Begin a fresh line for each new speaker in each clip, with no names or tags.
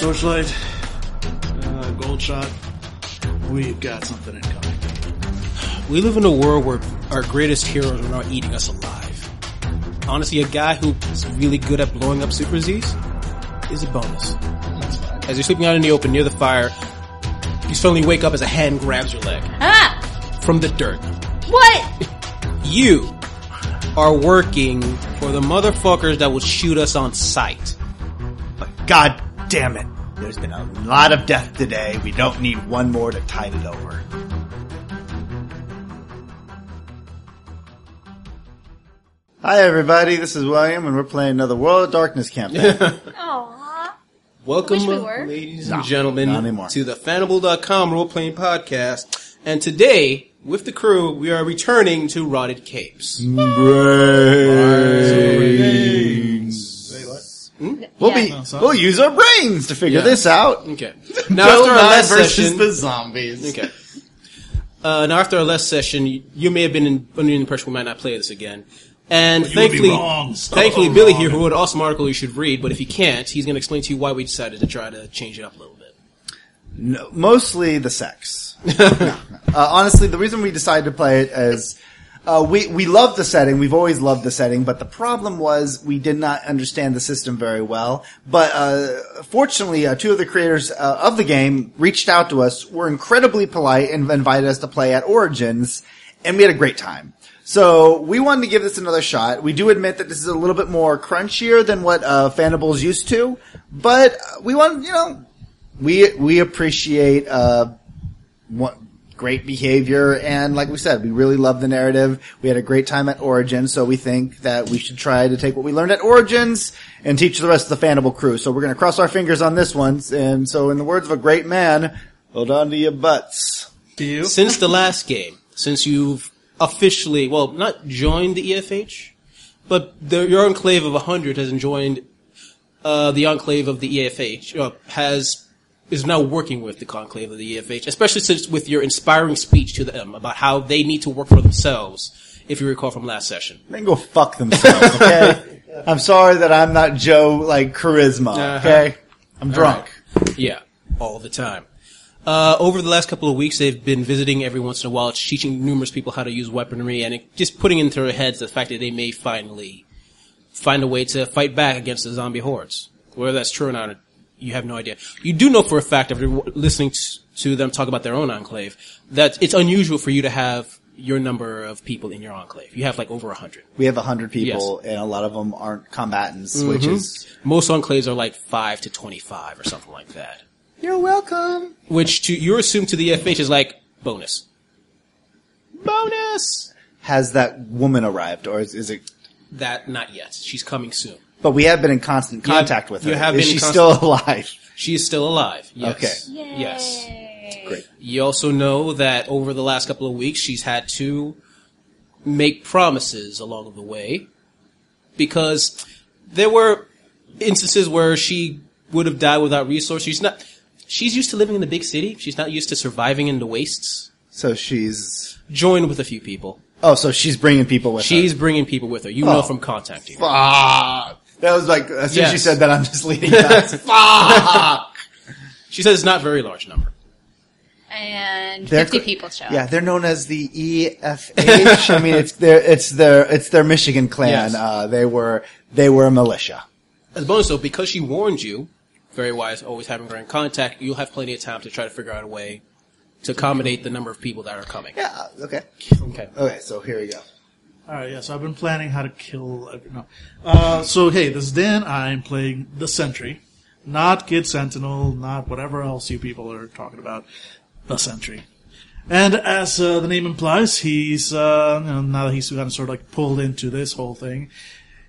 Torchlight, uh, gold shot. We've got something in common.
We live in a world where our greatest heroes are now eating us alive. Honestly, a guy who's really good at blowing up Super Z's is a bonus. As you're sleeping out in the open near the fire, you suddenly wake up as a hand grabs your leg
Ah!
from the dirt.
What?
You are working for the motherfuckers that will shoot us on sight.
But god damn it. There's been a lot of death today. We don't need one more to tide it over. Hi everybody, this is William and we're playing another World of Darkness campaign.
Aww.
Welcome,
Wish we were.
ladies and gentlemen,
not anymore.
to the Fanable.com role-playing podcast. And today, with the crew, we are returning to Rotted Capes.
We'll be, we'll use our brains to figure
Yeah.
this out.
Okay. Now after our last session,
zombies.
okay. Uh, now after our last session, you, you may have been in, under the impression we might not play this again. And
would be
thankfully,
wrong. So
thankfully, Billy
wrong.
here, who wrote an awesome article you should read, but if you can't, he's going to explain to you why we decided to try to change it up a little bit.
No, mostly the sex. No, no. Uh, honestly, the reason we decided to play it is uh, we we love the setting. We've always loved the setting, but the problem was we did not understand the system very well. But uh, fortunately, uh, two of the creators uh, of the game reached out to us, were incredibly polite, and invited us to play at Origins, and we had a great time. So we wanted to give this another shot. We do admit that this is a little bit more crunchier than what uh, Fanable's used to, but uh, we want you know we we appreciate uh what great behavior and like we said we really love the narrative we had a great time at origin so we think that we should try to take what we learned at origins and teach the rest of the fanable crew so we're going to cross our fingers on this one and so in the words of a great man hold on to your butts
Since the last game, since you've officially, well, not joined the EFH, but the, your enclave of 100 has joined uh, the enclave of the EFH, uh, has is now working with the conclave of the EFH, especially since with your inspiring speech to them about how they need to work for themselves, if you recall from last session.
they can go fuck themselves okay i'm sorry that i'm not joe like charisma okay i'm drunk
Yeah, all the time. Uh, over the last couple of weeks, they've been visiting every once in a while, teaching numerous people how to use weaponry, and it, just putting into their heads the fact that they may finally find a way to fight back against the zombie hordes. Whether that's true or not, you have no idea. You do know for a fact, after w- listening t- to them talk about their own enclave, that it's unusual for you to have your number of people in your enclave. You have like over a hundred.
we have 100 people and a lot of them aren't combatants which is
Most enclaves are like five to twenty-five or something like that.
you're welcome
Which to you're assumed to the FH is like bonus.
bonus. Has that woman arrived, or is, is it?
That not yet. She's coming soon.
But we have been in constant contact with her.
you have
is
been in
she
constant-
still alive?
She is still alive. Yes.
Okay.
Yay.
Yes.
Great.
You also know that over the last couple of weeks, she's had to make promises along the way because there were instances where she would have died without resources. She's not. She's used to living in the big city. She's not used to surviving in the wastes.
So she's.
Joined with a few people.
Oh, so she's bringing people with
She's bringing people with her. You know
Oh.
from contacting.
her.
her.
Ah, that was like as soon as you
Yes.
said that, I'm just leading. us.
She says it's not a very large number.
And
They're-
50 people show up.
Yeah, they're known as the EFH. I mean, it's their it's their it's their Michigan clan.
Yes.
Uh, they were they were a militia.
As a bonus, though, because she warned you, very wise, always having her in contact, you'll have plenty of time to try to figure out a way to accommodate the number of people that are coming.
Yeah. Okay.
Okay.
Okay. So here we go.
All right, yeah. So I've been planning how to kill. every- No. Uh, so hey, this is Dan. I'm playing the Sentry, not Kid Sentinel, not whatever else you people are talking about. The Sentry, and as uh, the name implies, he's uh, you know, now that he's kind of sort of like pulled into this whole thing,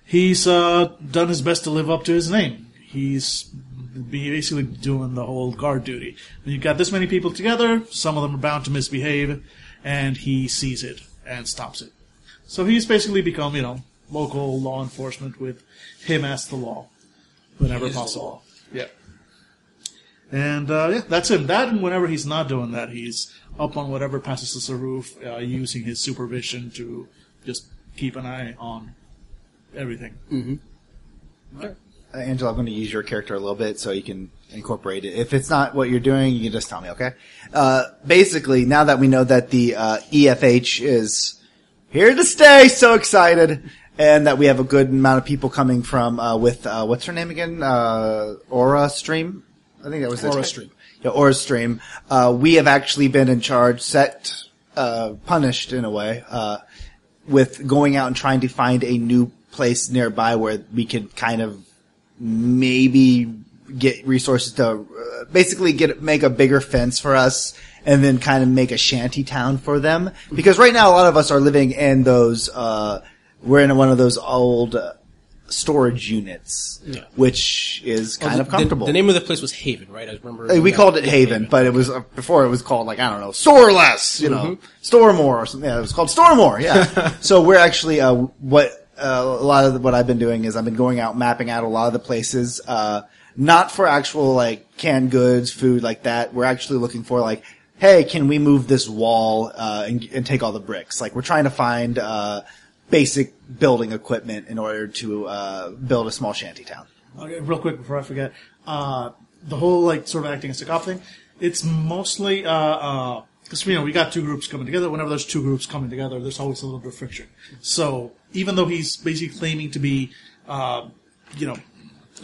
he's uh, done his best to live up to his name. He's basically doing the whole guard duty. When you've got this many people together, some of them are bound to misbehave, and he sees it and stops it. So he's basically become, you know, local law enforcement with him as the law whenever
He is the law.
possible. Yeah. And uh, yeah, that's him. That and whenever he's not doing that, he's up on whatever passes us the roof, uh, using his supervision to just keep an eye on everything.
uh, Angela, I'm going to use your character a little bit so you can incorporate it. If it's not what you're doing, you can just tell me, okay? Uh, basically, now that we know that the uh, EFH is here to stay, so excited, and that we have a good amount of people coming from uh, with uh, what's her name again? Uh, Aura Stream, I think that was
Aura
it.
Stream.
Yeah, Aura Stream. Uh, we have actually been in charge, set, uh, punished in a way. Uh, with going out and trying to find a new place nearby where we could kind of maybe get resources to uh, basically get make a bigger fence for us and then kind of make a shanty town for them because right now a lot of us are living in those uh we're in one of those old uh, storage units which is kind
Oh, the-
of comfortable
The, the name of the place was Haven, right? I remember.
Uh, we
Yeah.
called it Haven, but it was uh, before it was called like I don't know, store less, you know, store more or something. Yeah, it was called store more. Yeah. so we're actually uh, what uh, a lot of what I've been doing is I've been going out mapping out a lot of the places, uh, not for actual like canned goods, food like that. We're actually looking for like, hey, can we move this wall uh, and, and take all the bricks? Like we're trying to find uh, basic building equipment in order to uh, build a small shanty town.
Okay, real quick before I forget, uh, the whole like sort of acting as a cop thing. It's mostly because uh, 'cause, you know we got two groups coming together. Whenever there's two groups coming together, there's always a little bit of friction. So even though he's basically claiming to be, uh, you know,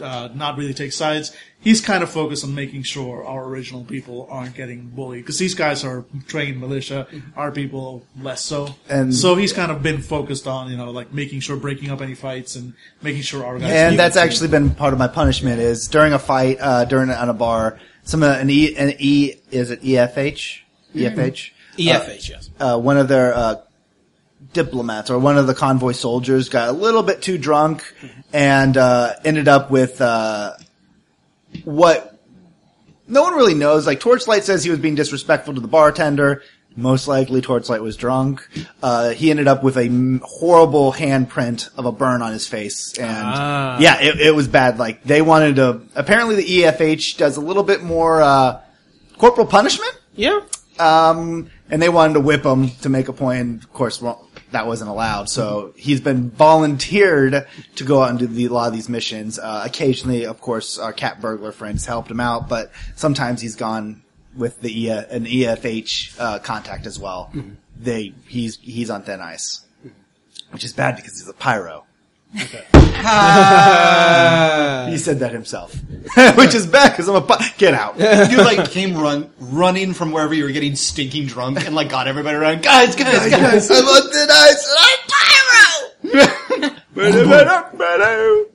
uh, not really take sides, he's kind of focused on making sure our original people aren't getting bullied because these guys are trained militia. Our people less so,
And-
so he's kind of been focused on you know like making sure breaking up any fights and making sure our guys.
and
keep
that's
it.
actually been part of my punishment is during a fight uh, during on a bar some uh, an e an e is it efh efh
EFH, yes.
uh, one of their uh, diplomats or one of the convoy soldiers got a little bit too drunk and uh, ended up with uh, what no one really knows. Like Torchlight says he was being disrespectful to the bartender. Most likely, Torchlight was drunk. Uh, he ended up with a m- horrible handprint of a burn on his face, and
Ah.
yeah, it, it was bad. Like they wanted to. Apparently, the EFH does a little bit more uh, corporal punishment.
Yeah.
Um, and they wanted to whip him to make a point. And of course, well, that wasn't allowed. So he's been volunteered to go out and do the, a lot of these missions. Uh, occasionally, of course, our cat burglar friends helped him out, but sometimes he's gone with the e- an EFH uh, contact as well. They he's he's on thin ice, which is bad because he's a pyro. He said that himself, which is bad because I'm a py- get out.
You like came run running from wherever you were getting stinking drunk and like got everybody around. Guys, guys, guys!
I'm on thin ice and I'm pyro!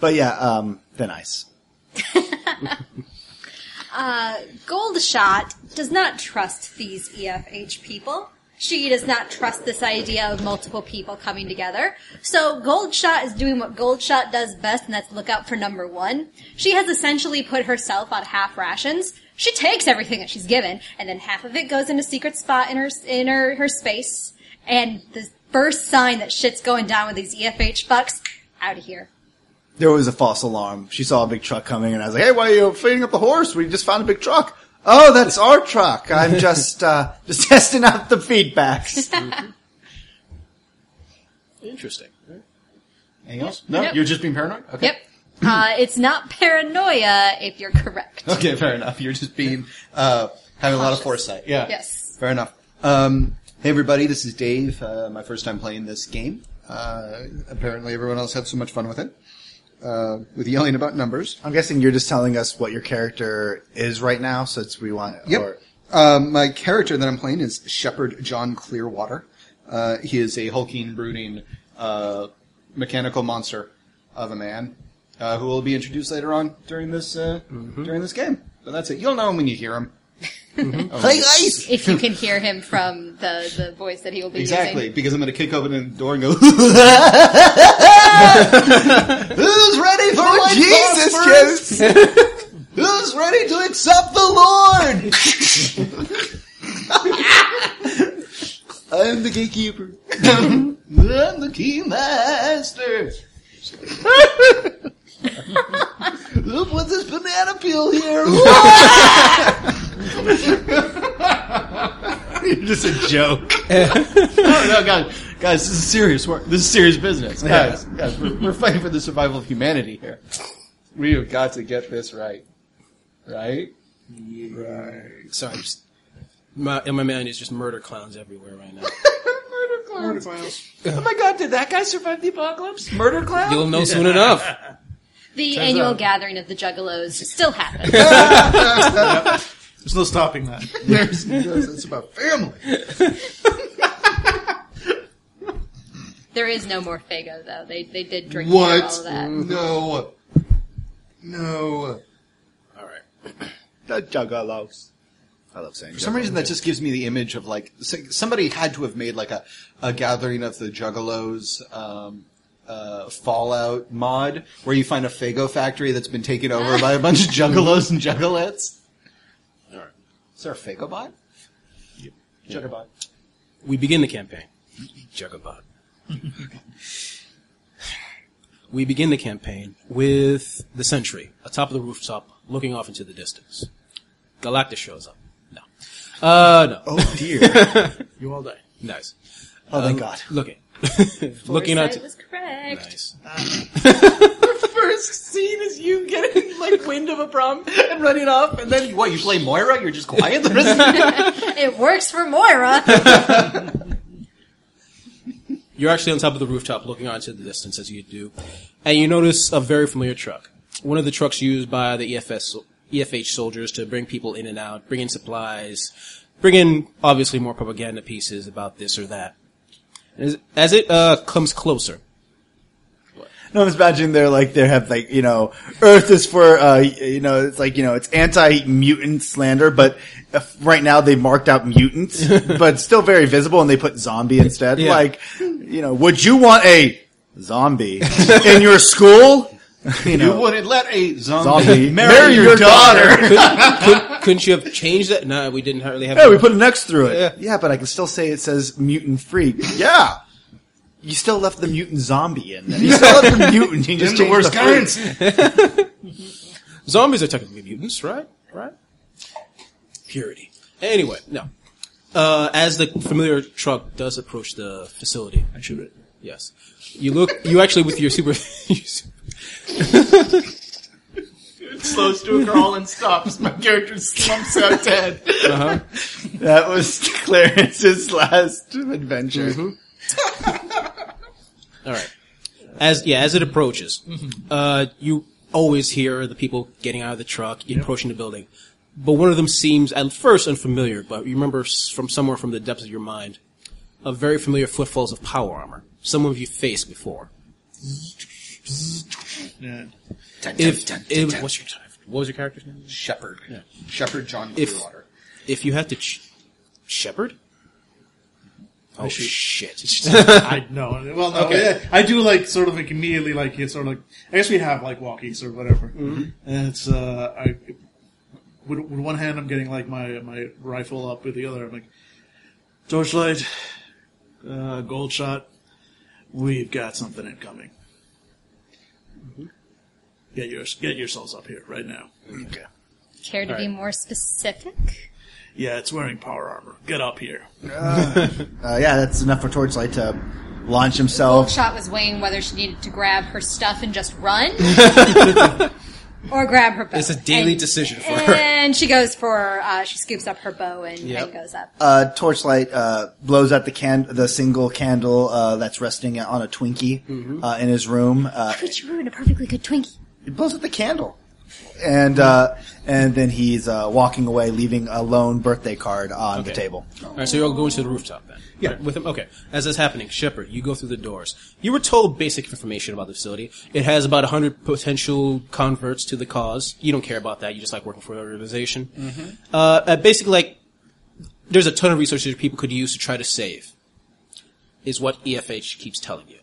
but yeah, um, thin ice.
Goldshot does not trust these EFH people. She does not trust this idea of multiple people coming together. So Goldshot is doing what Goldshot does best, and that's look out for number one. She has essentially put herself on half rations. She takes everything that she's given, and then half of it goes in a secret spot in her in her, her space. And the first sign that shit's going down with these EFH bucks, out of here.
There was a false alarm. She saw a big truck coming and I was like, hey, why are you feeding up the horse? We just found a big truck. Oh, that's our truck. I'm just, uh, just testing out the feedbacks.
Interesting.
Anything else? No,
Nope.
you're just being paranoid. Okay.
Yep. Uh, it's not paranoia if you're correct.
Okay, fair enough. You're just being uh, having a lot of foresight. Yeah.
Yes.
Fair enough. Um, hey, everybody. This is Dave. Uh, my first time playing this game. Uh, apparently, everyone else had so much fun with it, uh, with yelling about numbers.
I'm guessing you're just telling us what your character is right now, so it's we want.
Yep.
or-
um, my character that I'm playing is Shepherd John Clearwater. Uh, he is a hulking, brooding, uh, mechanical monster of a man uh, who will be introduced later on during this uh, during this game. But that's it. You'll know him when you hear him.
Oh.
Play ice.
if you can hear him from the, the voice that he will be
Exactly,
using.
because I'm going to kick open the door and go. Who's ready for
Oh,
what
Jesus,
Jesus?
yes!
Who's ready to accept the Lord? I'm the gatekeeper. I'm the keymaster. Look what's this banana peel here.
Just a joke.
no, no, guys, guys, guys, this is serious work. This is serious business, guys. Guys, we're, we're fighting for the survival of humanity here. We have got to get this right, right?
Sorry, I'm just, my in my mind is just murder clowns everywhere right now.
Oh my god, did that guy survive the apocalypse? Murder clown?
You'll know soon enough.
The annual gathering of the Juggalos still happens.
There's no stopping that.
There's, it's about family.
there is no more Fago though. They they did drink
What?
all of that.
Mm.
No. No.
All right.
The Juggalos. I love saying.
For some reason, that just gives me the image of like s- somebody had to have made like a, a gathering of the Juggalos um, uh, Fallout mod where you find a Fago factory that's been taken over by a bunch of Juggalos and Juggalettes. Is there a Fago bot? Juggabot.
We begin the campaign. Jugabot. we begin the campaign with the sentry atop of the rooftop, looking off into the distance. Galactus shows up. No. Uh, no.
Oh dear!
You all die.
Nice.
oh thank God!
Looking. looking out.
Foresight was correct.
Nice.
First scene is you getting like wind of a problem and running off, and then what? You play Moira? You're just quiet the rest of the
It works for Moira.
You're actually on top of the rooftop looking out into the distance as you do, and you notice a very familiar truck. One of the trucks used by the E EFS, sol- EFH soldiers to bring people in and out, bring in supplies, bring in obviously more propaganda pieces about this or that. As, as it uh, comes closer,
No, I'm just imagining they're like they have like you know Earth is for uh you know it's like you know it's anti mutant slander, but if- right now they marked out mutants, but still very visible, and they put zombie instead.
Yeah.
Like you know, would you want a zombie in your school? You
You
know,
wouldn't let a zombie,
zombie
marry, your, daughter.
couldn't you have changed that? No, we didn't really have.
Yeah, we put an X through it.
Yeah.
Yeah. but I can still say it says mutant freak. Yeah. You still left the mutant zombie in there. You still left the mutant. You just
the
changed
worst
the freak.
kinds.
Zombies are technically mutants, right? Right? Purity. Anyway, no. Uh, as the familiar truck does approach the facility, I shoot it. Yes, you look. You actually, with your super,
slows to a crawl and stops. My character slumps out dead.
That was Clarence's last adventure.
All right. As yeah, as it approaches, uh, you always hear the people getting out of the truck, approaching the building. But one of them seems at first unfamiliar, but you remember s- from somewhere from the depths of your mind, a very familiar footfalls of power armor. Someone you've faced before.
Yeah.
If, if- what's your time? What was your character's name?
Shepherd. Shepherd John
If-
Clearwater.
If you had to, ch- Shepherd. Oh shit!
I know. Well, no, yeah, I do like sort of like immediately like you sort of like I guess we have like walkies or whatever, and it's uh I with, with one hand I'm getting like my my rifle up with the other I'm like torchlight, uh, gold shot, we've got something incoming. Get your get yourselves up here right now. Okay.
Care to be more specific?
Yeah, it's wearing power armor. Get up here.
Uh, yeah, that's enough for Torchlight to launch himself.
Shot was weighing whether she needed to grab her stuff and just run, or grab her bow.
It's a daily
And-
decision for her.
And she goes for uh, she scoops up her bow and,
Yep.
and goes up.
Uh, Torchlight uh, blows out the can- the single candle uh, that's resting on a Twinkie uh, in his room. Uh,
Could you ruin a perfectly good Twinkie?
he blows out the candle, and uh, and then he's uh, walking away, leaving a lone birthday card on the
Okay.
table.
All right, so you're all going to the rooftop then. Yeah, with him. Okay, as that's happening, Shepard, you go through the doors. You were told basic information about the facility. It has about hundred potential converts to the cause. You don't care about that. You just like working for the organization. Uh, uh, basically, like there's a ton of resources people could use to try to save. Is what EFH keeps telling you,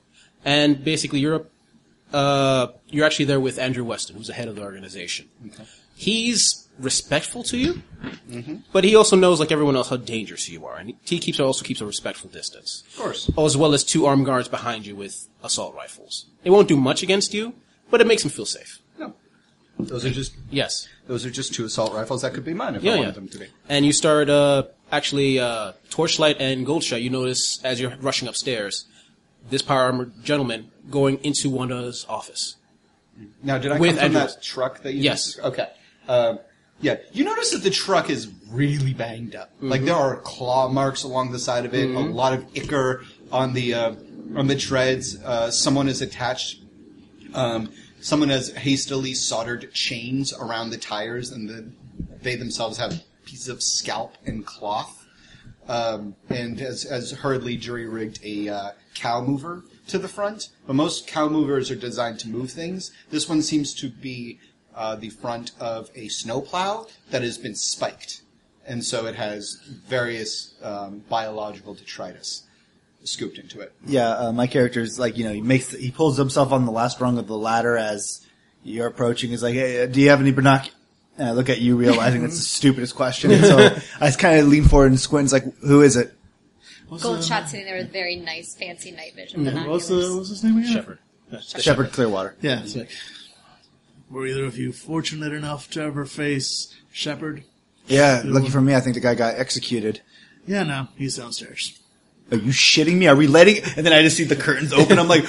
and basically you're uh, you're actually there with Andrew Weston, who's the head of the organization. He's respectful to you. But he also knows, like everyone else, how dangerous you are, and he- he keeps also keeps a respectful distance. Of
course.
as well as two armed guards behind you with assault rifles. It won't do much against you, but it makes him feel safe.
No. Those are just
Yes,
those are just two assault rifles that could be mine if I
yeah,
wanted
yeah.
them to be.
And you start uh, actually uh, torchlight and goldshot. You notice as you're rushing upstairs, this power armored gentleman going into Wanda's office.
Now, did I
With
come from
Andrews.
that truck that you?
Yes.
Okay. Um yeah. You notice that the truck is really banged up.
Mm-hmm.
Like there are claw marks along the side of it. A lot of ichor on the uh, on the treads. Uh, someone is attached. Um, someone has hastily soldered chains around the tires, and the, they themselves have pieces of scalp and cloth. um, and has, has hurriedly jury rigged a uh, cow mover to the front. But most cow movers are designed to move things. This one seems to be uh, the front of a snowplow that has been spiked, and so it has various um, biological detritus scooped into it.
Yeah, uh, my character is like you know he makes he pulls himself on the last rung of the ladder as you're approaching. He's like, "Hey, uh, do you have any binoc?" And I look at you, realizing that's the stupidest question. And so I kind of lean forward and squint. Like, who is it?
What's,
Gold
uh,
shot sitting there with very nice, fancy night vision
What's,
binoculars.
uh, what's his name again?
Shepard.
Shepherd Clearwater.
Yeah, it's like, were either of you fortunate enough to ever face Shepard?
Yeah, lucky for me, I think the guy got executed.
Yeah, no, he's downstairs.
Are you shitting me? Are we letting? And then I just see the curtains open. I'm like,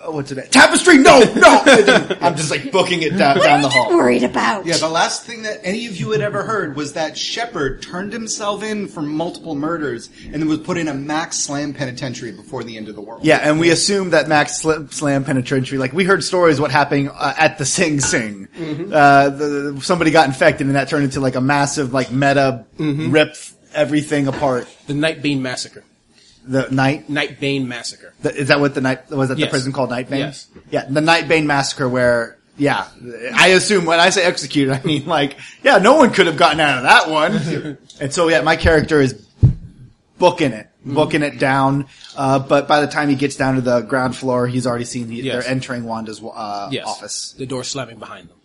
oh, what's it? Tapestry? No, no. I'm just like booking it down, down the hall.
Worried about.
Yeah, the last thing that any of you had ever heard was that Shepard turned himself in for multiple murders and was put in a max slam penitentiary before the end of the world.
Yeah, and we assume that Max sl- slam penitentiary. Like we heard stories what happening uh, at the Sing Sing. Uh, the, somebody got infected, and that turned into like a massive like meta rip everything apart.
The Nightbane Massacre.
The night
Nightbane Massacre.
the, is that what the night was that
Yes.
the prison called Nightbane?
Yes.
Yeah, the Nightbane massacre where. Yeah, I assume when I say executed, I mean like, yeah, no one could have gotten out of that one. and so, yeah, my character is booking it,
Mm-hmm.
booking it down. Uh, but by the time he gets down to the ground floor, he's already seen he,
Yes.
they're entering Wanda's uh,
Yes.
office.
The door slamming behind them.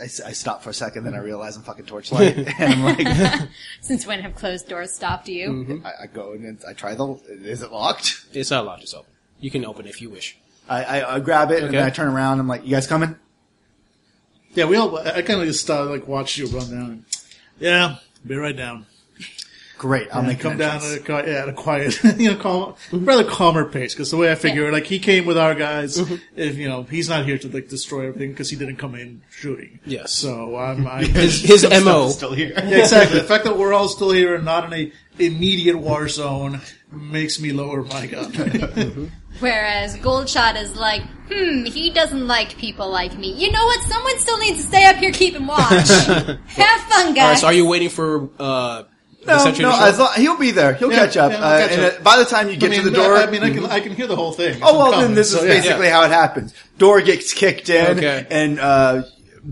I, s- I stop for a second, then I realize I'm fucking torchlight, and I'm like,
Since when have closed doors stopped you?
Mm-hmm.
I, I go and I try the, is it locked?
It's not locked, it's open. You can open if you wish.
I, I, I grab it and
Okay.
then I turn around. I'm like, you guys coming?
Yeah, we all. I kind of just uh, like watched you run down. And, yeah, be right down.
Great, I'll
And
make
come
an
down
entrance."
at a, qui- yeah, at a quiet, you know, calm, rather calmer pace. Because the way I figure, it, like he came with our guys. If you know, he's not here to like destroy everything because he didn't come in shooting.
Yes.
So I'm. i
His, his
Some stuff
MO.
is still here.
Yeah, exactly. The fact that we're all still here and not in a immediate war zone makes me lower my gun.
Whereas Goldshot is like, hmm, he doesn't like people like me. You know what? Someone still needs to stay up here keeping watch. Have fun,
Alright,
guys.
so are you waiting for uh, the
No,
sentry
no,
to show
as
up?
long, he'll be there. He'll
Yeah,
catch up.
yeah, he'll
uh,
catch
and
up.
uh, by the time you
I
get
mean,
to the door,
I, mean, I can I can hear the whole thing.
oh well,
I'm coming,
then this is
so, yeah.
basically how it happens. Door gets kicked in,
Okay.
and uh,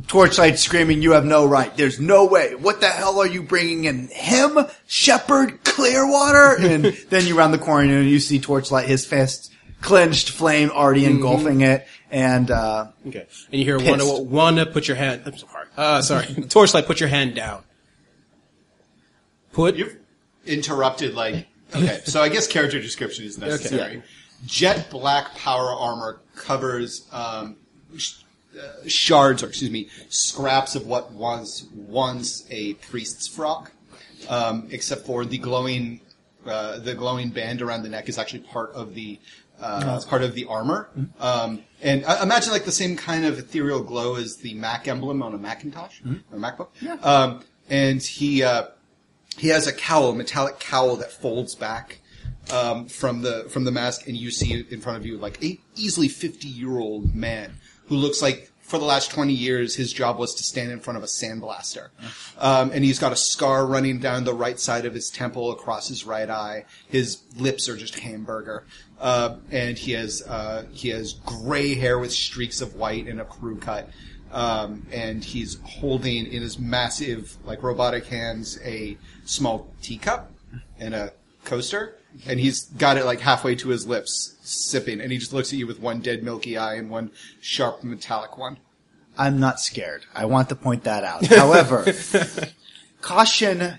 torchlight screaming, "You have no right! There's no way! What the hell are you bringing in him, Shepherd Clearwater?" and then you round the corner and you see torchlight, his fist clenched, flame already engulfing
Mm-hmm.
it, and uh,
Okay. And you hear
Pissed.
Wanda, Wanda, put your hand. I'm sorry. Uh, sorry. Torchlight, put your hand down. Put.
You've interrupted, like, okay, so I guess character description is necessary.
Okay.
Jet black power armor covers um, sh- uh, shards, or excuse me, scraps of what was once a priest's frock, um, except for the glowing, uh, the glowing band around the neck is actually part of the. Uh, part of the armor, um, and uh, imagine like the same kind of ethereal glow as the Mac emblem on a Macintosh or MacBook. Um, and he uh, he has a cowl, a metallic cowl that folds back um, from the from the mask, and you see in front of you like a easily fifty year old man who looks like for the last twenty years his job was to stand in front of a sandblaster, um, and he's got a scar running down the right side of his temple across his right eye. His lips are just hamburger, uh, and he has uh, he has gray hair with streaks of white and a crew cut um, and he's holding in his massive, like robotic hands, a small teacup and a coaster, and he's got it like halfway to his lips, sipping, and he just looks at you with one dead milky eye and one sharp metallic one.
I'm not scared. I want to point that out. However, caution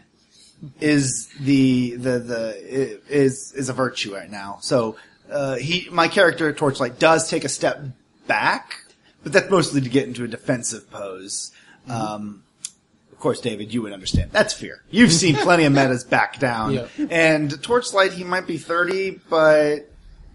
is the the the i- is is a virtue right now. So uh, he my character Torchlight does take a step back, but that's mostly to get into a defensive pose. Um, course, David, you would understand. That's fear. You've seen plenty of metas back down.
Yeah.
And Torchlight, he might be 30, but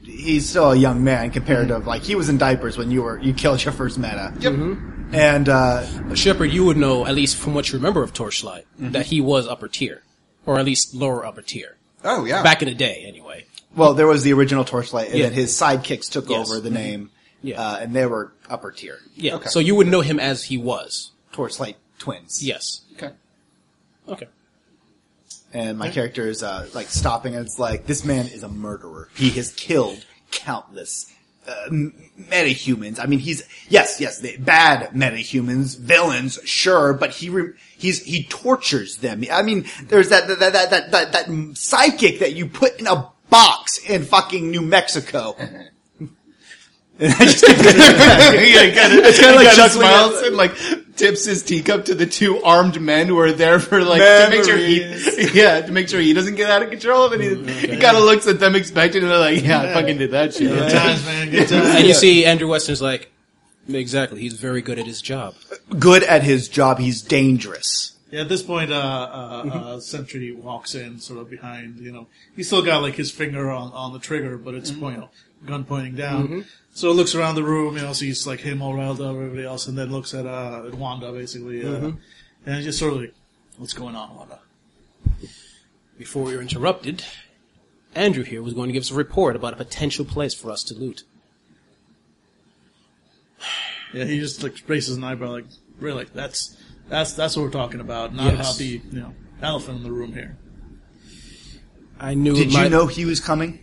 he's still a young man compared to, like, he was in diapers when you were, you killed your first meta. Yep.
Mm-hmm.
And, uh,
Shepard, you would know, at least from what you remember of Torchlight, that he was upper tier. Or at least lower upper tier.
Oh yeah.
Back in the day, anyway.
well, there was the original Torchlight, and
Yeah.
then his sidekicks took
Yes.
over the name.
Yeah.
Uh, and they were upper tier.
Yeah.
Okay.
So you would know him as he was.
Torchlight twins.
Yes.
Okay.
Okay.
and my character is uh, like stopping and it's like this man is a murderer he has killed countless uh, m- metahumans i mean he's yes yes they, bad metahumans villains sure but he re- he's he tortures them i mean there's that that that that that, that psychic that you put in a box in fucking new mexico And I just keep doing that.
it's
kinda like
Chuck
just like a-
Miles and like tips his teacup to the two armed men who are there for like to make sure
Memories.
he yeah to make sure he doesn't get out of control and he,
Mm,
he kind of looks at them expecting and they're like yeah, I fucking did that shit
Good times, man. Good times.
And you see Andrew Weston's like, exactly, he's very good at his job.
good at his job he's dangerous
Yeah, at this point, uh, uh,
Mm-hmm.
uh, Sentry walks in, sort of behind. You know, he's still got like his finger on, on the trigger, but it's
Mm-hmm.
you know, gun pointing down. So he looks around the room, you know, sees like him all riled up, everybody else, and then looks at uh, at Wanda basically, uh,
Mm-hmm.
and just sort of like, "What's going on, Wanda?"
Before we were interrupted, Andrew here was going to give us a report about a potential place for us to loot.
Yeah, he just like raises an eyebrow, like, "Really? That's that's that's what we're talking about, not
Yes.
about the you know elephant in the room here."
I knew it
did you
might-
know he was coming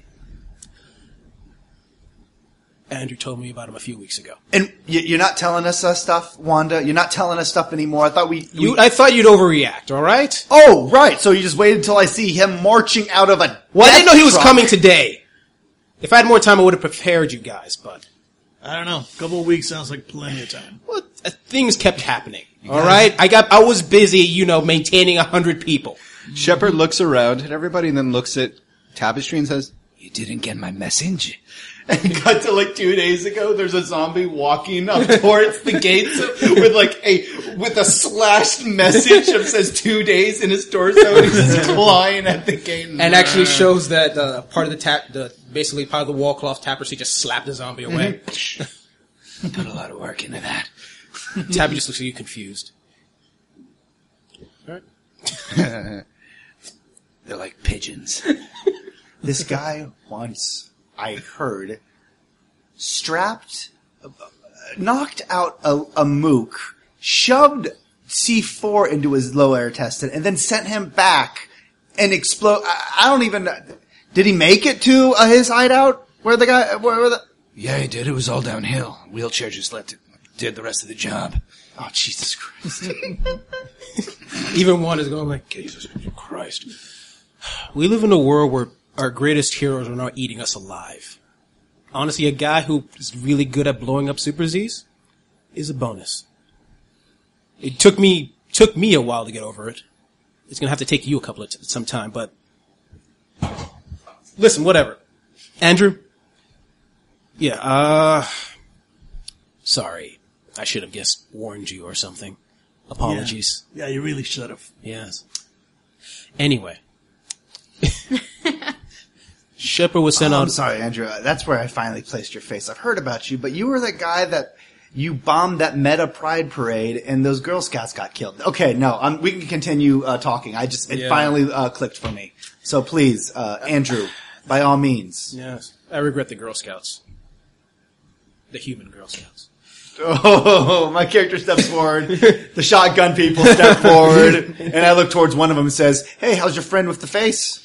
Andrew told me about him a few weeks ago.
And you- you're not telling us uh, stuff, Wanda. You're not telling us stuff anymore. I thought we. we-
You, I thought you'd overreact, alright?
oh, right. So you just waited until I see him marching out of a.
Well, I didn't
death
know he was
truck.
coming today. If I had more time, I would have prepared you guys, but
I don't know. A couple of weeks sounds like plenty of time.
well, uh, things kept happening. All right, I got I was busy, you know, maintaining a hundred people.
Shepard looks around at everybody and then looks at Tapestry and says, You didn't get my message. And got to like two days ago, there's a zombie walking up towards the gates with like a with a slashed message that says two days in his torso and he's just clawing at the gate.
And actually shows that uh, part of the tap, the basically part of the wall cloth tapestry just slapped the zombie away.
put a lot of work into that.
Tabby just looks at you confused.
They're like pigeons.
This guy once, I heard, strapped, uh, knocked out a, a mook, shoved C4 into his low air intestine, and then sent him back and explode. I, I don't even. Did he make it to uh, his hideout? Where the guy? Where, where the?
Yeah, he did. It was all downhill. Wheelchair just left it did the rest of the job. Oh Jesus Christ.
Even one is going like,
Jesus Christ.
We live in a world where our greatest heroes are now eating us alive. Honestly, a guy who is really good at blowing up Super Z's is a bonus. It took me took me a while to get over it. It's gonna have to take you a couple of t- some time, but listen, whatever. Andrew. Yeah. Uh, sorry, I should have guessed warned you or something. Apologies.
Yeah, you really should have.
Yes. Anyway. Shepard was sent
I'm
on.
sorry, Andrew. Uh, That's where I finally placed your face. I've heard about you, but you were the guy that you bombed that Meta Pride parade, and those Girl Scouts got killed. Okay, no, um, we can continue uh, talking. I just it
Yeah.
finally uh, clicked for me. So please, uh, Andrew, by all means.
Yes. I regret the Girl Scouts. The human Girl Scouts.
Oh, my character steps forward. the shotgun people step forward, and I look towards one of them and says, "Hey, how's your friend with the face?"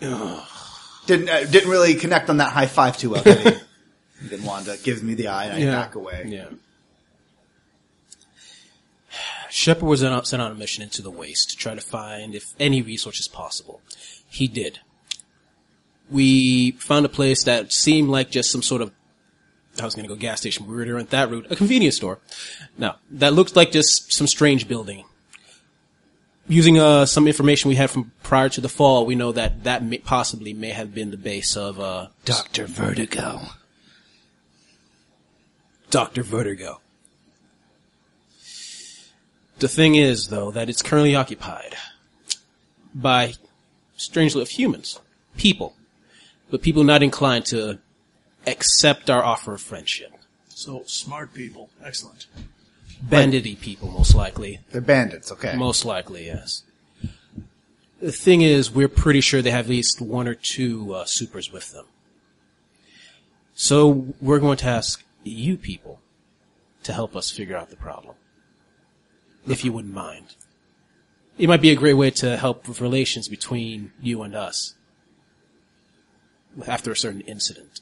didn't uh, didn't really connect on that high five too well. did he? And then Wanda gives me the eye, and I back away.
Yeah. Shepard was sent on- sent on a mission into the waste to try to find if any resource is possible. He did. We found a place that seemed like just some sort of I was going to go gas station. We were there at that route, a convenience store. No, that looked like just some strange building. Using uh, some information we had from prior to the fall, we know that that may, possibly may have been the base of uh,
Dr. Vertigo.
Dr. Vertigo. The thing is, though, that it's currently occupied by, strangely, of humans, people, but people not inclined to accept our offer of friendship.
So smart people. Excellent.
Bandity people, most likely.
They're bandits, okay.
Most likely, yes. The thing is, we're pretty sure they have at least one or two uh, supers with them. So we're going to ask you people to help us figure out the problem, if you wouldn't mind. It might be a great way to help with relations between you and us after a certain incident.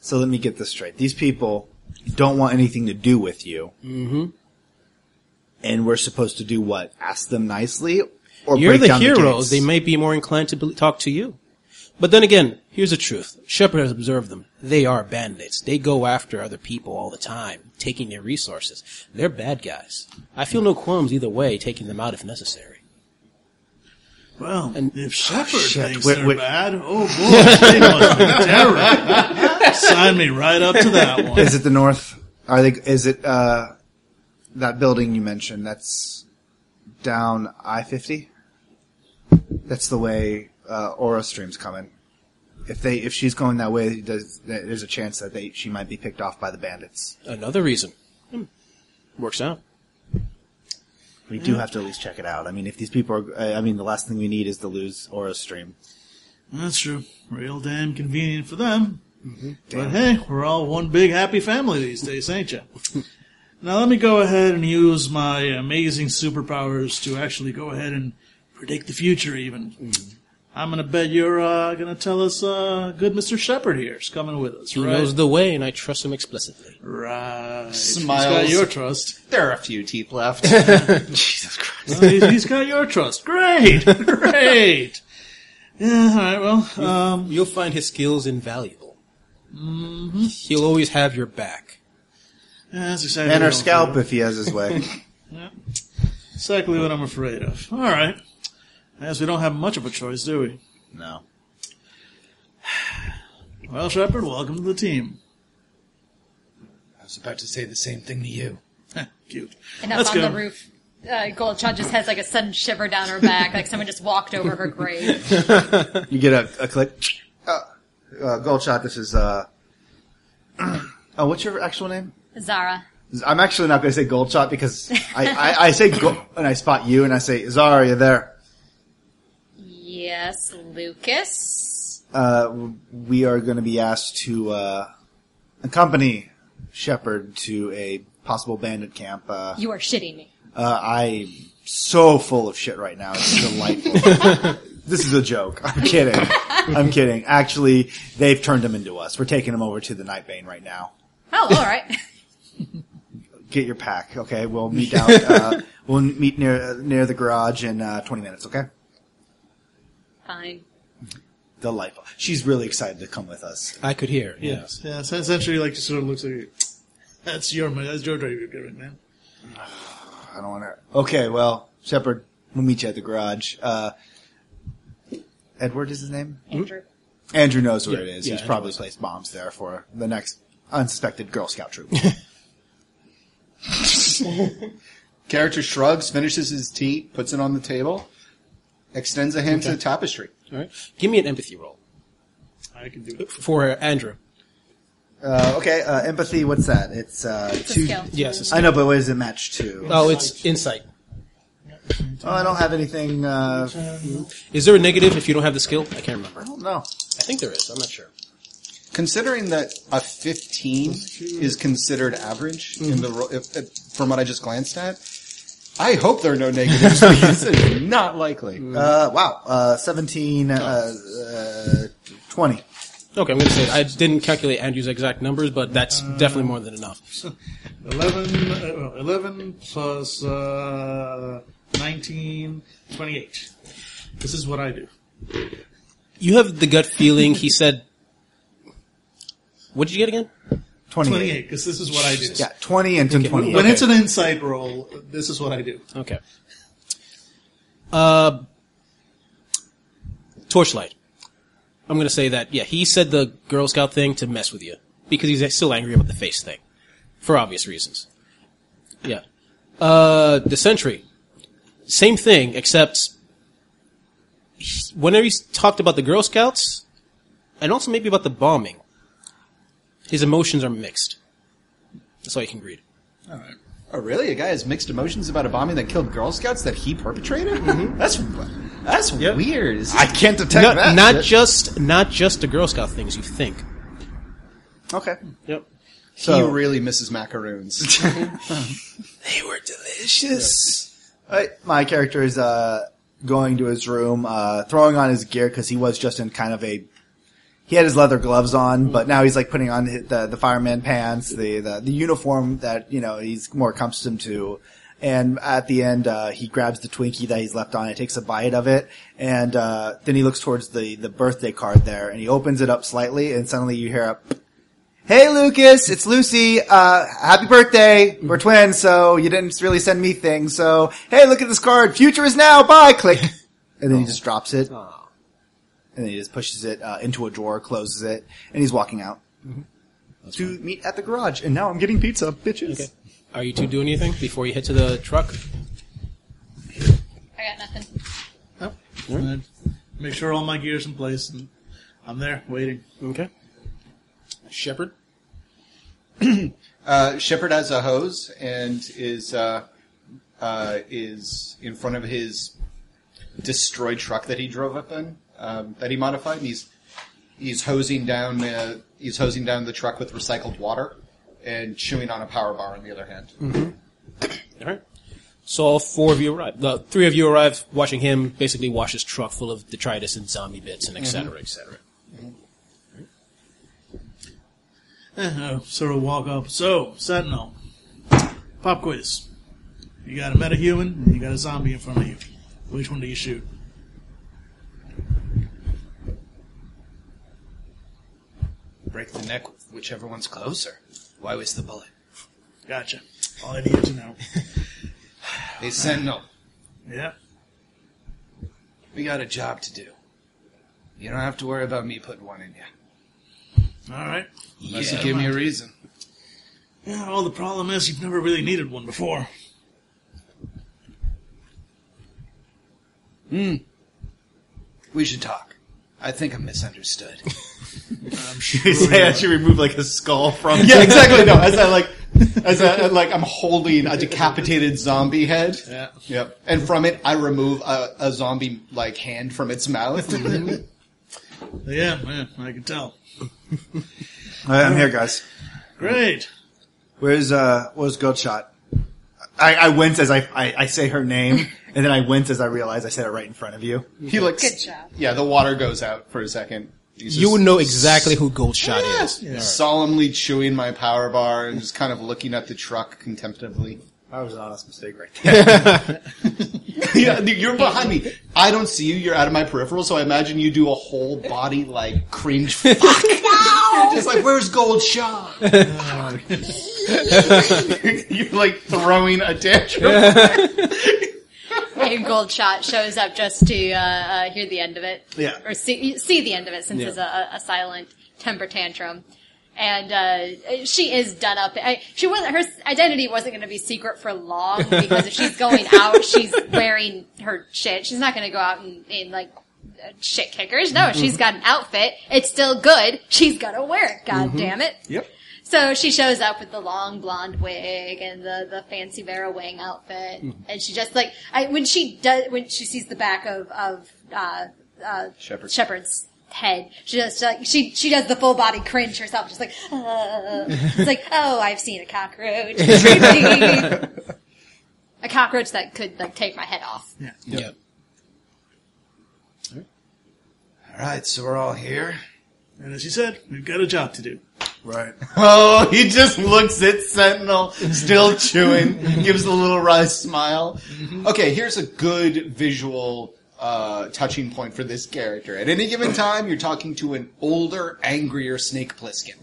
So let me get this straight. These people don't want anything to do with you. Mm-hmm. And we're supposed to do what? Ask them nicely? Or
You're
break
the
down
heroes.
gates?
they might be more inclined to bel talk to you. But then again, here's the truth. Shepard has observed them. They are bandits. They go after other people all the time, taking their resources. They're bad guys. I feel no qualms either way taking them out if necessary.
Well,
And-
if Shepard
shit,
thinks
wait,
they're
wait.
bad, oh boy, they must be terrible. Sign me right up to that one.
Is it the north? Are they? Is it uh, that building you mentioned? That's down I fifty. That's the way uh, Aura Stream's coming. If they, if she's going that way, there's, there's a chance that they she might be picked off by the bandits.
Another reason. Hmm. Works out.
We do have to at least check it out. I mean, if these people are, I I mean, the last thing we need is to lose Aura Stream.
That's true. Real damn convenient for them. But hey, we're all one big happy family these days, ain't ya? now let me go ahead and use my amazing superpowers to actually go ahead and predict the future. Even I'm gonna bet you're uh, gonna tell us uh, good Mister Shepard here's coming with us,
He
right?
knows the way, and I trust him explicitly.
right. He's got
Smiles.
your trust.
There are a few teeth left.
Jesus Christ!
Well, he's, he's got your trust. Great, great. Yeah. All right. Well. Um,
You'll find his skills invaluable. He'll always have your back.
yeah, that's exactly. what
And her
I'm
scalp,
afraid of.
if he has his way.
Exactly what I'm afraid of. All right. I guess we don't have much of a choice, do we?
no.
Well, Shepard, welcome to the team.
I was about to say the same thing to you.
Heh, Cute.
And up
Let's
on
go.
the roof, uh, Gold Shot just has like a sudden shiver down her back, like someone just walked over her grave.
You get a, a click. Uh, uh, gold shot. This is. Uh, oh, what's your actual name?
Zara.
I'm actually not going to say gold shot because I, I, I say go- and I spot you and I say Zara, you there?
Yes, Lucas.
Uh, we are going to be asked to uh, accompany Shepard to a possible bandit camp. Uh,
You are shitting me.
uh, I'm so full of shit right now. It's delightful. this is a joke. I'm kidding. I'm kidding. Actually, they've turned him into us. We're taking him over to the Nightbane right now.
Oh, all right.
get your pack. Okay, we'll meet out. Uh, we'll meet near near the garage in uh, twenty minutes. Okay,
Fine.
delightful. She's really excited to come with us.
I could hear. Yes.
Yes. Yes. Essentially, like, just sort of looks at you. That's your money. That's your drive you're giving, man.
I don't want to. Okay, well, Shepard, we'll meet you at the garage. Uh, Edward is his name.
Andrew.
Andrew knows where
Yeah,
it is.
yeah,
He's
Andrew
probably placed bombs there for the next unsuspected Girl Scout troop.
Character shrugs, finishes his tea, puts it on the table, extends a hand to the tapestry.
All right. Give me an empathy roll
I can do it.
for Andrew.
uh, okay, uh, empathy. What's that? It's uh,
It's a
two.
skill.
Yes. it's-
I know, but what does it match to?
Oh, it's insight.
Oh, I don't have anything. Uh,
Is there a negative if you don't have the skill? I can't remember.
no.
I think there is. I'm not sure.
Considering that a 15 is considered average in the ro- if, if, from what I just glanced at, I hope there are no negatives. because this is not likely.
Uh, wow. Uh, 17, uh, uh, 20.
Okay, I'm going to say it. I didn't calculate Andrew's exact numbers, but that's definitely more than enough.
11, uh, well, 11 plus uh, 19, 28. This is what I do.
You have the gut feeling. He said, "What did you get again?"
28.
28, because this is what I do.
Yeah, 20 and then 28.
When
Okay.
it's an insight roll, this is what I do.
Okay. Uh, torchlight. I'm going to say that. Yeah, he said the Girl Scout thing to mess with you because he's still angry about the face thing, for obvious reasons. Yeah. Uh, the Sentry. Same thing, except he- whenever he talked about the Girl Scouts, and also maybe about the bombing, his emotions are mixed. That's all you can read.
Oh, really? A guy has mixed emotions about a bombing that killed Girl Scouts that he perpetrated?
Mm-hmm.
That's that's weird. Is
I can't detect
Not,
that.
not
shit.
just not just the Girl Scout things you think.
okay.
Yep.
he
So-
really misses macaroons.
They were delicious.
Uh, my character is uh, going to his room, uh, throwing on his gear because he was just in kind of a. He had his leather gloves on, but now he's like putting on hi- the the fireman pants, the, the the uniform that you know he's more accustomed to. And at the end, uh, he grabs the Twinkie that he's left on. He takes a bite of it, and uh, then he looks towards the the birthday card there, and he opens it up slightly, and suddenly you hear a. Hey Lucas, it's Lucy. Uh, happy birthday. We're
Mm-hmm.
twins, so you didn't really send me things. So, hey, look at this card. Future is now. Bye. Click. And then
Oh.
he just drops it. And then he just pushes it uh, into a drawer, closes it, and he's walking out
Mm-hmm.
to meet at the garage. And now I'm getting pizza, bitches.
Okay. Are you two doing anything before you head to the truck?
I got nothing.
Yep. And Make sure all my gear's in place, and I'm there waiting.
Okay. Shepard.
uh, Shepard has a hose and is uh, uh, is in front of his destroyed truck that he drove up in um, that he modified. And he's he's hosing down uh, he's hosing down the truck with recycled water and chewing on a power bar on the other hand.
Hmm.
All right. So all four of you arrive. The three of you arrive, watching him basically wash his truck full of detritus and zombie bits and et cetera, et cetera.
Eh, uh, sort of walk up. So, Sentinel, pop quiz. You got a metahuman, and you got a zombie in front of you. Which one do you shoot?
Break the neck, with whichever one's closer. Why waste the bullet?
Gotcha. All I need to know.
Hey, Sentinel,
yeah.
we got a job to do. You don't have to worry about me putting one in you.
All right.
Unless you give me a reason.
Yeah, well, the problem is you've never really needed one before.
We should talk. I think I'm misunderstood.
I'm sure.
I actually removed like a skull from.
Yeah, exactly. No,
as I like, as I like, I'm holding a decapitated zombie head.
Yeah.
Yep. And from it, I remove a, a zombie like hand from its mouth.
yeah, man, I can tell.
All right, I'm here, guys.
Great.
Where's uh, where's Goldshot? I, I wince as I, I I say her name, and then I wince as I realize I said it right in front of you.
he looks.
Good job.
Yeah, the water goes out for a second. He's
You
just
would know exactly who Goldshot is.
Solemnly chewing my power bar and just kind of looking at the truck contemplatively.
That was an honest mistake right there.
yeah, you're behind me. I don't see you. You're out of my peripheral, so I imagine you do a whole body like cringe. Fuck You're just like, where's Gold Shaw? you're like throwing a tantrum.
And Goldshot shows up just to uh, uh, hear the end of it.
Yeah.
Or see, see the end of it since
Yeah.
it's a, a- a silent temper tantrum. And uh, she is done up. I, she wasn't. Her identity wasn't going to be secret for long because if she's going out, she's wearing her shit. She's not going to go out in, in like uh, shit kickers. No, she's got an outfit. It's still good. She's got to wear it. God damn it.
Yep.
So she shows up with the long blonde wig and the, the fancy Vera Wang outfit,
Mm-hmm.
and she just like I, when she does when she sees the back of of uh, uh,
Shepherd.
Shepherd's head, she just like she she does the full body cringe herself, just like uh, it's like oh I've seen a cockroach, a cockroach that could like take my head off.
Yeah.
Yeah.
All right, so we're all here.
And as you said, we've got a job to do.
Right.
Oh, he just looks at Sentinel, still chewing, gives a little wry smile. Okay, here's a good visual uh, touching point for this character. At any given time, you're talking to an older, angrier Snake Plissken.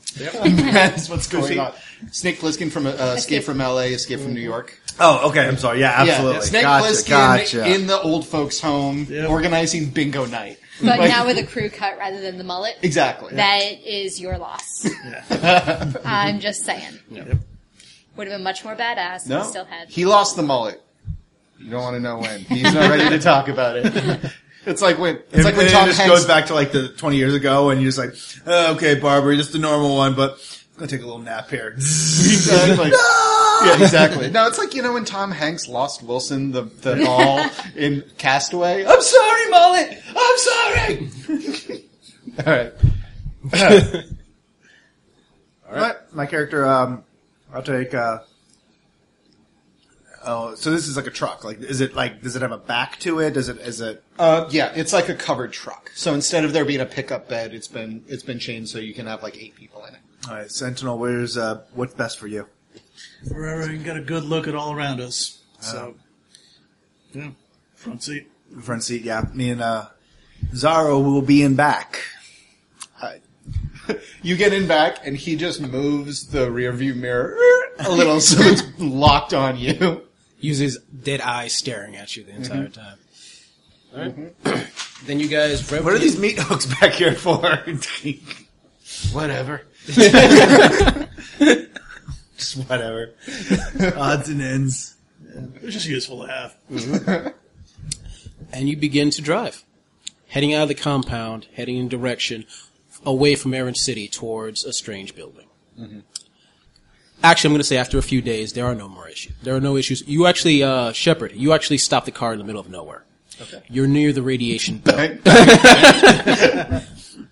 That's what's going on. Snake Plissken from uh, Escape from L.A., Escape from New York.
Oh, okay. I'm sorry. Yeah, absolutely.
Yeah, Snake
gotcha.
Plissken
gotcha.
in the old folks' home,
Yep.
organizing bingo night.
But
Like-
now with a crew cut rather than the mullet,
exactly.
that is your loss. I'm just saying. Would have been much more badass. if
No,
we still had.
he lost the mullet. You don't want to know when. He's not ready to talk about it. It's like when it's like when
and
Tom
it just
Hanks
goes back to like the 20 years ago and you're just like, "Oh, okay, Barbara, just the normal one, but I'm going to take a little nap here.
exactly. Yeah, exactly. No, it's like you know when Tom Hanks lost Wilson the the ball in Castaway.
Oh!
I'm sorry, mullet. I'm sorry. All right.
But my character, um, I'll take. Uh, oh, so this is like a truck. Like, is it like? Does it have a back to it? Does it? Is it?
Uh, yeah, it's like a covered truck. So instead of there being a pickup bed, it's been it's been changed so you can have like eight people in it.
All right, Sentinel. Where's uh, what's best for you?
Wherever you can get a good look at all around us.
Uh.
So, yeah, front seat.
Front seat. Yeah, me and uh, Zaro will be in back.
You get in back, and he just moves the rear view mirror a little so it's locked on you.
uses dead eyes staring at you the entire time. All then you guys.
What are these meat hooks back here for?
Whatever.
Just whatever. Odds and ends.
It was just useful to have.
and you begin to drive, heading out of the compound, heading in direction away from Erin City towards a strange building. Actually, I'm going to say after a few days, there are no more issues. There are no issues. You actually, uh, Shepard, you actually stop the car in the middle of nowhere. Okay. You're near the radiation belt.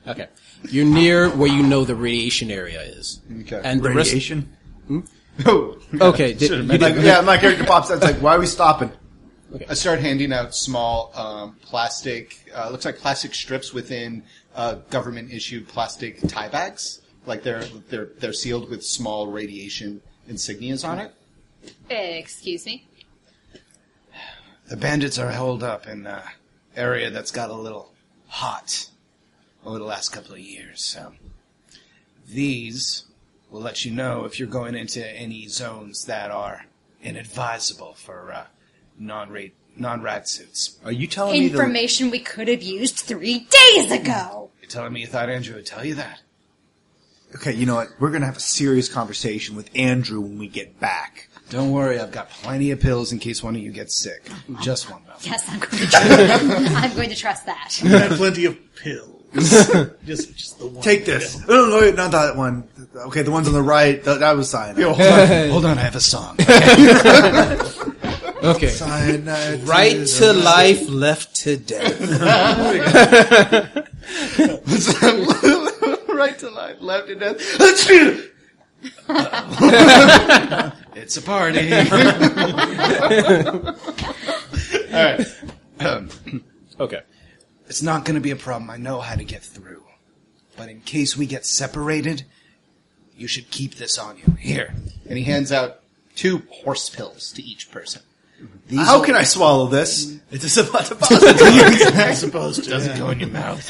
okay. You're near where you know the radiation area is.
Okay.
And the rest-
Radiation.
Oh.
okay. did- you did-
Like, yeah, my character pops out. It's like, why are we stopping?
I start handing out small um, plastic, uh, looks like plastic strips within uh, government issued plastic tie bags. Like they're they're they're sealed with small radiation insignias on it.
Excuse me.
The bandits are held up in an area that's got a little hot over the last couple of years. So these will let you know if you're going into any zones that are inadvisable for uh, non-rate non-rat suits.
Are you telling me the
Information we could have used three days ago.
You're telling me you thought Andrew would tell you that?
Okay, you know what? We're gonna have a serious conversation with Andrew when we get back.
Don't worry, I've got plenty of pills in case one of you gets sick. Just one though.
Yes, I'm going to trust that. I'm going to trust that.
We had plenty of pills. just, just the one.
Take this. Oh, no, no, not that one. Okay, the ones on the right. That, that was cyanide.
Hold on, I have a song.
okay.
Cyanide.
Right to life, left to death.
right to life, left to death. Let's do it. It's a party. All right. Um,
Okay.
it's not going to be a problem. I know how to get through. But in case we get separated, you should keep this on you. Here. And he hands out two horse pills to each person. These
How
will-
can I swallow this? It's a suppository.
I suppose to.
Doesn't go in your mouth.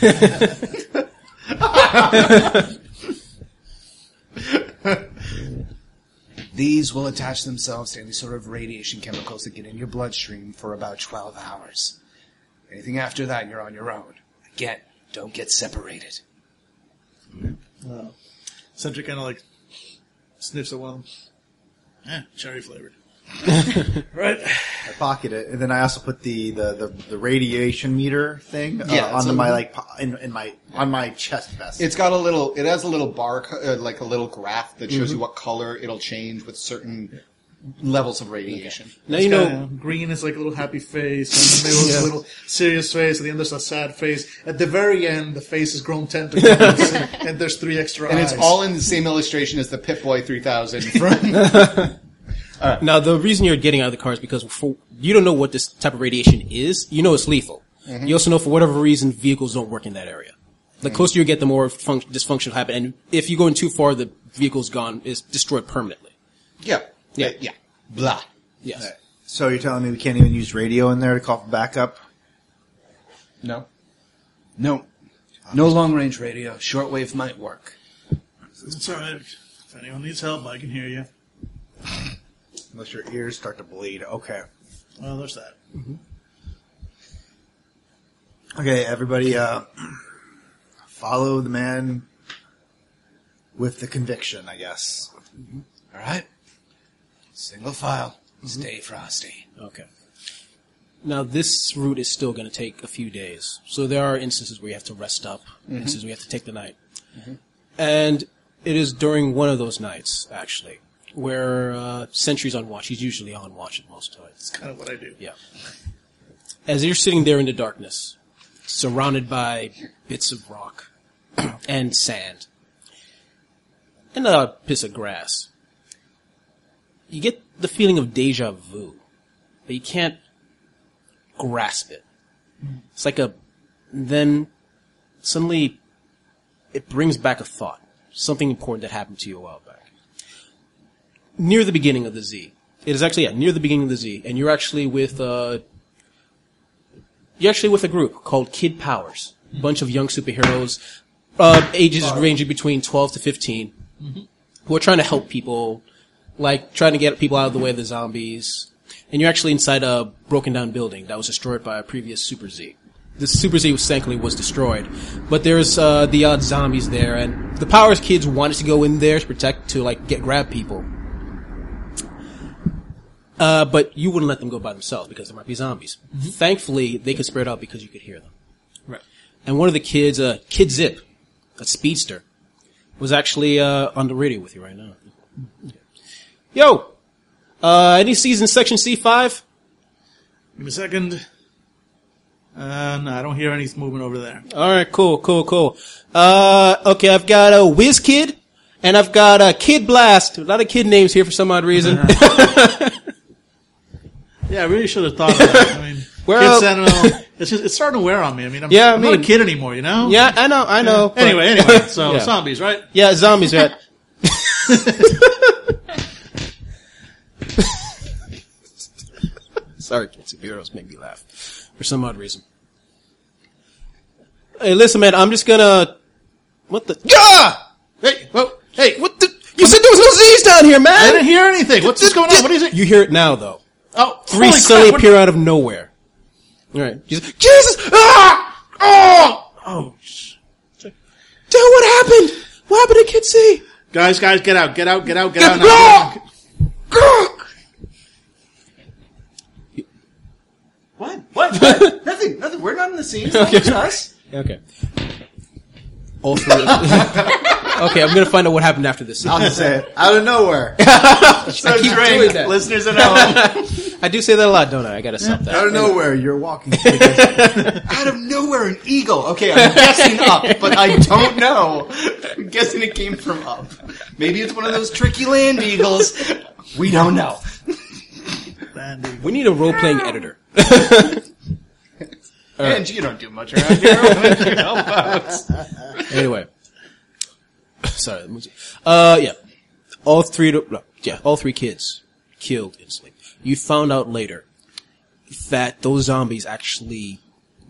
These will attach themselves to any sort of radiation chemicals that get in your bloodstream for about 12 hours. Anything after that, you're on your own. Again, don't get separated.
Sentry kind of like sniffs at one of them. Eh, cherry flavored. right.
I pocket it, and then I also put the the, the, the radiation meter thing uh,
Yeah,
onto
so-
my like po- in, in my on my chest vest.
It's got a little. It has a little bar, co- uh, like a little graph that shows you what color it'll change with certain levels of radiation.
Now you know.
Yeah, green is like a little happy face, and the middle is a little serious face, and the end is a sad face. At the very end, the face has grown tentacles, and there's three extra
And
eyes.
it's all in the same illustration as the Pip Boy 3000 from
Now, the reason you're getting out of the car is because for, you don't know what this type of radiation is. You know it's lethal. You also know for whatever reason vehicles don't work in that area. The closer you get, the more func- dysfunction will happen. And if you go in too far, the vehicle's gone, is destroyed permanently.
Yeah.
Yeah.
Yeah. Blah.
Yes.
so you're telling me we can't even use radio in there to call for backup?
No. No. No long range radio. Shortwave might work.
It's all right. If anyone needs help, I can hear you.
Unless your ears start to bleed. Okay.
Well, there's that.
Okay, everybody, uh, follow the man with the conviction, I guess.
All Mm-hmm. right. Single file. Stay frosty.
Okay. Now this route is still going to take a few days, so there are instances where you have to rest up, instances where you have to take the night, and it is during one of those nights actually where uh, sentry's on watch. He's usually on watch at most times.
Kind of what I do.
Yeah. As you're sitting there in the darkness, surrounded by bits of rock and sand and a piece of grass, you get the feeling of deja vu, but you can't grasp it. It's like a, then suddenly it brings back a thought, something important that happened to you a while back near the beginning of the Z. It is actually yeah, near the beginning of the Z, and you're actually with uh, you're actually with a group called Kid Powers, a bunch of young superheroes, uh, ages ranging between twelve to 15 who are trying to help people, like trying to get people out of the way of the zombies. And you're actually inside a broken down building that was destroyed by a previous Super Z. The Super Z was thankfully was destroyed, but there's uh, the odd zombies there, and the Powers kids wanted to go in there to protect to like get grab people. Uh, but you wouldn't let them go by themselves because there might be zombies. Thankfully, they could spread out because you could hear them.
Mm-hmm. Right.
And one of the kids, uh, Kid Zip, a speedster, was actually uh, on the radio with you right now.
Mm-hmm.
Yo, uh, any season section C five?
Give me a second. Uh, no, I don't hear any movement over there.
All right, cool, cool, cool. Uh, okay, I've got a Whiz Kid, and I've got a Kid Blast. A lot of kid names here for some odd reason.
Yeah, I really should have thought of that. I mean,
We're
Kid
up.
Sentinel, it's just it's starting to wear on me. I mean, I'm,
Yeah, I
I'm not
mean-
a kid anymore, you know.
yeah, I know, I know. but-
Anyway, anyway, so
Yeah.
zombies, right?
Yeah, zombies, right? Sorry, kids and heroes make me laugh for some odd reason. Hey, listen, man, I'm just gonna. What the? Yeah!
Hey, whoa,
Hey, what the? You said there was no Z's down here, man.
I didn't hear anything. What's this going on? What is it?
You hear it now, though.
Oh,
Three
holy
suddenly
crap, what-
appear out of nowhere. All right, Jesus, Jesus! Ah! Oh!
Oh, sh-
Dude, what happened? What happened to Kid C?
guys, guys, get out, get out, get out, get out! now.
Ah! Ah!
What? What? what? nothing. Nothing. We're not in the scene. It's not just us.
Okay. All three. okay, I'm gonna find out what happened after this.
I'll just say it. Out of nowhere.
I keep doing that.
Listeners at home.
I do say that a lot, don't I? I gotta stop that.
Out of nowhere, you're walking.
Out of nowhere, an eagle. Okay, I'm guessing up, Ah, but I don't know. I'm guessing it came from up. Maybe it's one of those tricky land eagles. We don't know.
Landing.
We need a role playing editor.
And you don't do much around here. Why don't you help out?
Anyway. Sorry. the music. Uh, yeah. All three, to, no, yeah, all three kids killed in sleep. You found out later that those zombies actually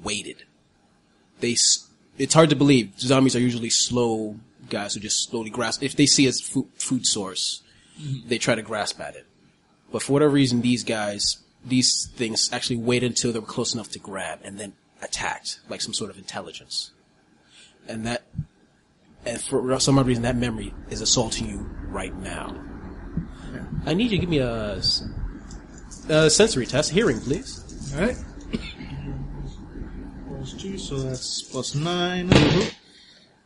waited. They, s- it's hard to believe. Zombies are usually slow guys who just slowly grasp. If they see a food, food source, they try to grasp at it. But for whatever reason, these guys, these things actually waited until they were close enough to grab and then attacked, like some sort of intelligence. And that and for some odd reason, that memory is assaulting you right now. I need you to give me a, s- a sensory test, hearing, please.
All right. Rolls two, so that's plus nine.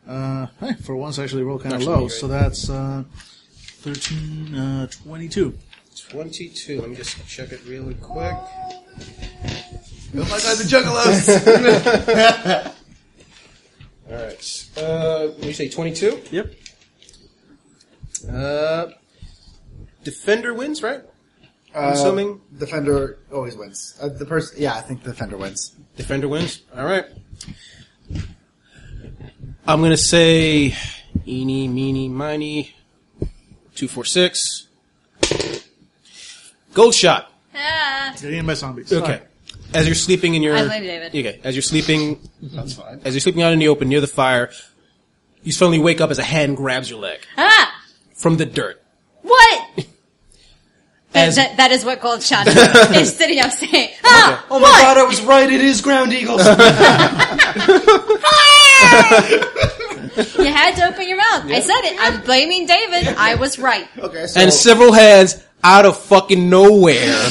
Uh, hey, for once, I actually rolled kind of
Actually,
low,
right.
so that's uh, 13, uh, 22.
22. Let me just check it really quick.
Oh my god, the juggalos!
All right. Uh, you say 22?
Yep.
Uh, defender wins, right?
Uh,
assuming-
Defender always wins. Uh, the person, yeah, I think Defender wins.
Defender wins. All right. I'm gonna say, eeny, meeny, miny, two, four, six. Gold shot.
Ah,
Getting in by zombies.
Okay. As you're sleeping in your,
I blame David.
Okay. As you're sleeping,
That's fine.
as you're sleeping out in the open near the fire, you suddenly wake up as a hand grabs your leg
ah,
from the dirt.
what?
As
that, that is what Gold Shot is sitting up saying. Ah,
Oh my god, I was right. It is ground eagles.
you had to open your mouth. I said it. I'm blaming David. I was right.
Okay, so
and several hands out of fucking nowhere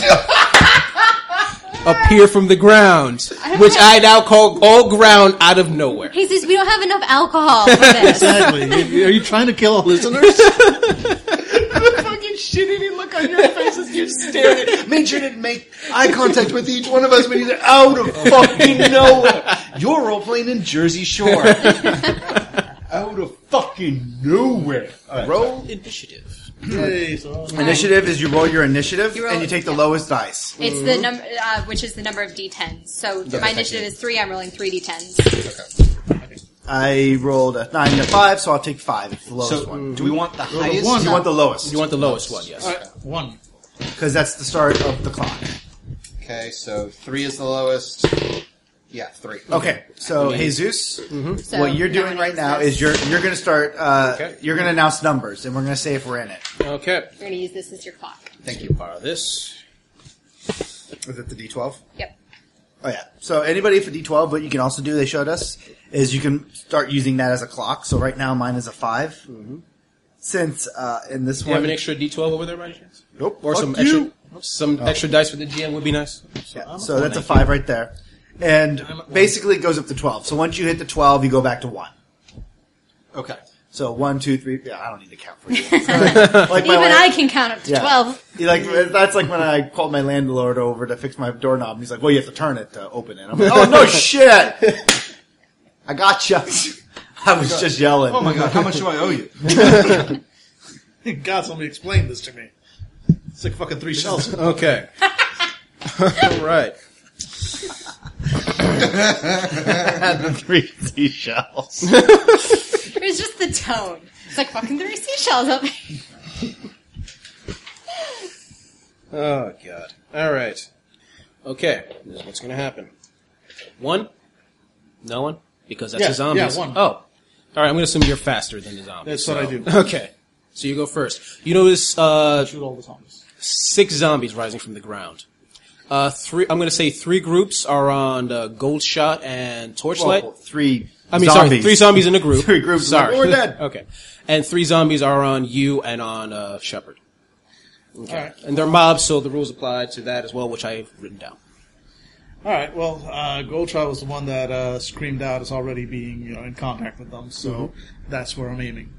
appear from the ground,
don't
which
know.
I now call all ground out of nowhere.
He says we don't have enough alcohol for this.
Exactly. You- Are you trying to kill our listeners?
fucking shitty look on your faces. You're staring at Made sure to make eye contact with each one of us when he's out of fucking nowhere. You're role playing in Jersey Shore. out of fucking nowhere.
Roll initiative.
Initiative is you roll your initiative
You roll-
and you take the lowest dice.
It's the number, uh, which is the number of d10s. So my initiative is three. I'm rolling three d10s.
I rolled a nine and a five, so I'll take five. It's the lowest
So,
one.
do we want the highest?
one.
You want the lowest
You want the lowest one, yes.
One.
because that's the start of the clock.
Okay, so three is the lowest. Yeah, three.
Okay, so Jesus,
So
what you're
no one
doing right
else
now
does.
is you're you're going to start. Uh,
Okay.
You're going to announce numbers, and we're going to say if we're in it.
Okay.
You're going to use this as your clock.
Thank you. Borrow this.
Is it the D12?
Yep.
Oh yeah. So anybody for D12, what you can also do, they showed us, is you can start using that as a clock. So right now mine is a 5 Since uh, in this
Do you have
one,
an extra D12 over there by chance?
Nope.
Or
Fuck
some
you. Oh.
extra some extra dice for the GM would be nice.
Yeah,
I'm
so
at
that's a
one,
five right there, and basically it goes up to twelve. So once you hit the twelve, you go back to one.
Okay.
So one, two, three. Yeah, I don't need to count for you. It's like- like my
Even
land-
I can count up to
Yeah.
twelve.
You Like that's like when I called my landlord over to fix my doorknob, and he's like, "Well, you have to turn it to open it." I'm like, "Oh no, shit! I gotcha." I was just yelling.
Oh my god, how much do I owe you?
God, somebody explain this to me. It's like fucking three shells.
Okay. All right.
Three seashells.
It was just the tone. It's like fucking three seashells up. there.
Oh god. All right. Okay. This is what's gonna happen. One. No one, because that's
Yeah,
a zombie.
yeah, one.
Oh. All right. I'm gonna assume you're faster than the zombie.
That's what I do.
Okay. So you go first. You notice uh,
Shoot all the zombies.
six zombies rising from the ground. Uh, three. I'm gonna say three groups are on uh, Gold Shot and Torchlight.
three.
I mean, sorry,
zombies.
three zombies in a group.
Three groups.
Sorry,
We're dead.
okay, and three zombies are on you and on uh, Shepard,
All right.
and they're mobs, so the rules apply to that as well, which I've written down.
All right. Well, uh, Goldchild was the one that uh, screamed out as already being you know, in contact with them, so that's where I'm aiming.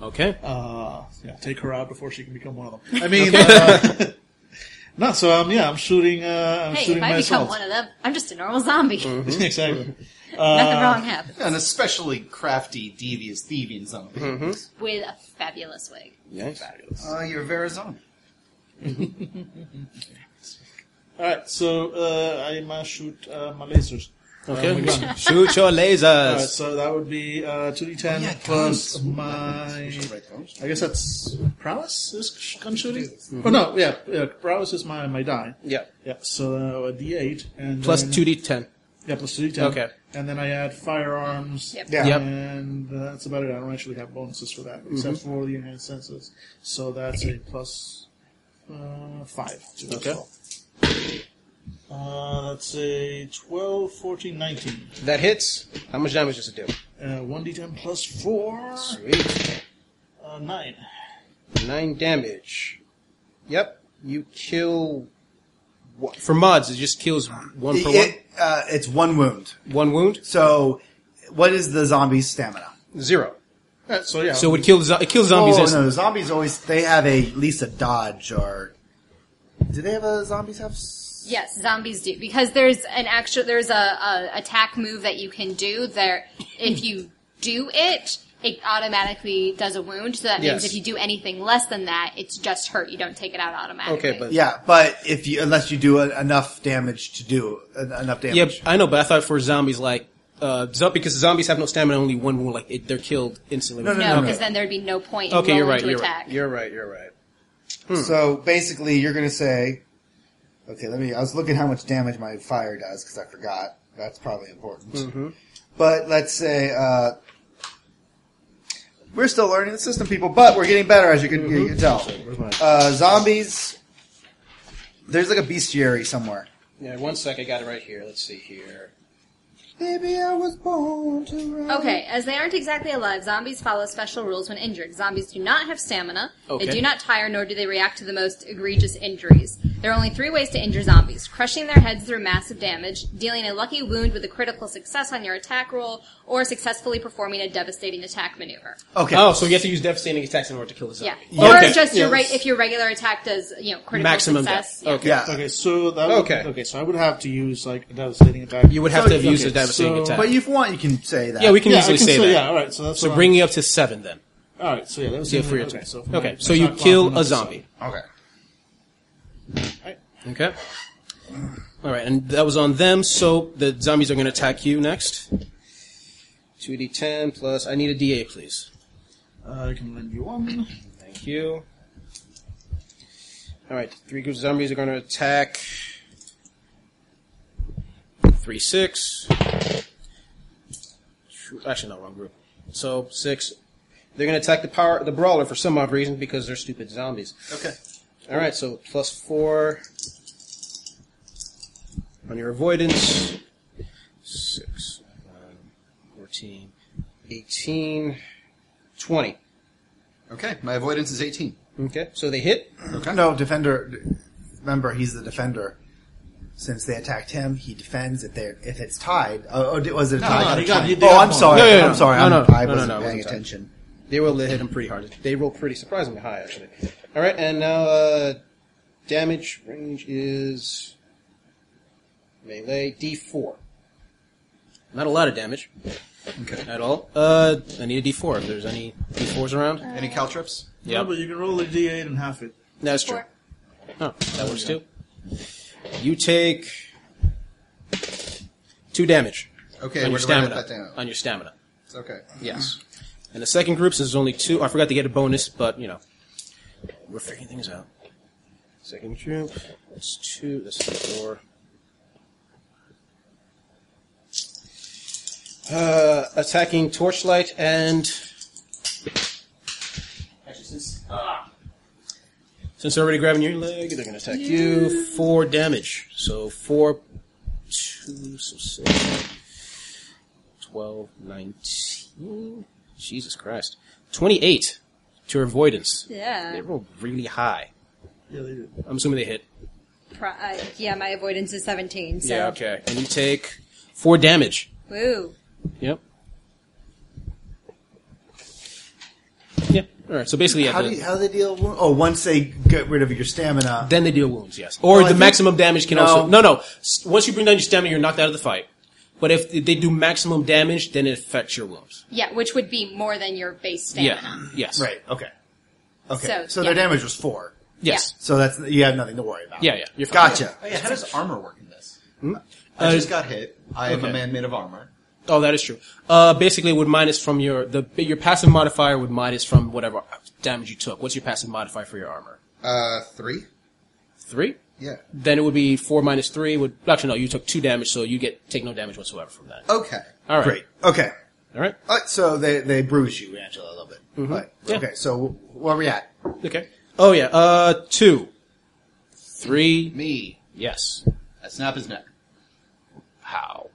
Okay,
Uh, yeah, take her out before she can become one of them. I mean, uh, no. So um, yeah, I'm shooting. Uh, I'm
Hey,
shooting
if I become
myself.
one of them, I'm just a normal zombie.
exactly.
Uh,
Nothing wrong happens
An especially crafty, devious, thieving zombie.
with a fabulous wig.
nice.
Uh, you're Verizon.
All right. So uh, I must shoot uh, my lasers.
Okay,
Uh, my gun.
shoot your
All right,
lasers.
so that would be uh, 2d10 plus my. I guess that's prowess is gun shooting. Oh no, yeah, yeah, prowess is my my die.
yeah,
Yeah, so uh, a d8 and
plus
then-
two d ten.
Yeah, plus two d10.
Okay.
and then I add firearms.
Yep.
Yeah.
Yep.
and uh, that's about it. I don't actually have bonuses for that except for the enhanced senses. So that's a plus uh, five. To that
Okay.
roll. Uh, that's a 12, 14, 19.
That hits. How much damage does it do?
Uh, 1d10 plus 4,
Sweet,
uh, 9.
nine damage. Yep, you kill. What? For mods, it just kills one per
It, uh, it's one wound.
one. One wound,
So, what is the zombie's stamina?
zero.
Yeah, Uh, so yeah.
So it kills. It kills zombies.
oh
instantly.
no, zombies always they have a at least a dodge or. Do they have a zombies have? s-
Yes, zombies do because there's an extra there's a, a attack move that you can do there. If you do it, it automatically does a wound. So that means
Yes.
if you do anything less than that, it's just hurt. You don't take it out automatically.
Okay, but
Yeah, but if you unless you do a, enough damage to do en- enough damage.
Yeah, I know, but I thought for zombies, like, uh, zo- because zombies have no stamina, only one wound, like, it, they're killed instantly.
No,
no,
Okay.
because then there'd be no point. In
Okay, you're
rolling
right,
to
you're
attack.
right. You're right, you're right.
So basically, you're going to say, okay, let me. I was looking how much damage my fire does because I forgot. That's probably important. But let's say uh, we're still learning the system, people, but we're getting better as you can, you can tell. Uh, zombies. There's like a bestiary somewhere.
Yeah, one sec, I got it right here. Let's see here.
Baby, I was born to run.
Okay, as they aren't exactly alive, zombies follow special rules when injured. Zombies do not have stamina,
Okay.
they do not tire, nor do they react to the most egregious injuries. There are only three ways to injure zombies crushing their heads through massive damage, dealing a lucky wound with a critical success on your attack roll, or successfully performing a devastating attack maneuver.
Okay.
Oh, so you have to use devastating attacks in order to kill the zombie.
Yeah. Or
Okay.
just your
Yeah.
right if your regular attack does, you know, critical
maximum
success.
death.
yeah.
Okay.
Yeah.
Okay, so that would,
Okay.
okay. so I would have to use like a devastating attack.
You would have
So-
to have used a
okay,
devastating
so-
attack.
But if you want, you can say that.
yeah, we can
yeah, I
easily
can
say
say-
that.
yeah, all right, so that's
so
what
bring you up to seven then.
All right, so yeah, that was
See if we're
okay. So,
okay.
my-
So
my
you
attack clock
kill a
went up,
zombie.
Okay.
Okay. All right, and that was on them. So the zombies are going to attack you next. Two d ten plus. I need a da, please.
so, uh, I can lend you one.
Thank you. All right, three groups of zombies are going to attack. Three six. Shoot, Actually, not wrong group. So six. They're going to attack the power, the brawler for some odd reason because they're stupid zombies.
Okay.
All right, so plus four on your avoidance. Six, um, nine, 14, 18, 20.
Okay. My avoidance is 18.
Okay, so they hit.
Okay.
No, defender. Remember, he's the defender. Since they attacked him, he defends. If they if it's tied, oh, oh, di- was it a tie?
no, he got- he did
oh,
have
I'm
one.
sorry.
No, no, no,
I'm sorry.
no,
I'm,
no,
I
no, no,
wasn't
no, it
paying
wasn't tied.
attention.
They will hit him pretty hard. They roll pretty surprisingly high, actually. All right, and now uh, damage range is melee D4. Not a lot of damage
Okay.
at all. Uh, I need a D4 if there's any D4s around.
Any caltrips?
Yeah, but you can roll a d8 and half it.
That's true.
Four.
Oh, that works too. You take two damage
Okay.
on your
we're gonna write
stamina.
that down.
On your stamina,
It's okay.
yes. Mm-hmm. And the second group, since there's only two, I forgot to get a bonus, but you know, we're figuring things out. Second group, that's two, that's four. Uh, attacking torchlight and. Actually, since ah. since they're already grabbing your leg, they're gonna attack you. Four damage, so four, two, so six, 12, 19. Jesus Christ, twenty-eight to your avoidance. They
Yeah.
rolled really high.
Yeah, they did.
I'm assuming they hit.
Pro- uh, yeah, my avoidance is 17, so.
okay. And you take four damage.
Woo.
Yep. Yeah. All right. So basically, yeah.
How
the-
do you, how do they deal? wo- Oh, once they get rid of your stamina,
then they deal wounds, yes. Or
Oh, I
the
think-
maximum damage can
No.
also. No, no. S- Once you bring down your stamina, you're knocked out of the fight. But if they do maximum damage, then it affects your wounds.
Yeah, which would be more than your base stamina.
Yeah. Yes.
right? Okay. Okay. So,
So,
their
yeah.
damage was four.
Yes.
So that's you have nothing to worry about.
Yeah. Yeah. You're fine.
Gotcha.
Oh, yeah, how does armor work in this?
Uh,
I just got hit. I am
okay.
a man made of armor.
Oh, that is true. Uh, basically, it would minus from your the your passive modifier would minus from whatever damage you took. What's your passive modifier for your armor?
Uh, three?
Three.
Yeah.
then it would be four minus three. Would actually no, you took two damage, so you get take no damage whatsoever from that.
Okay.
All right,
Great. Okay.
all right,
All right, so they they bruise you, Angela, a little bit. All right.
Mm-hmm. Yeah.
Okay. So where are we at?
okay. Oh yeah, uh, two, three,
Me.
yes.
I snap his neck.
How?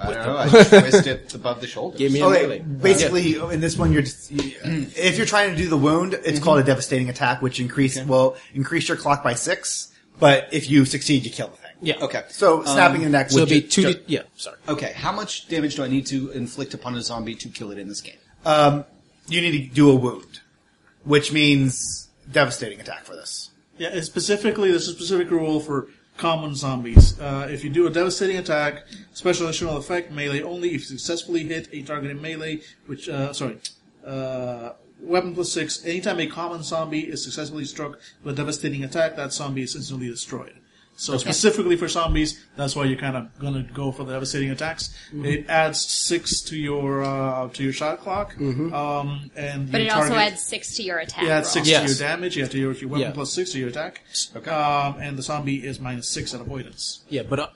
I don't know. I just twist it above the shoulder.
Give me a
Okay,
melee.
basically in this one, you're just, you- if you're trying to do the wound, it's
Mm-hmm.
called a devastating attack, which increase will increase your clock by six. But if you succeed, you kill the thing.
Yeah. yeah.
Okay.
So snapping the neck
So
would
it'd be
ju-
two.
ju-
D- yeah. Sorry.
Okay, how much damage do I need to inflict upon a zombie to kill it in this game?
um, you need to do a wound, which means devastating attack for this.
Yeah, and specifically, there's a specific rule for common zombies. Uh, if you do a devastating attack, special additional effect melee only if you successfully hit a targeted melee, which, uh, sorry, uh, weapon plus six. Anytime a common zombie is successfully struck with a devastating attack, that zombie is instantly destroyed. So specifically for zombies, that's why you're kind of going to go for the devastating attacks. It adds six to your uh, to your shot clock, um, and
But
your
it also
target-
adds six to your attack.
you add
roll.
six
Yes.
to your damage. You have to your, your weapon
Yeah.
plus six to your attack. Um, and the zombie is minus six at avoidance.
Yeah, but uh,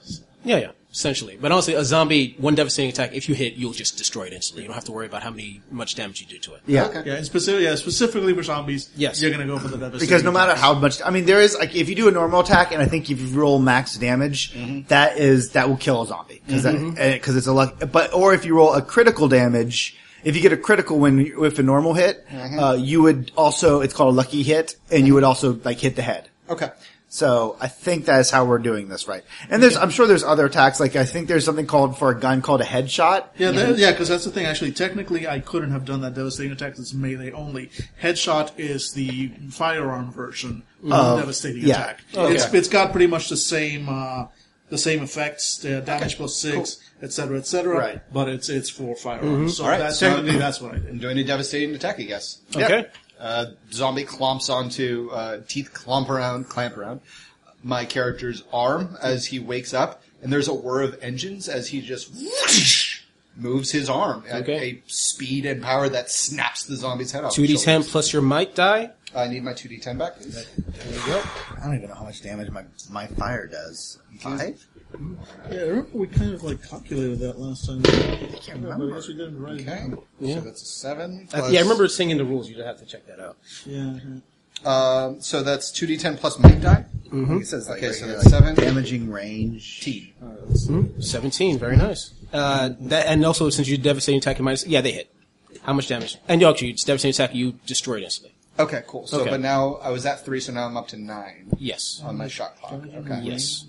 Yeah, yeah, essentially. But honestly, a zombie, one devastating attack, if you hit, you'll just destroy it instantly. You don't have to worry about how many much damage you do to it.
Yeah.
Yeah, and specifically, yeah, specifically for zombies,
Yes.
you're going to go for the devastating.
Because no matter how much, I mean, there is like if you do a normal attack, and I think if you roll max damage, that is that will kill a zombie because it's a luck. But or if you roll a critical damage, if you get a critical when with a normal hit, uh, you would also it's called a lucky hit, and you would also like hit the head.
Okay.
So I think that is how we're doing this right. And there's I'm sure there's other attacks like I think there's something called for a gun called a headshot.
Yeah,
Mm-hmm.
that, yeah, because that's the thing. Actually, technically, I couldn't have done that devastating attack. 'cause It's melee only. Headshot is the firearm version of the devastating
Oh. yeah.
attack. It's it's got pretty much the same uh, the same effects, uh, damage plus six, etc., etc.
Right. Mm-hmm.
But it's it's for firearms. So
All right,
that,
so-
technically, that's what I did.
Enjoying a devastating attack, I guess.
Okay.
Uh, zombie clomps onto, uh, teeth clomp around, clamp around my character's arm as he wakes up, and there's a whir of engines as he just whoosh, moves his arm at
Okay.
a speed and power that snaps the zombie's head off. his
2d10
shoulders.
plus your might die.
I need my 2d10 back, please.
I don't even know how much damage my my fire does. Five?
Yeah, I remember we kind of like calculated that last time. I can't remember. I guess we didn't write
Okay.
Yeah.
So that's a 7.
Uh,
plus-
yeah, I remember seeing in the rules. You'd have to check that out.
Yeah. yeah.
Um, so that's 2d10 plus might die.
It says like,
Okay,
right
so
here,
that's
like,
seven.
Mm-hmm. damaging range.
T.
17, very nice. Uh, that, and also, since you devastating attack, you minus, yeah, they hit. How much damage? And you actually, it's devastating attack, you destroy it instantly.
Okay, cool. So,
Okay.
but now I was at 3, so now I'm up to 9
Yes.
on my shot clock. Okay.
Yes.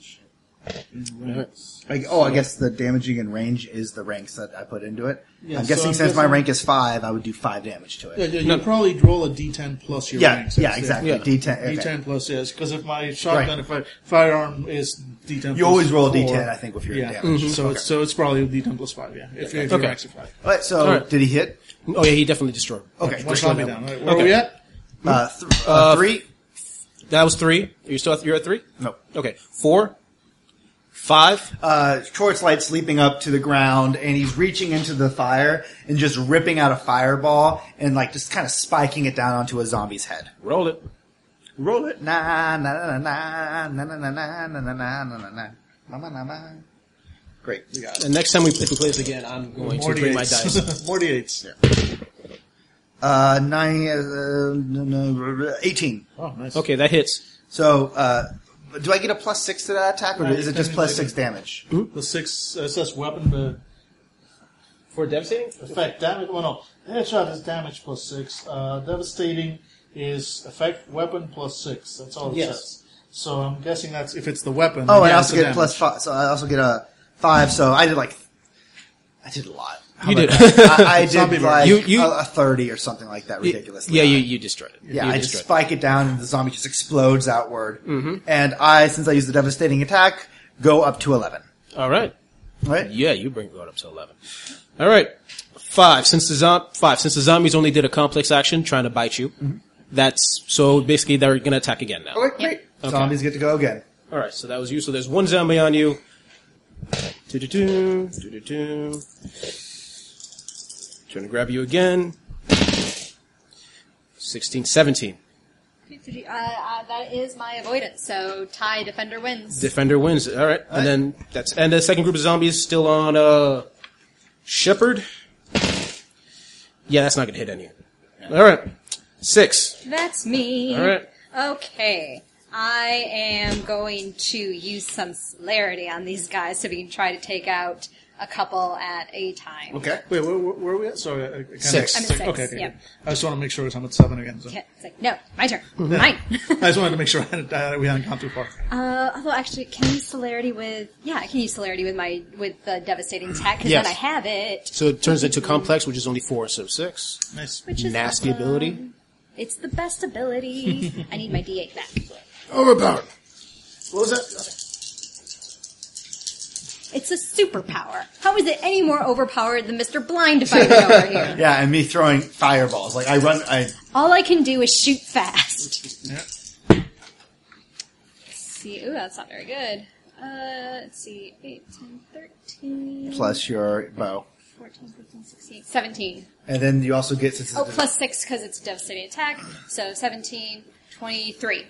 Like, oh, I guess the damaging and range is the ranks that I put into it.
Yeah,
I'm
so
guessing
I'm
since my
guessing-
rank is five, I would do five damage to
Yeah,
it.
yeah, you probably roll a D10 plus your
Yeah,
rank.
yeah,
since-
exactly.
Yeah.
D10. okay.
D10 plus yes, because if my shotgun, if I firearm is D10. plus
You always roll a
four,
D10, I think, Mm-hmm. with your
Yeah. Mm-hmm.
damage.
So it's uh, so it's probably D10 plus five. Yeah. If, if
Okay.
you're max of five.
All right, so
All right.
did he hit?
Oh, yeah, he definitely destroyed it.
Okay,
One
just
zombie
let
down.
me know.
All right, where are we at?
Uh, th- uh, three.
That was three. You're still at, you're at three?
No.
Okay. Four. Five.
Uh, Schwartz light sleeping up to the ground, and he's reaching into the fire and just ripping out a fireball and like just kind of spiking it down onto a zombie's head.
Roll it.
Roll it. Na na na na na na na na na na na na na na na na na. Great. We got it.
And next time we, if we play this again, I'm going to
More
bring my dice.
D8s. More D8s.
Uh, nine, uh, no, no, 18.
Oh, nice.
Okay, that hits.
So, uh, do I get a plus six to that attack, or is it just plus six damage?
The six uh, it says weapon the
For devastating?
effect damage. Oh no, headshot is damage plus six. Uh, devastating is effect weapon plus six. That's all it
Yes.
says. So I'm guessing that's if it's the weapon.
Oh,
then
I
yeah,
also
it's the
get plus five, so I also get a five, so I did like, I did a lot. How
You
about
did.
that? I, I
Zombie
did
burn.
like
You- you-
a, a 30 or something like that ridiculously.
Yeah,
high.
you, you destroyed it. Mm-hmm.
Yeah,
you
I just
destroyed
spike it down, and the zombie just explodes outward. And I, since I used the devastating attack, go up to 11.
it. All right.
Right?
Yeah, you bring going up to eleven. All right, five. Since the zom- five, since the zombies only did a complex action trying to bite you, that's so basically they're going to attack again
Oh,
now.
Okay, great. Zombies get to go again.
All right, so that was you. So there's one zombie on you. Do-do-do, do-do-do. Trying to grab you again. 16, 17.
Uh, uh, that is my avoidance. So tie defender wins.
Defender wins. All right, and then that's and the second group of zombies still on uh, Shepherd. Yeah, that's not going to hit any. All right, six.
That's me.
All right.
Okay. I am going to use some celerity on these guys so we can try to take out a couple at a time.
Okay. Wait, where, where, where are we at? Sorry, I, I kinda-
Six. I'm
at six,
Okay, okay,
yeah.
good. I just want to make sure 'cause I'm at seven again. So.
Okay, It's like, no, my turn. Mine.
I just wanted to make sure I hadn't, uh, we hadn't gone too far.
uh, although, actually, can I use celerity with. Yeah, I can use celerity with my with the devastating attack because
Yes.
then I have it.
So it turns into complex, which is only four, so six.
Nice.
Which is
Nasty
awesome.
ability.
It's the best ability. I need my D8 back.
Overpowered.
What was that?
It's a superpower. How is it any more overpowered than Mr. Blind Fighter over here?
Yeah, and me throwing fireballs. Like, I run, I
All I can do is shoot fast.
Yeah.
see, ooh, that's not very good. Uh, let's see, 8, 10, 13,
plus your bow.
14, 15, 16, 17.
And then you also get since
Oh, plus 6 because it's a devastating attack, so 17, 23.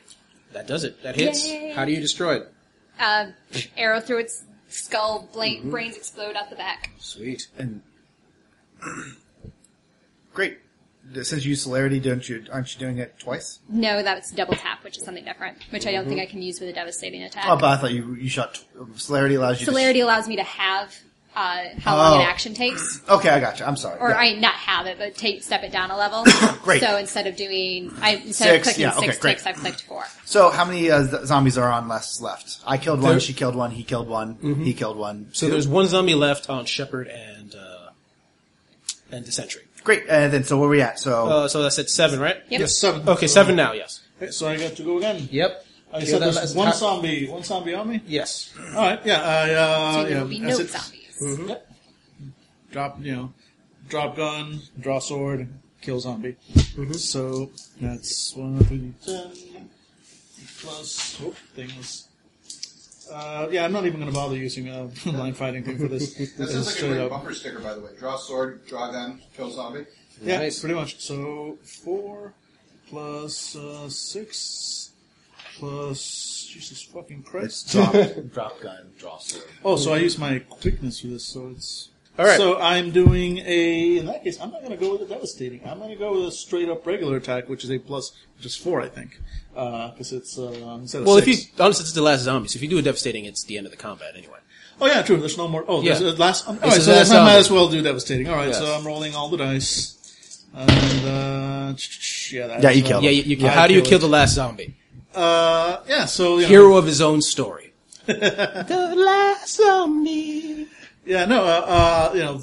That does it. That hits.
Yay.
How do you destroy it?
Uh, arrow through its skull bla-
Mm-hmm.
brains explode out the back.
Sweet.
And great. Since you use celerity, don't you? Aren't you doing it twice?
No, that's double tap, which is something different, which I don't think I can use with a devastating attack.
Oh, but I thought you you shot. Tw- celerity allows you.
Celerity
To
allows me to have uh, how long
Oh.
an action takes,
okay, I got you. I'm sorry.
or
Yeah.
I not have it, but take step it down a level.
Great.
So instead of doing, I instead
Six,
of clicking
yeah, okay,
six
great.
ticks, I've clicked four.
so how many uh, z- zombies are on less left? I killed one.
There- Mm-hmm.
She killed one. He killed one. He killed one.
So
Two.
there's one zombie left on Shepard and uh, and the Sentry.
great. And then so where are we at? So
Uh, so that's at seven, right?
Yep.
Yes, seven.
Okay,
So-
seven now. Yes.
Okay, so I got to go again.
Yep.
I
Yeah,
said
that
there's
last-
one
how-
zombie, one zombie on me.
Yes.
All right, yeah, I uh,
So there
yeah,
will be
I
no
said-
zombies.
Yep. Mm-hmm. Drop, you know, drop gun, draw sword, kill zombie. So that's one of the ten plus. Oh, thing was. Uh, yeah, I'm not even going to bother using a line fighting thing for this.
That
This
sounds
is
like a
straight
great
up.
bumper sticker, by the way. Draw sword, draw gun, kill zombie.
Yeah,
Nice.
pretty much. So four plus uh, six plus Jesus fucking
It's
Christ.
drop, drop gun, draw sword.
Oh, so I use my quickness for this, so it's.
All right.
So I'm doing a. In that case, I'm not going to go with a devastating. I'm going to go with a straight up regular attack, which is a plus, which is four, I think, because it's uh, instead of
Well, if
six.
you honestly, it's the last zombie. So if you do a devastating, it's the end of the combat anyway.
Oh yeah, true. There's no more. Oh,
Yeah.
there's a last. All right, so
It's the
then
last
I might
zombie.
as well do devastating. All right,
Yes.
so I'm rolling all the dice, and uh, yeah, that's,
Yeah, you
uh,
killed
Yeah. You, you,
I
how do you
feel
kill
it.
the last zombie?
Uh, yeah. So you know,
Hero of his own story. the last zombie.
Yeah, no, uh, uh, you know,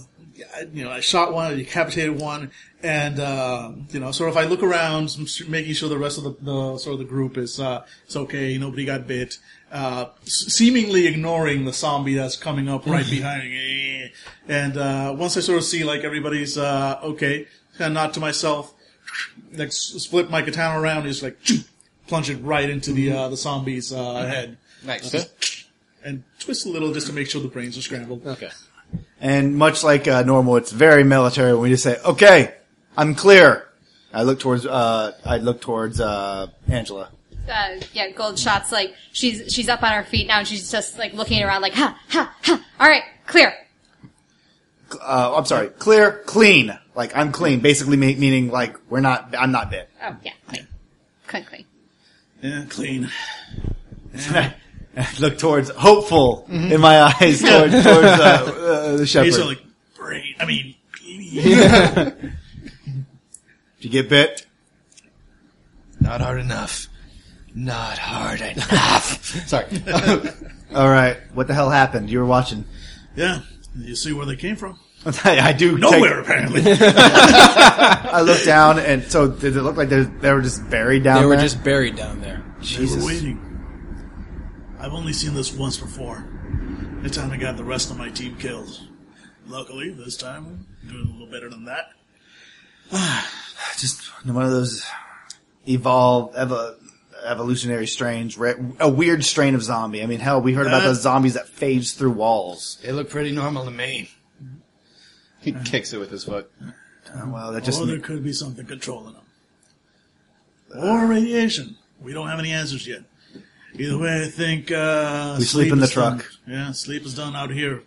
I, you know, I shot one, I decapitated one, and uh, you know, sort of, I look around, I'm s- making sure the rest of the, the sort of the group is uh, it's okay, nobody got bit, uh, s- seemingly ignoring the zombie that's coming up right behind me, and uh, once I sort of see like everybody's uh, okay, kind of nod to myself, like s- split my katana around, and just like plunge it right into the uh, the zombie's uh, head,
Nice.
and twist a little just to make sure the brains are scrambled.
Okay.
And much like uh, normal, it's very military when we just say, "Okay, I'm clear." I look towards. Uh, I look towards uh, Angela.
uh, yeah, gold shots. Like she's she's up on her feet now, and she's just like looking around, like ha ha ha. All right, clear.
Uh, I'm sorry, clear, clean. Like I'm clean, basically me- meaning like we're not. I'm not bit.
Oh yeah, clean, clean, clean.
Yeah, clean.
I look towards hopeful
Mm-hmm.
in my eyes towards, towards uh, uh, the shepherd.
He's like, brain. I mean,
Did you get bit?
Not hard enough. Not hard enough. Sorry.
All right. What the hell happened? You were watching.
yeah. You see where they came from?
I, I do.
Nowhere,
take-
apparently.
I look down, and so did it look like they, they were just buried down
They were
there?
just buried down there.
They were waiting. I've only seen this once before. The time I got the rest of my team killed. Luckily, this time, we're doing a little better than that.
just one of those evolved evo, evolutionary strains, re- a weird strain of zombie. I mean, hell, we heard about
That-
those zombies that phase through walls.
they look pretty normal to me. He kicks it with his foot.
Oh, well, that just
or there could be something controlling them. Or radiation. We don't have any answers yet. Either way, I think uh,
We sleep in the
is done.
truck.
Yeah, sleep is done out here.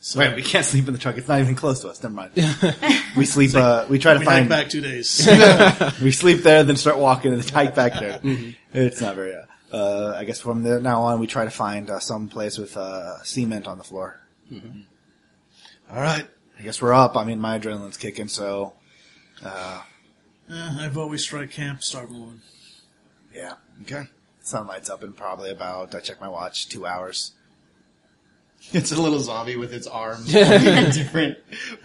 So
wait. We can't sleep in the truck. It's not even close to us. Never mind. we sleep. Uh, we try to
we hike
find.
back two days.
We sleep there, then start walking and hike back there. It's not very. uh, Uh, I guess from there now on, we try to find uh, some place with uh, cement on the floor.
All right.
I guess we're up. I mean, my adrenaline's kicking, so
Uh, I've always strike camp, start moving.
yeah.
Okay.
Sunlight's up in probably about. I check my watch. Two hours.
It's a little zombie with its arms in different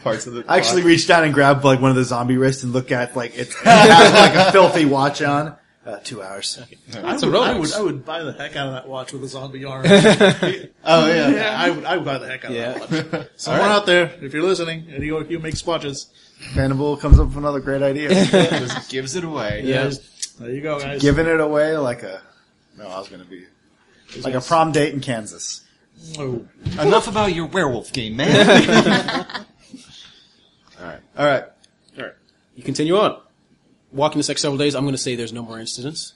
parts of the.
I actually reached down and grabbed like one of the zombie wrists and look at like it has like a filthy watch on. Uh, two hours.
I
That's a
would, I
Rolex.
would, I would buy the heck out of that watch with a zombie arm.
Oh yeah.
yeah, I would, I would buy the heck out
Yeah.
of that watch. Someone out there, if you're listening, and you, you makes watches,
Venable comes up with another great idea,
Just gives it away.
Yeah.
there you go, guys.
giving it away like a. No, I was gonna be like a prom date in Kansas.
Oh.
Enough about your werewolf game, man.
All right,
All right. You continue on. Walking this next several days, I'm going to say there's no more incidents.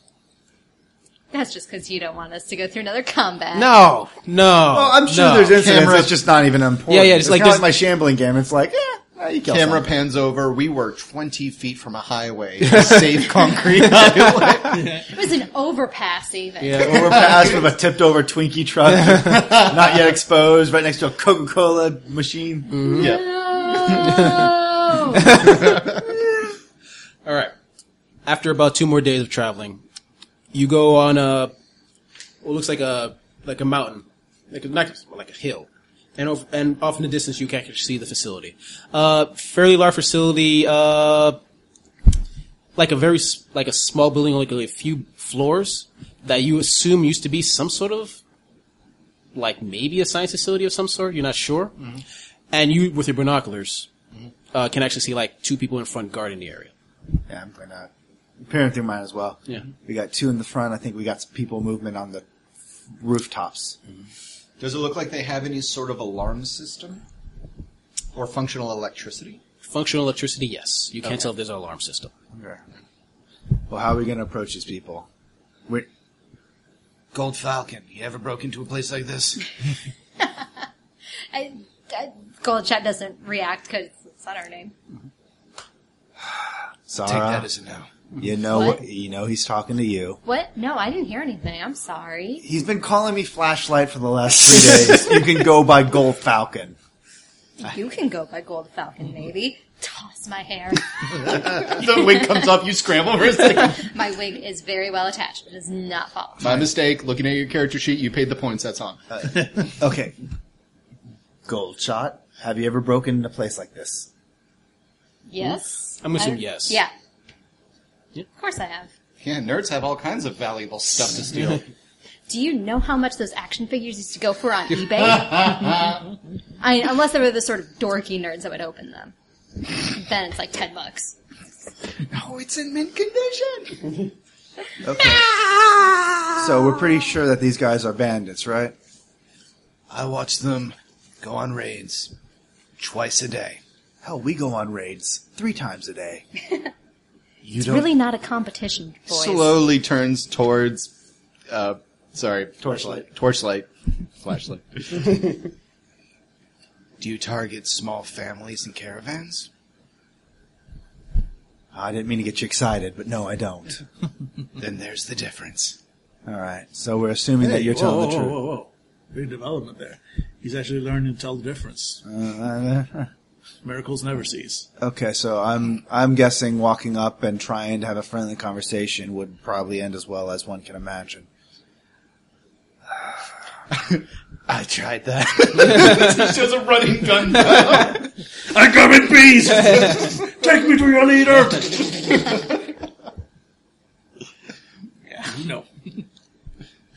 That's just because you don't want us to go through another combat.
No, no.
Well, Oh, I'm sure
no.
there's incidents
Camera-
that's just not even important.
Yeah, yeah, just
It's
like
kinda
this-
my shambling game. It's like, yeah, you kill
Camera
something.
pans over. We were 20 feet from a highway. A safe concrete highway.
It was an overpass, even.
Yeah.
overpass with a tipped over Twinkie truck, not yet exposed, right next to a Coca Cola machine.
yeah.
No.
All right. After about two more days of traveling, you go on a what looks like a like a mountain, like a, not like a hill, and over, and off in the distance you can actually see the facility. Uh, fairly large facility, uh, like a very s- like a small building, like a few floors that you assume used to be some sort of like maybe a science facility of some sort. You're not sure, and you with your binoculars uh, can actually see like two people in front guarding the area.
Yeah, I'm going to peering through mine as well.
Yeah.
we got two in the front. I think we got some people movement on the rooftops.
Does it look like they have any sort of alarm system or functional electricity?
Functional electricity, yes. You can't tell if there's an alarm system.
Okay. Well, how are we going to approach these people? We
Gold Falcon. You ever broke into a place like this?
I, I, Gold Chat doesn't react because it's not our name.
Sarah,
Take that as a no.
you know
What?
what? You know he's talking to you.
What? No, I didn't hear anything. I'm sorry.
He's been calling me flashlight for the last three days. you can go by Gold Falcon.
You can go by Gold Falcon, maybe. Toss my hair.
the wig comes off. You scramble for a second.
My wig is very well attached. It does not fall. off.
My mistake. Looking at your character sheet, you paid the points. That's on.
Okay. Gold shot. Have you ever broken into a place like this?
Yes?
I'm gonna assume
I-
yes.
Yeah.
Yeah.
Of course I have.
yeah, nerds have all kinds of valuable stuff to steal.
Do you know how much those action figures used to go for on eBay? I mean, unless they were the sort of dorky nerds that would open them. Then it's like 10 bucks.
oh, it's in mint condition. Ah!
Okay. so we're pretty sure that these guys are bandits, right?
I watch them go on raids twice a day.
Hell, we go on raids three times a day. You
It's really not a competition, boys.
Slowly turns towards, uh, sorry,
Torchlight.
torchlight, flashlight. Do you target small families and caravans?
I didn't mean to get you excited, but no, I don't.
Then there's the difference.
All right. So we're assuming that you're
whoa,
telling
whoa,
the truth.
Whoa, whoa, whoa. Big development there. He's actually learning to tell the difference.
Uh,
Miracles never cease.
okay, so I'm I'm guessing walking up and trying to have a friendly conversation would probably end as well as one can imagine.
I tried that.
I come in peace! Take me to your leader! yeah, no.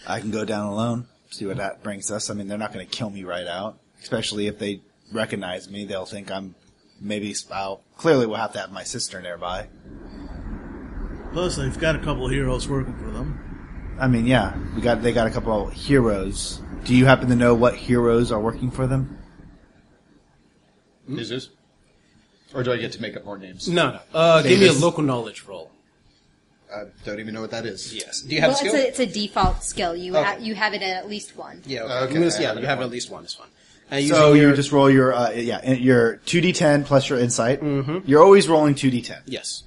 I can go down alone, see what that brings us. I mean, they're not going to kill me right out, especially if they recognize me. They'll think I'm maybe I'll clearly will have to have my sister nearby.
Plus, they've got a couple of heroes working for them.
I mean, yeah, we got they got a couple heroes. Do you happen to know what heroes are working for them?
Is this? Mm-hmm. Or do I get to make up more names?
No, no. Uh, give me a
Davis.
local knowledge roll.
I don't even know what that is.
Yes. Do you have a
Well, it's
skill?
a, it's a default skill. You,
Okay.
ha- you have it in at least one.
yeah, okay. I'm gonna-
Okay, I
yeah,
have it
you
at
have
one.
at least one. It's fine. And
So
using
you
your-
just roll your uh, yeah your two d ten plus your insight. You're always rolling two d ten.
yes,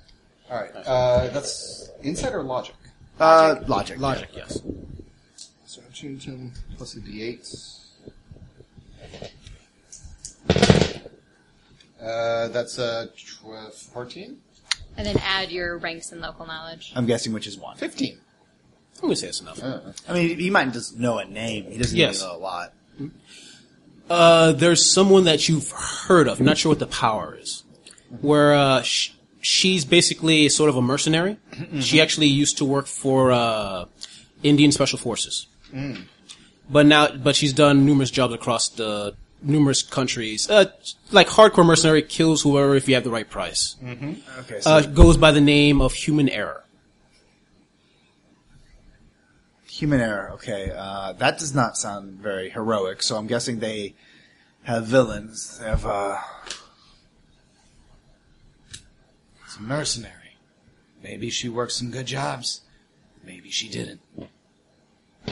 All right. Uh, that's insight or logic?
Uh, logic.
logic. Yes.
So I'm choosing plus a d8. Uh, that's a tw- 14?
And then add your ranks in local knowledge.
I'm guessing which is one.
15.
I'm gonna say that's enough.
Uh,
I mean, he might just know a name. He doesn't
Yes.
even know a lot.
Uh, there's someone that you've heard of. Not sure what the power is. Where uh, sh- she's basically sort of a mercenary. She actually used to work for uh, Indian Special Forces, but now but she's done numerous jobs across the numerous countries. Uh, like hardcore mercenary kills whoever if you have the right price.
Okay, so
Uh, goes by the name of Human Error.
Human error. Okay, uh, that does not sound very heroic. So I'm guessing they have villains. They have uh,
it's a mercenary. Maybe she worked some good jobs. Maybe she didn't.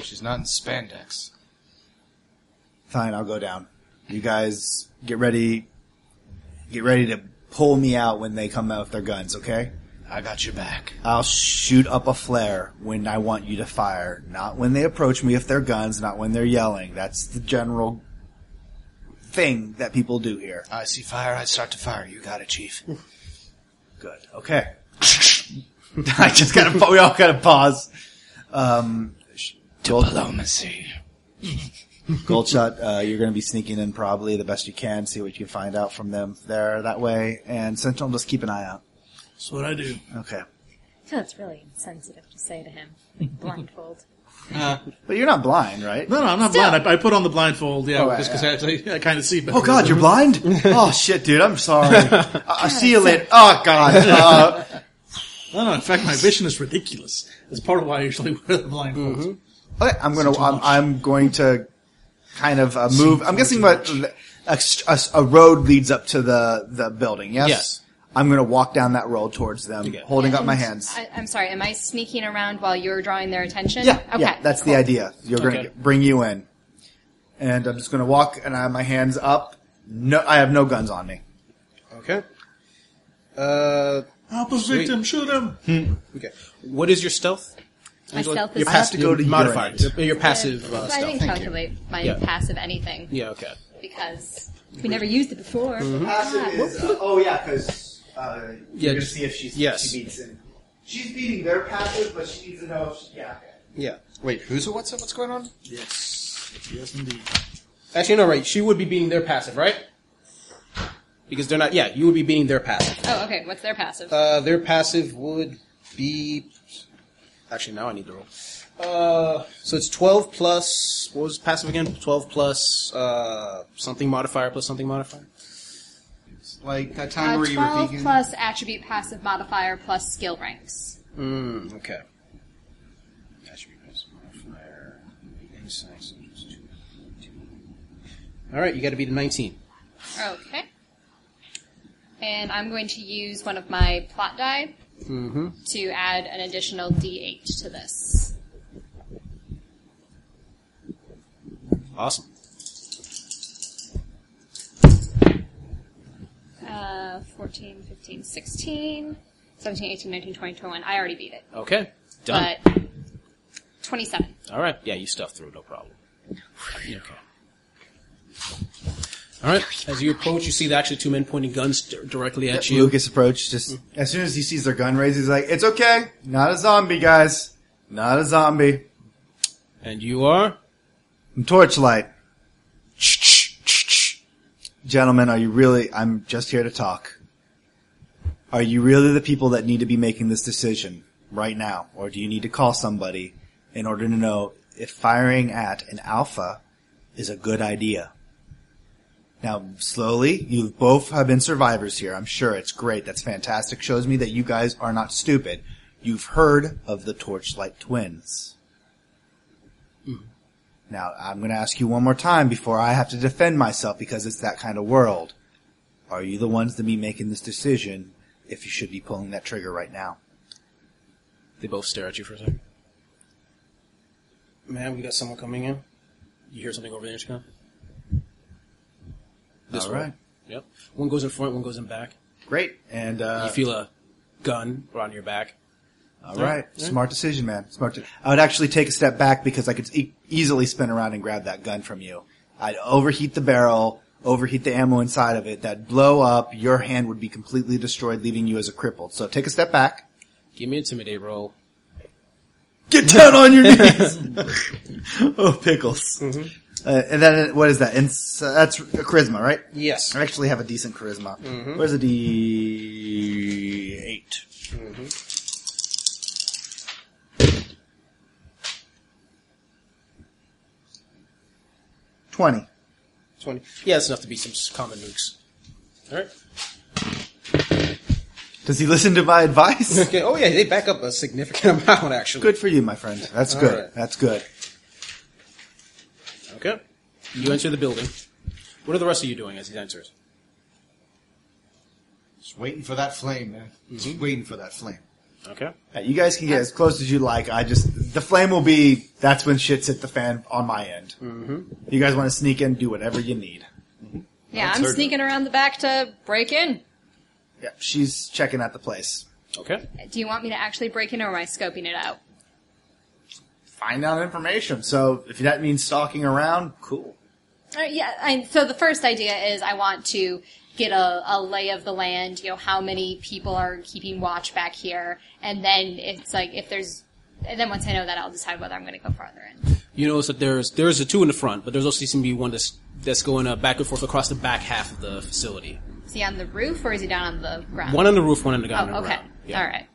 she's not in spandex.
Fine, I'll go down. You guys get ready. Get ready to pull me out when they come out with their guns, okay?
I got your back.
I'll shoot up a flare when I want you to fire, not when they approach me with their guns, not when they're yelling. That's the general thing that people do here.
I see fire, I start to fire. You got it, Chief.
Good. Okay. I just gotta. pa- We all gotta pause. Um, sh- Gold,
Diplomacy.
Goldshot, uh, you're gonna be sneaking in probably the best you can. See what you can find out from them there that way. And Sentinel, just keep an eye out.
That's what I do.
Okay.
I feel it's really insensitive to say to him, like blindfold.
But you're not blind, right?
No, no, I'm not
Still.
blind. I, I put on the blindfold, yeah,
Oh, right,
just because I, I kind of see better.
Oh God, you're blind? oh shit, dude, I'm sorry. I- I'll see you later. Oh God. Uh,
No, no, in fact, my vision is ridiculous. That's part of why I usually wear the blindfold.
okay, I'm gonna. I'm, I'm going to kind of uh, move. I'm guessing what a, a, a road leads up to the the building. Yes.
Yes.
I'm gonna walk down that road towards them, holding up my hands.
I, I'm sorry, am I sneaking around while you're drawing their attention?
Yeah,
Okay.
yeah, that's the idea. You're going
Okay.
to bring you in, and I'm just going to walk, and I have my hands up. No, I have no guns on me.
Okay. Uh,
Help us,
Sweet.
victim, shoot him!
okay.
What is your stealth?
My stealth
your
is
I have to go to
modifier.
urinate.
Your, your passive uh,
I
stealth.
didn't calculate my
Yeah.
passive anything
Yeah. Okay.
because we never used it before.
Mm-hmm.
oh yeah, because uh,
Yeah, gonna just- see
if she's
yes. she
beats in. She's beating their passive, but she needs to know. If she, yeah.
Yeah.
Wait, who's a what's up? What's going on?
Yes. Yes, indeed.
Actually, no. Right. She would be beating their passive, right? Because they're not. Yeah, you would be beating their passive.
Oh, okay. What's their passive?
Uh, their passive would be. Actually, now I need to roll. Uh, so it's twelve plus. What was passive again? Twelve plus uh, something modifier plus something modifier.
Like that time
Uh,
where you were
12
vegan.
plus attribute passive modifier plus skill ranks.
Mm, okay. All right, you got to beat a nineteen.
Okay. And I'm going to use one of my plot die
Mm-hmm.
to add an additional d8 to this.
Awesome.
Uh, 14, 15, 16, 17, 18, 19, 20, 21. I already beat it.
Okay. Done.
But 27.
All right. Yeah, you stuff through, no problem. Okay. All right. As you approach, you see the actually two men pointing guns d- directly at you.
Lucas approached just as soon as he sees their gun raised, he's like, "It's okay, not a zombie, guys, not a zombie."
And you are?
I'm torchlight. Gentlemen, are you really? I'm just here to talk. Are you really the people that need to be making this decision right now? Or do you need to call somebody in order to know if firing at an alpha is a good idea? Now, slowly, you both have been survivors here. I'm sure it's great. That's fantastic. Shows me that you guys are not stupid. You've heard of the Torchlight Twins. Now, I'm going to ask you one more time before I have to defend myself because it's that kind of world. Are you the ones to be making this decision if you should be pulling that trigger right now?
They both stare at you for a second. Ma'am, we got someone coming in. You hear something over the intercom? This
All
way.
right.
Yep. One goes in front, one goes in back.
Great. And, uh,
you feel a gun on your back.
all right. Smart decision, man. Smart. De- I would actually take a step back because I could e- easily spin around and grab that gun from you. I'd overheat the barrel, overheat the ammo inside of it. That'd blow up. Your hand would be completely destroyed, leaving you as a crippled. So take a step back.
Give me an intimidate roll.
Get down on your knees. oh, pickles. Uh, and then what is that? Ins- uh, that's charisma, right?
Yes.
I actually have a decent charisma. Where's a D eight? Mm-hmm. Twenty.
20. Yeah, that's enough to beat some s- common nukes. All right.
Does he listen to my advice?
Okay. Oh, yeah, they back up a significant amount, actually.
good for you, my friend. That's good.
right.
That's good.
Okay. You enter the building. What are the rest of you doing as he enters?
Mm-hmm. Just waiting for that flame, man. Just waiting for that flame.
Okay.
Uh, You guys can get as close as you like. I just the flame will be. That's when shit's hit the fan on my end. Mm-hmm. You guys want to sneak in? Do whatever you need.
Yeah, I'm sneaking around the back to break in.
Yeah, she's checking out the place.
Okay.
Do you want me to actually break in, or am I scoping it out?
Find out information. So if that means stalking around, cool.
Uh,
Yeah, and so the first idea is I want to get a, a lay of the land, you know, how many people are keeping watch back here, and then it's like if there's, and then once I know that, I'll decide whether I'm going to go farther in.
You notice that there's there's a two in the front, but there's also seems to be one that's that's going uh, back and forth across the back half of the facility.
Is he on the roof or is he down on the ground?
One on the roof, one on the ground.
Oh,
on the
okay,
ground. Yeah.
all right.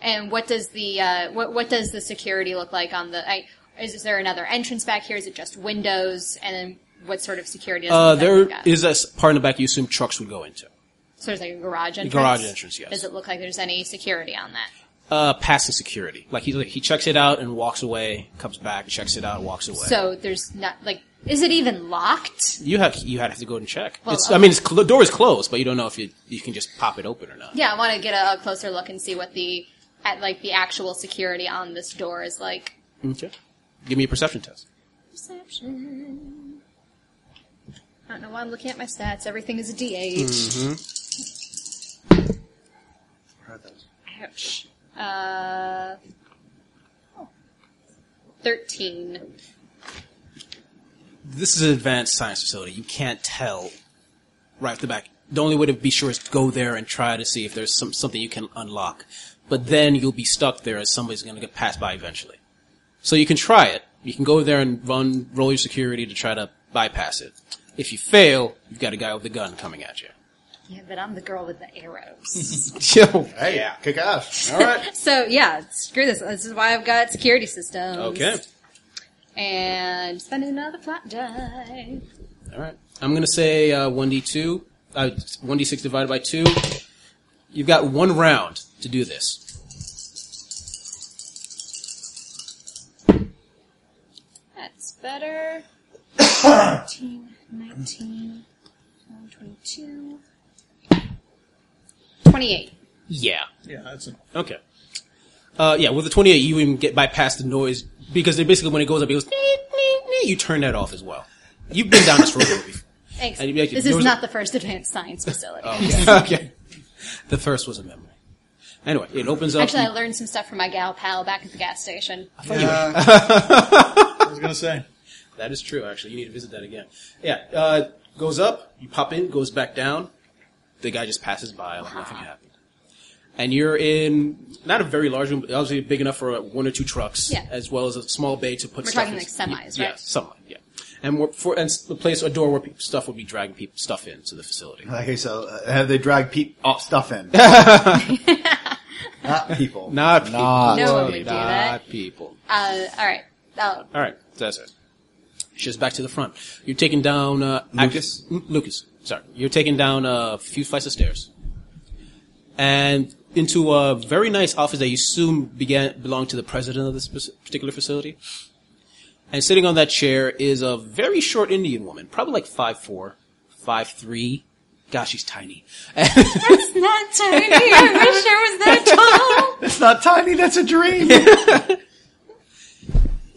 And what does the uh, what what does the security look like on the? I, is there another entrance back here? Is it just windows? And then what sort of security? Does
Uh,
it
there
look like?
is that part in the back you assume trucks would go into.
So there's like a garage entrance.
garage entrance, yes.
Does it look like there's any security on that?
Uh, passing security. Like he like, he checks it out and walks away, comes back, checks it out, walks away.
So there's not like, is it even locked?
you have you have to go and check.
Well, uh,
it's,
okay.
I mean, it's, cl- the door is closed, but you don't know if you you can just pop it open or not.
Yeah, I want to get a, a closer look and see what the at like the actual security on this door is like.
Okay. Give me a perception test.
Perception. I don't know why I'm looking at my stats. Everything is a D8. Ouch. Uh, oh. thirteen.
This is an advanced science facility. You can't tell right off the back. The only way to be sure is to go there and try to see if there's some something you can unlock. But then you'll be stuck there as somebody's going to get passed by eventually. So you can try it. You can go there and run roll your security to try to bypass it. If you fail, you've got a guy with a gun coming at you.
Yeah, but I'm the girl with the arrows.
Hey, yeah. kick ass.
All right.
so yeah, screw this. This is why I've got security systems.
Okay.
And spending another flat die.
All right. I'm going to say uh, 1d2, uh, 1d6 divided by 2. You've got one round to do this.
That's better. 18, 19, 22. 28.
Yeah.
Yeah, that's enough.
Okay. Uh, yeah, with the 28, you even get bypass the noise because they basically, when it goes up, it goes, "Nee, nee, nee," you turn that off as well. You've been down this road before.
Thanks.
And you'd be like,
this
there
is
was a-
not the first advanced science facility.
Oh. okay. The first was a memory. Anyway, it opens up.
Actually, I learned some stuff from my gal pal back at the gas station.
Uh,
I was gonna say.
That is true, actually. You need to visit that again. Yeah, uh, goes up, you pop in, goes back down. The guy just passes by like nothing happened. And you're in not a very large room, but obviously big enough for uh, one or two trucks,
Yeah.
as well as a small bay to put
We're
stuff
talking
in.
like semis,
yeah,
right?
semi, yeah. And we're for and s- the place a door where pe- stuff would be dragging people stuff into the facility.
Okay, so uh, have they dragged peep stuff in? Not people.
Not people.
No one would do
not
that.
people.
Uh, all right. Oh,
All right, that's it. Just back to the front. You're taking down uh, Lucas. Lucas, sorry. You're taking down uh, a few flights of stairs, and into a very nice office that you assume began belonged to the president of this spec- particular facility. And sitting on that chair is a very short Indian woman, probably like five four, five three. Gosh, she's tiny.
It's not tiny. I wish I was that tall.
It's not tiny. That's a dream.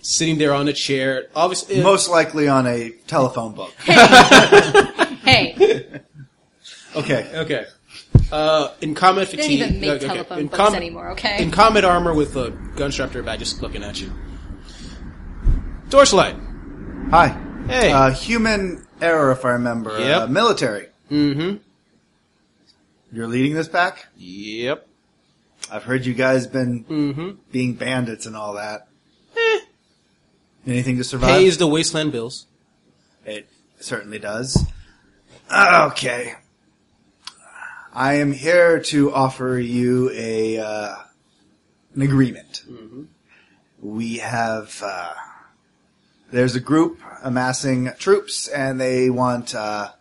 Sitting there on a chair, obviously.
Most likely on a telephone book.
hey.
Okay.
okay. Uh, in combat
They don't
fatigue.
even make
okay, okay.
telephone
In
books
com-
anymore, okay?
in combat armor with a gun strapped to her back, just looking at you. Torchlight.
Hi.
Hey.
Uh, human error, if I remember.
Yep.
Uh, military.
mm-hmm.
You're leading this pack.
Yep.
I've heard you guys been
Mm-hmm.
being bandits and all that. Anything to survive?
Eh. Pays the wasteland bills.
It certainly does. Uh, Okay. I am here to offer you a uh, an agreement.
Mm-hmm.
We have uh, there's a group amassing troops, and they want uh,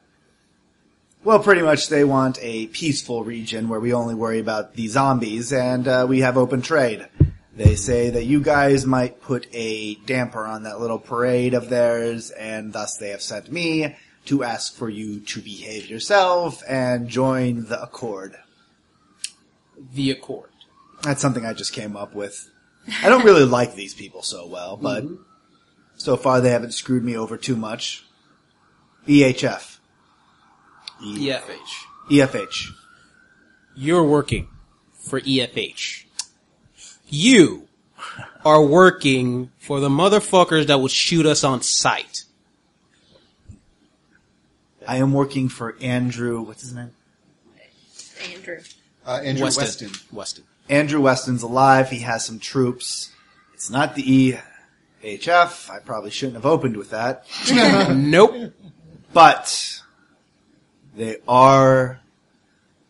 well, pretty much they want a peaceful region where we only worry about the zombies, and uh, we have open trade. They say that you guys might put a damper on that little parade of theirs, and thus they have sent me to ask for you to behave yourself and join the accord.
The Accord.
That's something I just came up with. I don't really like these people so well, but so far they haven't screwed me over too much. EHF. E-
EFH.
EFH.
You're working for EFH. You are working for the motherfuckers that will shoot us on sight.
I am working for Andrew, what's his name?
Andrew.
Uh, Andrew Weston.
Weston.
Andrew Weston's alive. He has some troops. It's not the EHF. I probably shouldn't have opened with that.
nope.
But they are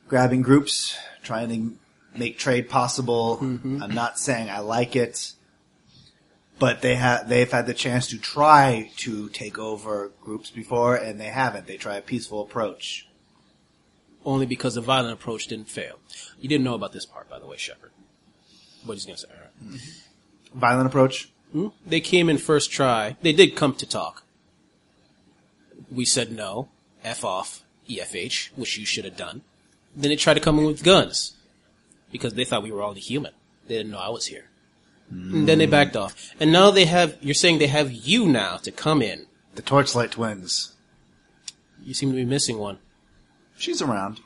grabbing groups, trying to make trade possible. I'm not saying I like it, but they have they've had the chance to try to take over groups before, and they haven't. They try a peaceful approach.
Only because the violent approach didn't fail. You didn't know about this part, by the way, Shepard. What he's gonna say. all right.
Violent approach.
They came in first try. They did come to talk. We said no. F off. EFH, which you should have done. Then they tried to come in with guns. Because they thought we were all human. They didn't know I was here. And
Hmm.
then they backed off. And now they have, you're saying they have you now to come in.
The Torchlight Twins.
You seem to be missing one.
She's around.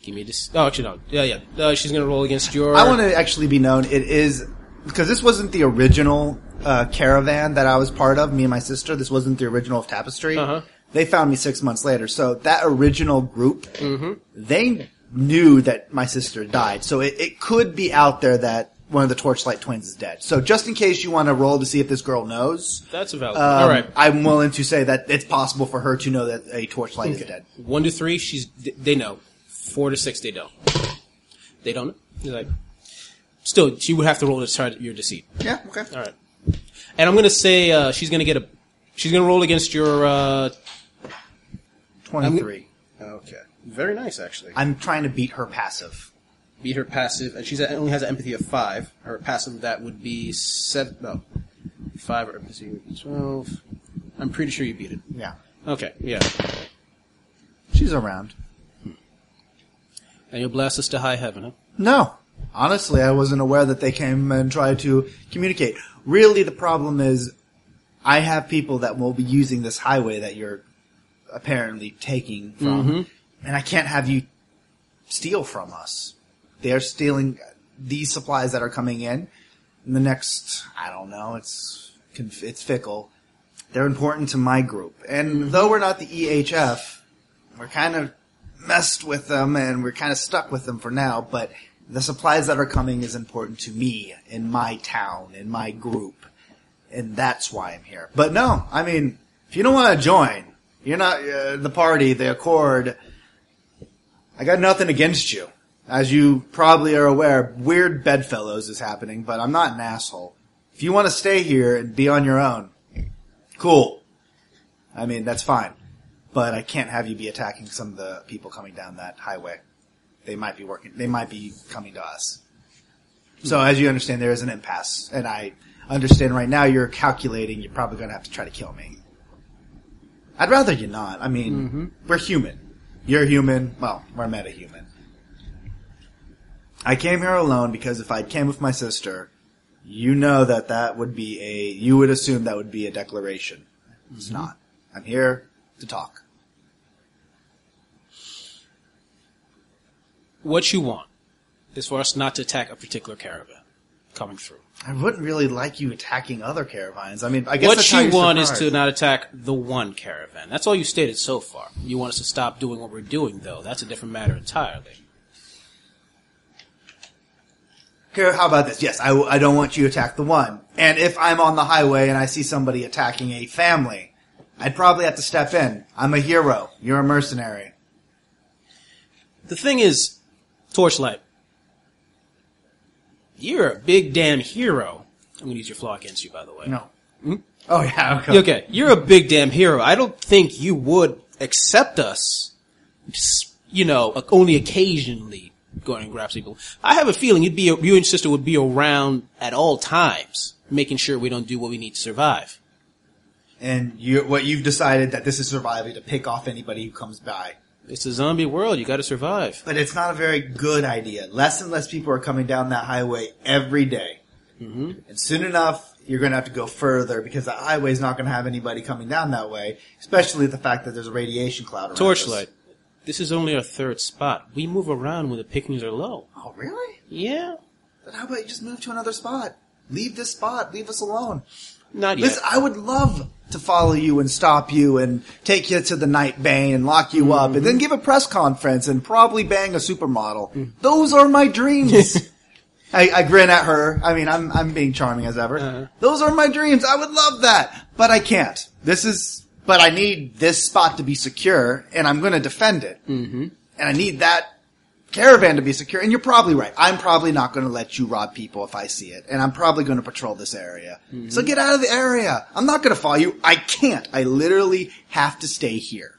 Give me this. Oh, actually, no. Yeah, yeah. Uh, she's gonna roll against your.
I want to actually be known. It is because this wasn't the original uh, caravan that I was part of. Me and my sister. This wasn't the original of Tapestry.
Uh-huh.
They found me six months later. So that original group,
Mm-hmm.
they knew that my sister died. So it, it could be out there that one of the Torchlight twins is dead. So just in case you want to roll to see if this girl knows,
That's a valid.
um,
All right.
I'm willing to say that it's possible for her to know that a Torchlight is dead.
One to three, she's they know. Four to six, they don't. They don't. know. They're like, still, she would have to roll to try your deceit.
Yeah, okay.
All right. And I'm gonna say uh, she's gonna get a. She's gonna roll against your. Uh,
Twenty three.
Okay. Very nice, actually.
I'm trying to beat her passive.
beat her passive, and she's at, only has an empathy of five. Her passive that would be seven. No, five or empathy would be twelve. I'm pretty sure you beat it.
Yeah,
Okay. Yeah.
she's around.
And you'll blast us to high heaven, huh?
No. Honestly, I wasn't aware that they came and tried to communicate. Really, the problem is I have people that will be using this highway that you're apparently taking from, and I can't have you steal from us. They're stealing these supplies that are coming in. In the next, I don't know, it's, conf- it's fickle. They're important to my group. And though we're not the EHF, we're kind of messed with them and we're kind of stuck with them for now, but the supplies that are coming is important to me in my town, in my group. And that's why I'm here. But no, I mean, if you don't want to join, you're not uh, the party, the accord. I got nothing against you. As you probably are aware, weird bedfellows is happening, but I'm not an asshole. If you want to stay here and be on your own, cool. I mean, that's fine but I can't have you be attacking some of the people coming down that highway. They might be working. They might be coming to us. So as you understand, there is an impasse, and I understand right now you're calculating. You're probably going to have to try to kill me. I'd rather you not. I mean, we're human. You're human. Well, we're meta-human. I came here alone because if I came with my sister, you know that that would be a. You would assume that would be a declaration. It's not. I'm here to talk.
What you want is for us not to attack a particular caravan coming through.
I wouldn't really like you attacking other caravans. I mean, I guess
what
that's how
you
you're
want is to
surprised.
not attack the one caravan. That's all you stated so far. You want us to stop doing what we're doing, though. That's a different matter entirely.
Okay, how about this? Yes, I, I don't want you to attack the one. And if I'm on the highway and I see somebody attacking a family, I'd probably have to step in. I'm a hero. You're a mercenary.
The thing is, Torchlight, you're a big damn hero. I'm going to use your flaw against you, by the way.
No. Oh yeah. Okay.
Okay, Hmm? you're a big damn hero. I don't think you would accept us, s- you know, only occasionally going and grab people. I have a feeling you'd be, you and your sister would be around at all times, making sure we don't do what we need to survive.
And you, what you've decided that this is survival to pick off anybody who comes by.
It's a zombie world. You got to survive.
But it's not a very good idea. Less and less people are coming down that highway every day. And soon enough, you're going to have to go further because the highway's not going to have anybody coming down that way, especially the fact that there's a radiation cloud around us.
Torchlight. This is only our third spot. We move around when the pickings are low.
Oh, really?
Yeah,
Then how about you just move to another spot? Leave this spot. Leave us alone.
not yet.
Listen, I would love to follow you and stop you and take you to the night bane and lock you up
Mm-hmm.
and then give a press conference and probably bang a supermodel. Those are my dreams. I, I grin at her. I mean, I'm I'm being charming as ever.
Uh-huh.
Those are my dreams. I would love that, but I can't. This is. But I need this spot to be secure, and I'm going to defend it. Mm-hmm. And I need that caravan to be secure. And you're probably right. I'm probably not going to let you rob people if I see it, and I'm probably going to patrol this area. So get out of the area. I'm not going to follow you. I can't. I literally have to stay here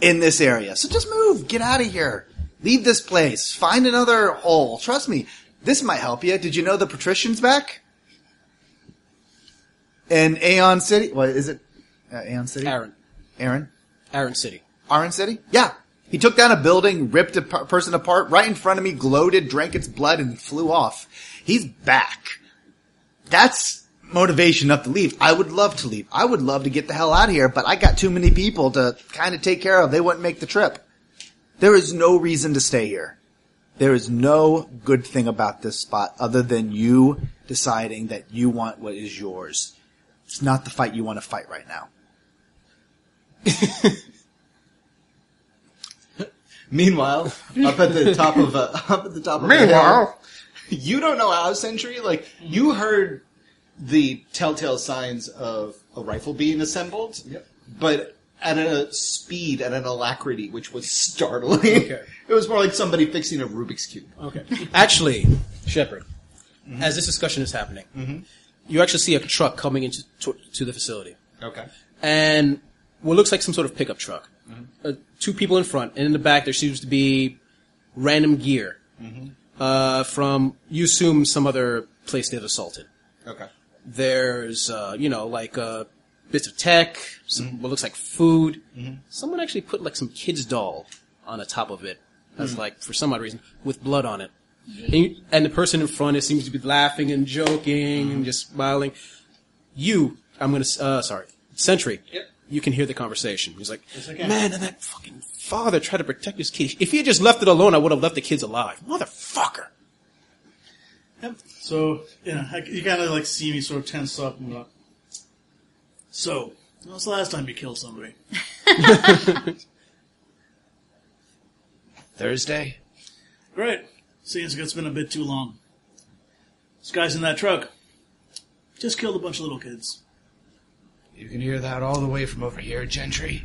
in this area. So just move. Get out of here. Leave this place. Find another hole. Trust me, this might help you. Did you know the patricians back in Aeon City? What is it? Uh, Aeon City.
Aaron.
Aaron.
Aaron City.
Iron City? Yeah. He took down a building, ripped a p- person apart right in front of me, gloated, drank its blood, and flew off. He's back. That's motivation enough to leave. I would love to leave. I would love to get the hell out of here, but I got too many people to kind of take care of. They wouldn't make the trip. There is no reason to stay here. There is no good thing about this spot other than you deciding that you want what is yours. It's not the fight you want to fight right now.
Meanwhile, up at the top of uh, up at the top. Meanwhile, you don't know how century. Like you heard the telltale signs of a rifle being assembled, but at a speed and an alacrity which was startling. It was more like somebody fixing a Rubik's cube.
Okay. Actually, Shepard, as this discussion is happening, you actually see a truck coming into to, to the facility,
Okay.
and what looks like some sort of pickup truck. Uh, two people in front, and in the back there seems to be random gear uh, from you assume some other place they've assaulted.
Okay.
There's, uh, you know, like uh, bits of tech, some, what looks like food. Someone actually put like some kid's doll on the top of it, as like for some odd reason with blood on it. And, you, and the person in front it seems to be laughing and joking and just smiling. You, I'm gonna, s- uh, sorry, Sentry.
Yep.
You can hear the conversation. He's like, man, and that fucking father tried to protect his kid. If he had just left it alone, I would have left the kids alive. Motherfucker.
Yep. So you know, I, you kind of like see me sort of tense up and go. So, when was the last time you killed somebody?
Thursday.
Great. Seems like it's been a bit too long. These guys in that truck just killed a bunch of little kids.
You can hear that all the way from over here, Gentry.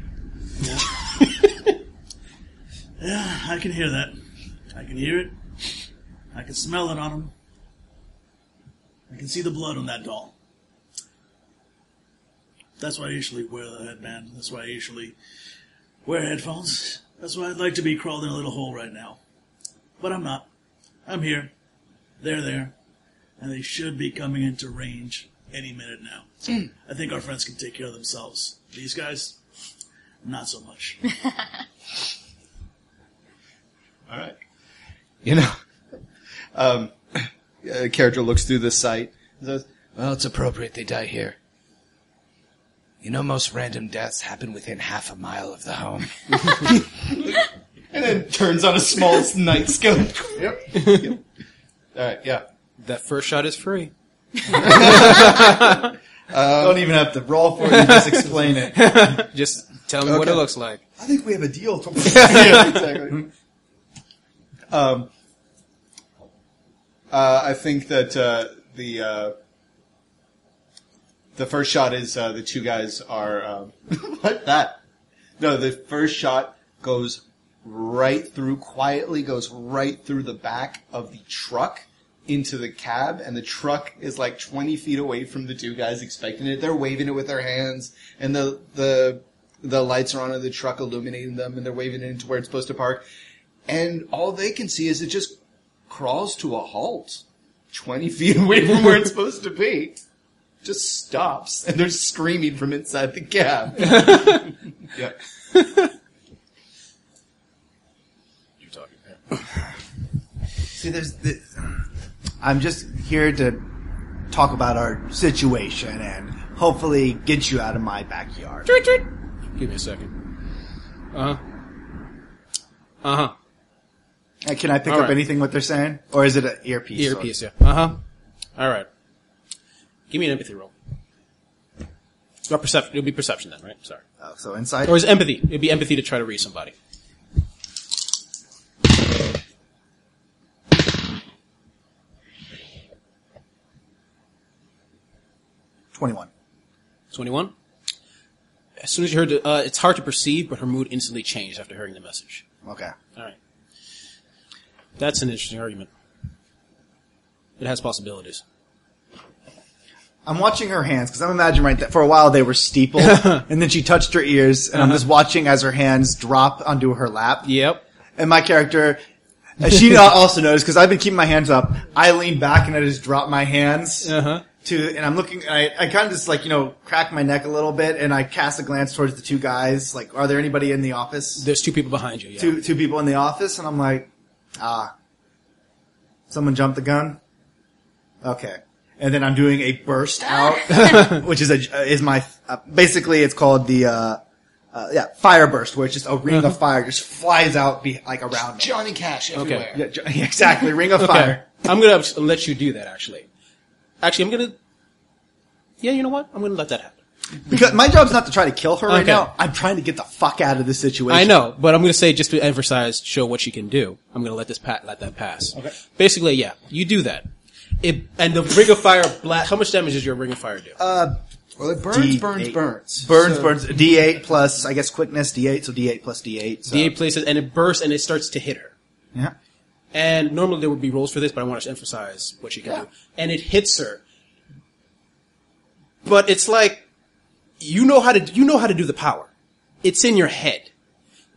Yeah, I can hear that. I can hear it. I can smell it on them. I can see the blood on that doll. That's why I usually wear the headband. That's why I usually wear headphones. That's why I'd like to be crawled in a little hole right now. But I'm not. I'm here. They're there. And they should be coming into range any minute now.
Hmm.
I think our friends can take care of themselves. These guys, not so much.
All right. You know, um, a character looks through the site. Says,
Well, it's appropriate they die here. You know, most random deaths happen within half a mile of the home.
and then turns on a small night scope. yep. Yep. All right. Yeah.
That first shot is free.
Don't even have to roll for it. Just explain it.
Just tell me what it looks like.
I think we have a deal.
yeah, exactly. Um, uh, I think that uh, the uh, the first shot is uh, the two guys are um, like that. No, the first shot goes right through quietly goes right through the back of the truck into the cab and the truck is like 20 feet away from the two guys expecting it they're waving it with their hands and the the the lights are on in the truck illuminating them and they're waving it into where it's supposed to park and all they can see is it just crawls to a halt 20 feet away from where it's supposed to be just stops and they're screaming from inside the cab yeah
See, there's. The, I'm just here to talk about our situation and hopefully get you out of my backyard.
Give me a second. Uh huh. Uh huh.
Uh, Can I pick
All
up
right.
anything what they're saying, or is it an earpiece?
Earpiece, yeah. Uh huh. All right. Give me an empathy roll. Or perception. It'll be perception then, right? Sorry.
Oh, so inside.
Or is it empathy? It'd be empathy to try to read somebody.
Twenty-one.
21. As soon as you heard, the, uh, it's hard to perceive, but her mood instantly changed after hearing the message.
Okay.
All right. That's an interesting argument. It has possibilities.
I'm watching her hands because I'm imagining right that for a while they were steepled, and then she touched her ears, and
Uh-huh.
I'm just watching as her hands drop onto her lap.
Yep.
And my character, as she no- also knows because I've been keeping my hands up. I lean back and I just drop my hands
Uh-huh.
to, and I'm looking. I, I kind of just like you know crack my neck a little bit, and I cast a glance towards the two guys. Like, are there anybody in the office?
There's two people behind you. Yeah.
two two people in the office, and I'm like, ah, someone jumped the gun. Okay, and then I'm doing a burst out, which is a is my uh, basically it's called the uh, uh, yeah fire burst, where it's just a ring
Uh-huh.
of fire just flies out be, like around me.
Johnny Cash everywhere.
Yeah, ju- yeah, exactly, ring of
Okay.
fire.
I'm gonna abs- let you do that. Actually, actually, I'm gonna. Yeah, you know what? I'm gonna let that happen.
Because my job's not to try to kill her right
Okay.
now. I'm trying to get the fuck out of this situation.
I know, but I'm gonna say just to emphasize, show what she can do. I'm gonna let this pat, let that pass. Okay. Basically, yeah, you do that. It, and the ring of fire, bla- how much damage does your ring of fire do?
Well, it burns,
D8.
burns, burns.
Burns,
So-
burns. D8 plus, I guess, quickness. D8, so D8 plus D8. So.
D8 places, and it bursts, and it starts to hit her.
Yeah.
And normally there would be rolls for this, but I want to emphasize what she can do. And it hits her. But it's like you know how to you know how to do the power. It's in your head.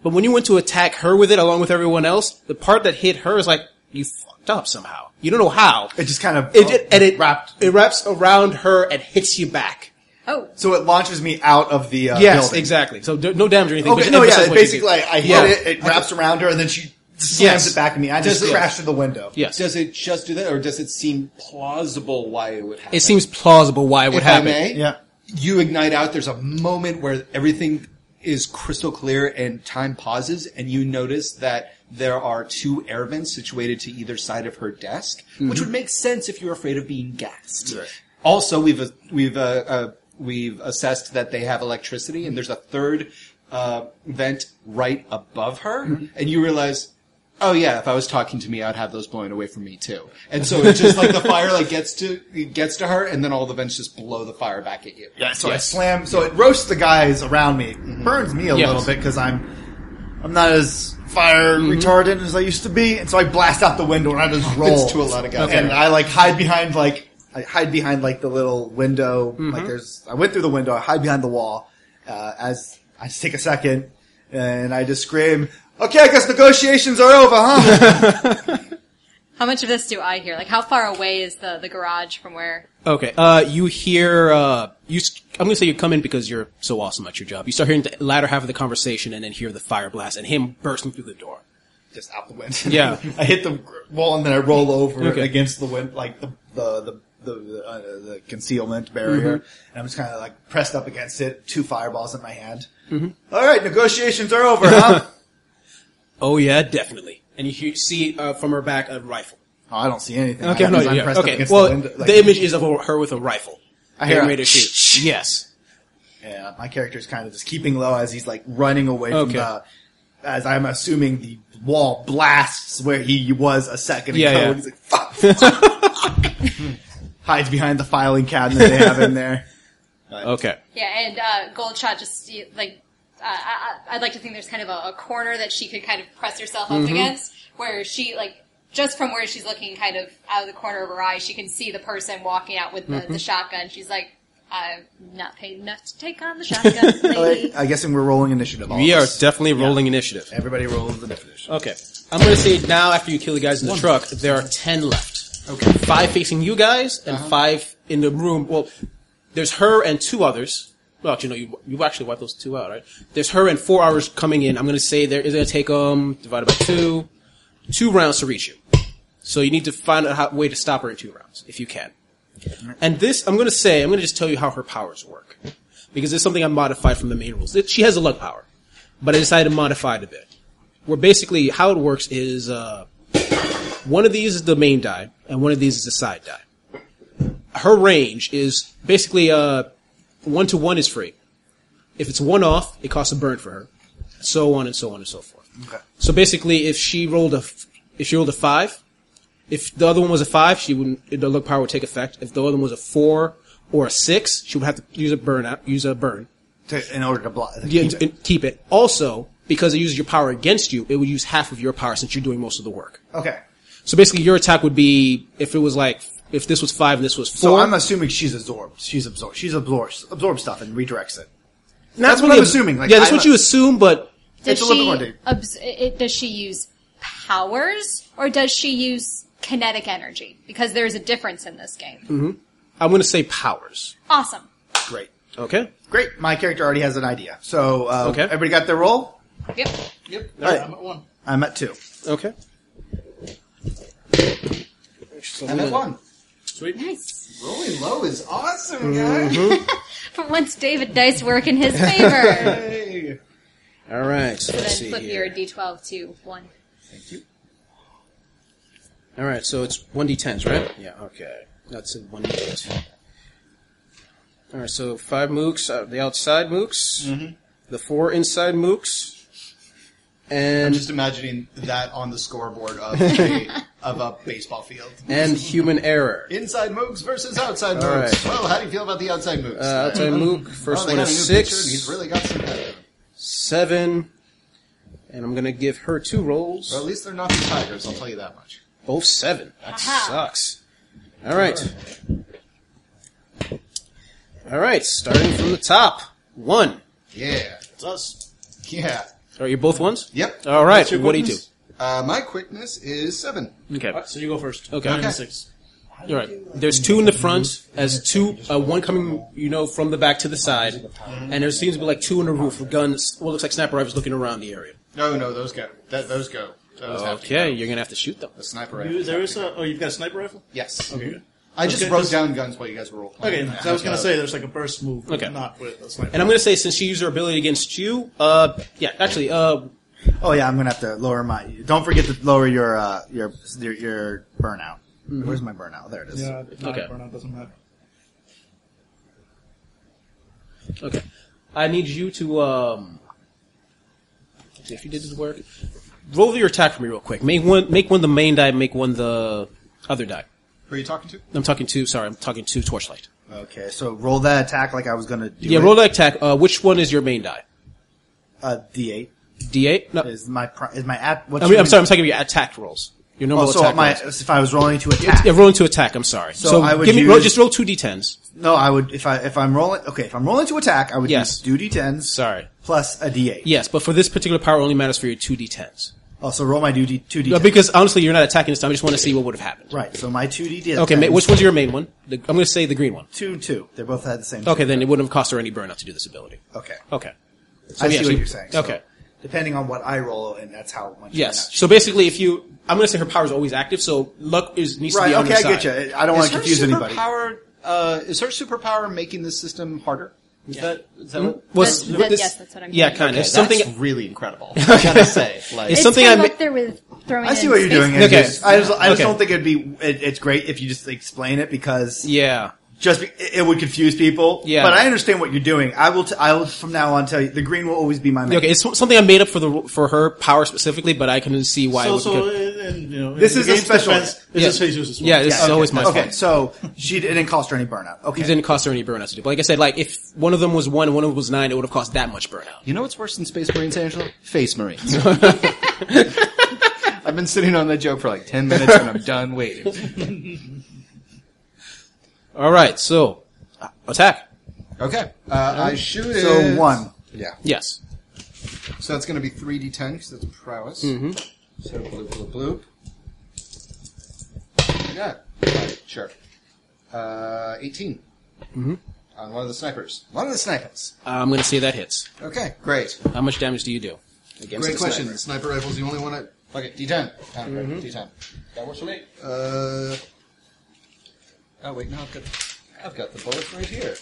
But when you went to attack her with it along with everyone else, the part that hit her is like you fucked up somehow. You don't know how.
It just kind of
It, it and it
wrapped.
It wraps around her and hits you back.
Oh,
So it launches me out of the uh,
yes,
building.
exactly. So d- no damage or anything. but
Okay,
just
no,
emphasize
yeah.
what you
Basically,
do.
I, I hit
Yeah.
it. It wraps around her, and then she slams
Yes.
it back at me. I just
Does it-
crashed through the window.
yes.
Does it just do that, or does it seem plausible why it would happen?
it seems plausible why it would
if
happen.
I may,
Yeah.
you ignite out. There's a moment where everything is crystal clear and time pauses, and you notice that there are two air vents situated to either side of her desk,
Mm-hmm.
which would make sense if you're afraid of being gassed. Also, we've uh, we've uh, uh, we've assessed that they have electricity, and there's a third uh, vent right above her,
Mm-hmm.
and you realize. Oh yeah, if I was talking to me, I'd have those blowing away from me too. And so it's just like the fire like gets to it gets to her, and then all the vents just blow the fire back at you.
Yeah. So I slam. So it roasts the guys around me.
Mm-hmm.
Burns me a
Yes.
little bit because I'm I'm not as fire
Mm-hmm.
retardant as I used to be, and so I blast out the window and I just roll
to a lot of guys.
And I like hide behind like I hide behind like the little window.
Mm-hmm.
Like there's I went through the window. I hide behind the wall. Uh, as I just take a second and I just scream. Okay, I guess negotiations are over, huh?
How much of this do I hear? Like, how far away is the, the garage from where?
Okay. Uh, you hear, uh, you, s- I'm gonna say you come in because you're so awesome at your job. You start hearing the latter half of the conversation and then hear the fire blast and him bursting through the door.
just out the window.
Yeah.
I hit the wall and then I roll over
Okay.
against the wind, like the the the the, the, uh, the concealment barrier,
Mm-hmm.
and I'm just kind of like pressed up against it, two fireballs in my hand.
Mm-hmm.
All right, negotiations are over, huh?
Oh yeah, definitely. And you hear, see, uh, from her back a rifle.
oh, I don't see anything.
Okay,
I,
no,
'cause I'm
yeah,
pressed up
okay.
against
Well,
the
the,
window. like-
image is of her with a rifle.
I hear
Getting
a
ready to shoot. yes.
yeah, my character's kind of just keeping low as he's like running away from
Okay.
the. As I'm assuming the wall blasts where he was a second
Yeah,
ago,
yeah.
and he's like, "Fuck!" Hides behind the filing cabinet they have in there.
Okay.
Yeah, and uh, Goldshot just you- like uh, I, I- I'd like to think there's kind of a, a corner that she could kind of press herself up
Mm-hmm.
against, where she like just from where she's looking, kind of out of the corner of her eye, she can see the person walking out with the,
Mm-hmm.
the shotgun. She's like, "I'm not paid enough to take on the shotgun, lady."
I guessing we're rolling initiative. all
We
of
are Uh,
us.
definitely rolling initiative.
Everybody rolls the definition.
Okay. I'm gonna say now after you kill the guys in the truck, there are ten left. Okay. Five facing you guys and five in the room. Well, there's her and two others. Well, you know, you, you actually wiped those two out, right? There's her and four hours coming in. I'm gonna say there is gonna take um divided by two. two rounds to reach you. So you need to find a ho- way to stop her in two rounds, if you can. And this, I'm going to say, I'm going to just tell you how her powers work. Because it's something I modified from the main rules. It, she has a luck power, but I decided to modify it a bit. Where basically how it works is uh, one of these is the main die, and one of these is the side die. Her range is basically uh, one to one is free. If it's one off, it costs a burn for her. So on and so on and so forth. Okay. So basically, if she rolled a f- if she rolled a five, if the other one was a five, she wouldn't. The luck power would take effect. If the other one was a four or a six, she would have to use a burn out, use a burn.
to, in order to block.
Yeah, and- and keep it. Also, because it uses your power against you, it would use half of your power since you're doing most of the work.
Okay.
So basically, your attack would be if it was like if this was five and this was four.
So i I'm assuming she's absorbed. She's absorbed. She's absorbs absorbs stuff and redirects it.
that's
what
really
I'm
ab-
assuming, like,
yeah, that's
I'm
what
a-
you assume, but
Does
It's a little
she
more deep.
abs- it, does she use powers or does she use kinetic energy? Because there's a difference in this game.
Mm-hmm. I'm going to say powers.
Awesome.
Great.
Okay.
Great. My character already has an idea. So uh,
Okay.
everybody got their roll.
Yep.
Yep.
right.
I'm at one.
I'm at two.
Okay.
And that one.
Nice.
Rolling low is awesome, guys.
Mm-hmm.
For once, David dice work in his favor.
All right. So let's
then
see
flip your
here.
d12 to one.
All right. So it's one d10s, right? Yeah. Okay. That's a one d10. All right. So five mooks, uh, the outside mooks,
Mm-hmm.
the four inside mooks,
I'm
and
just imagining that on the scoreboard of a, of a baseball field.
and human error.
Inside moves versus outside moves.
All right.
Well, how do you feel about the outside moves?
Uh, outside mook. First one is
He's
six,
really got some pep.
seven, and I'm going to give her two rolls.
Or at least they're not the Tigers, I'll tell you that much.
Both seven. That
Aha.
sucks. All right. All right. Starting from the top. One.
Yeah.
It's us.
Yeah.
Are you both ones?
Yep.
All right.
What's your
What do you do?
quickness?
Uh, my quickness is seven.
Okay.
So you go first.
Okay.
Nine
Okay.
and six.
All right. There's two in the front, as two, uh, one coming, you know, from the back to the side, and there seems to be like two in the roof with guns. What looks like sniper rifles looking around the area.
No, no, those go. That, those go. Those have to
Okay,
go.
you're gonna have to shoot them.
The sniper
You,
rifle.
there is a. Oh, you've got a sniper rifle.
Yes.
Okay. good.
I just
Okay,
wrote
just-
down guns while you guys were role
Okay.
playing.
so I was gonna say there's like a burst move. but
Okay.
Not with a sniper.
And I'm gonna say since she used her ability against you, uh, yeah, actually, uh,
Oh yeah, I'm gonna have to lower my. Don't forget to lower your uh, your, your your burnout.
Mm-hmm.
Where's my burnout? There it is.
yeah. not
Okay.
Burnout doesn't matter.
Okay. I need you to, um, if you did this work, roll your attack for me real quick. Make one, make one the main die, make one the other die.
Who are you talking to?
I'm talking to, sorry, I'm talking to Torchlight.
Okay, so roll that attack like I was gonna do.
yeah,
it.
roll that attack. Uh, which one is your main die?
Uh, D8
D8? No.
is my pri- is my at. What's
I mean,
your-
I'm sorry, I'm talking about your attack rolls. Your normal
Oh, so
attack
my
rolls.
if I was rolling to attack,
It's- Yeah, rolling to attack, I'm sorry. So,
I would
give me, roll,
use-
just roll two D10s.
no, I would if I if I'm rolling. Okay, if I'm rolling to attack, I would
Yes.
use two d10s
Sorry.
plus a d8.
Yes, but for this particular power, it only matters for your two D10s.
Oh, so roll my two d two
Uh,
d10s.
Because honestly, you're not attacking this time. I just want to see what would have happened.
right, so my two d10s.
Okay, ma- which one's your main one? The, I'm going to say the green one.
two two? They both had the same.
Okay, then it wouldn't have cost her any burnout to do this ability.
Okay,
Okay. So
I
yeah,
see
she-
what you're saying. So
okay.
depending on what I roll, and that's how much.
Yes. So basically, if you, I'm going to say her power is always active, so luck is needs to
Right.
be on
Okay,
her
I get
side.
you. I don't want
is
to
her
confuse anybody.
superpower? Uh, is her superpower making this system harder? Is that is that what?
Was-
That-
what
that- yes, that's what I'm
Yeah,
getting.
kind of.
Okay,
It's something.
that's really incredible. I gotta say, like,
It's
It's
something
kind
I
of
ma-
up there with throwing.
I see
in
what you're
space
doing.
marines.
Okay.
Okay. I just, I just
Okay.
don't think it'd be. It, it's great if you just explain it because
yeah.
just be, it it would confuse people.
Yeah.
But I understand what you're doing. I will. T- I will from now on tell you the green will always be my main.
Okay, it's so- something I made up for the for her power specifically, but I can see why. it
So
would
so
be
uh, and, you know.
This
in
is
the
a
game's
special-
defense, This
Yeah.
is Jesus' one.
Yeah, this is always my
Okay,
fault.
so she did- it didn't cost her any burnout. Okay,
It didn't cost her any burnout to do. But like I said, like if one of them was one and one of them was nine, it would have cost that much burnout.
you know what's worse than Space Marines, Angela? Face Marines. I've been sitting on that joke for like ten minutes, and I'm done waiting.
All right, so uh, attack.
Okay, uh, I shoot it.
so one.
Yeah.
Yes.
So that's going to be three d10 because that's prowess.
Mm-hmm.
So bloop bloop bloop. Yeah, right, sure. Uh, 18 on one of the snipers. One of the snipers.
Uh, I'm going to say that hits.
Okay, great.
How much damage do you do?
Great question. Sniper. rifle's the only one I Okay, D10. Pound it, D10. That works for me. Uh, oh, wait, no, I've got, I've got the bullets right here.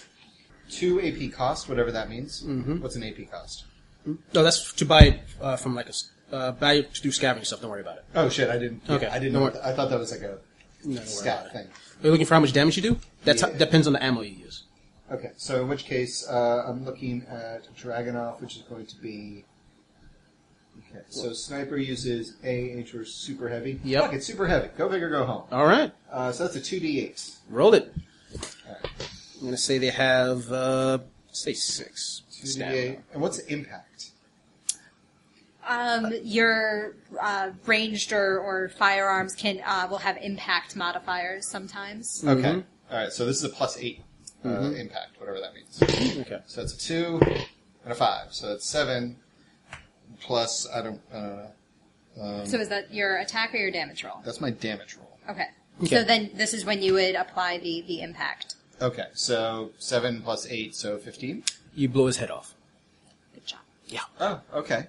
Two AP cost, whatever that means.
Mm-hmm.
What's an AP cost?
No, that's to buy it uh, from like a s- uh, buy it to do scavenging stuff. Don't worry about it.
Oh, shit, I didn't.
Okay,
I
don't
didn't know.
worry.
what- I thought that was like a
No, don't worry about
stat
it.
thing.
Are you looking for how much damage you do? That's
Yeah.
how, depends on the ammo you use.
Okay, so in which case, uh, I'm looking at Dragonoff, which is going to be. Okay, so Sniper uses AH or Super Heavy.
Yep.
Fuck, it's Super Heavy. Go big or go home.
All right,
Uh, so that's a 2d8.
roll it. I'm gonna say they have uh, say six.
2d8. And what's the impact?
Um, your uh, ranged or, or firearms can uh, will have impact modifiers sometimes.
Mm-hmm.
Okay. right, so this is a plus 8 uh, impact, whatever that means.
Okay.
So that's a 2 and a 5. So that's 7 plus, I don't, I don't know.
So is that your attack or your damage roll?
That's my damage roll.
Okay. So then this is when you would apply the, the impact.
Okay, so 7 plus 8, so 15.
You blow his head off.
Good job.
Oh, okay.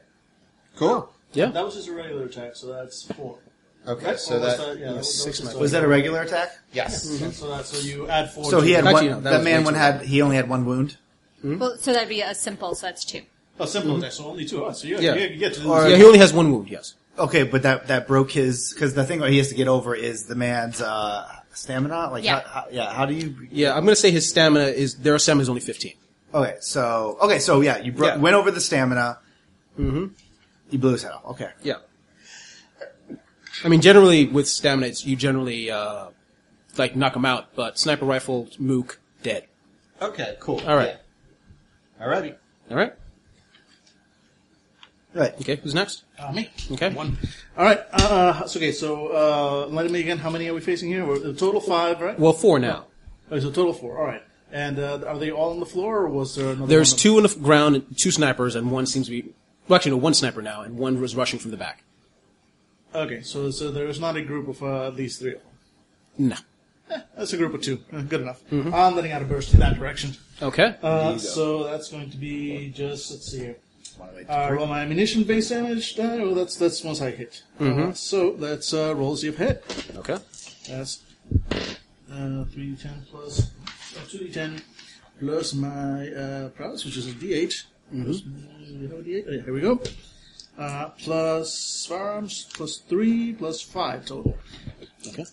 Cool.
Yeah.
That was just a regular attack, so that's four.
Okay,
Right?
so
Or was
that,
yeah, that was,
six
that Mhm. was just
Was that a regular attack?
yes.
So that so you add four.
So
to
he
it.
had
Actually,
one.
no, that
that
was way
man
too
one had. He only had one wound.
Well, so that'd be a simple, so that's two.
a simple attack, so only two. Oh, so you,
Mhm. Yeah.
you get to
Or-
Yeah, he only has one wound. Yes.
Okay, but that that broke his because the thing that he has to get over is the man's uh, stamina. Like,
Yeah.
How, how, yeah. How do you?
Yeah, I'm gonna say his stamina is their stamina is only 15.
Okay, so okay, so yeah, you bro-
Yeah.
went over the stamina. Mm-hmm. You blew his head off. Okay.
Yeah. I mean, generally with stamina, it's, you generally uh, like knock them out, but sniper rifle, mook, dead.
Okay, cool.
All right.
Yeah. Alrighty.
All right.
Right.
Okay. Who's next?
uh, me.
Okay.
One. All right. Uh, so, okay, so uh, let me again. How many are we facing here? We're, a total five, right?
Well, four now.
Okay, so total four. All right. And uh, are they all on the floor, or was there another?
There's
one
two on the f- ground, and two snipers, and one seems to be. Well, actually, no, one sniper now, and one was rushing from the back.
on- Okay, so so there's not a group of uh, at least three. of them.
No.
That's a group of two. Uh, Good enough. I'm letting out a burst in that direction.
Okay.
Uh, so that's going to be just let's see here. Uh, roll my ammunition base damage. Uh, well, that's that's once I hit. Uh, so that's uh, rolls you've hit.
Okay.
That's uh, three ten plus uh, two ten plus my uh, prowess, which is a D eight. Plus my- have a D8? Oh, yeah, here we go. Uh, plus firearms, plus three, plus five total.
Okay.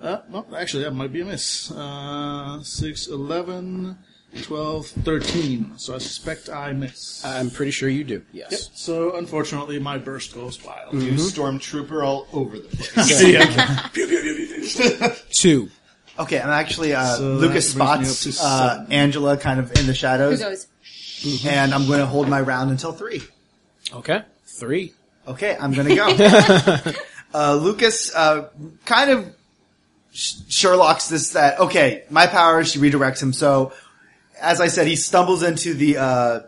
Uh, well, actually, that might be a miss. Uh, 6, 11, 12, 13. So I suspect I miss.
I'm pretty sure you do. Yes.
Yep. So unfortunately, my burst goes wild.
You stormtrooper all over the place.
Two.
Okay, I'm actually uh,
So
Lucas
that brings me up
spots
to
uh,
seven. Mm-hmm.
Angela kind of in the
Who
shadows,
goes?
and I'm going to hold my round until three.
Okay. Three.
Okay, I'm going to go. uh, Lucas uh, kind of sh- Sherlock's this that. Okay, my power. She redirects him. So, as I said, he stumbles into the uh,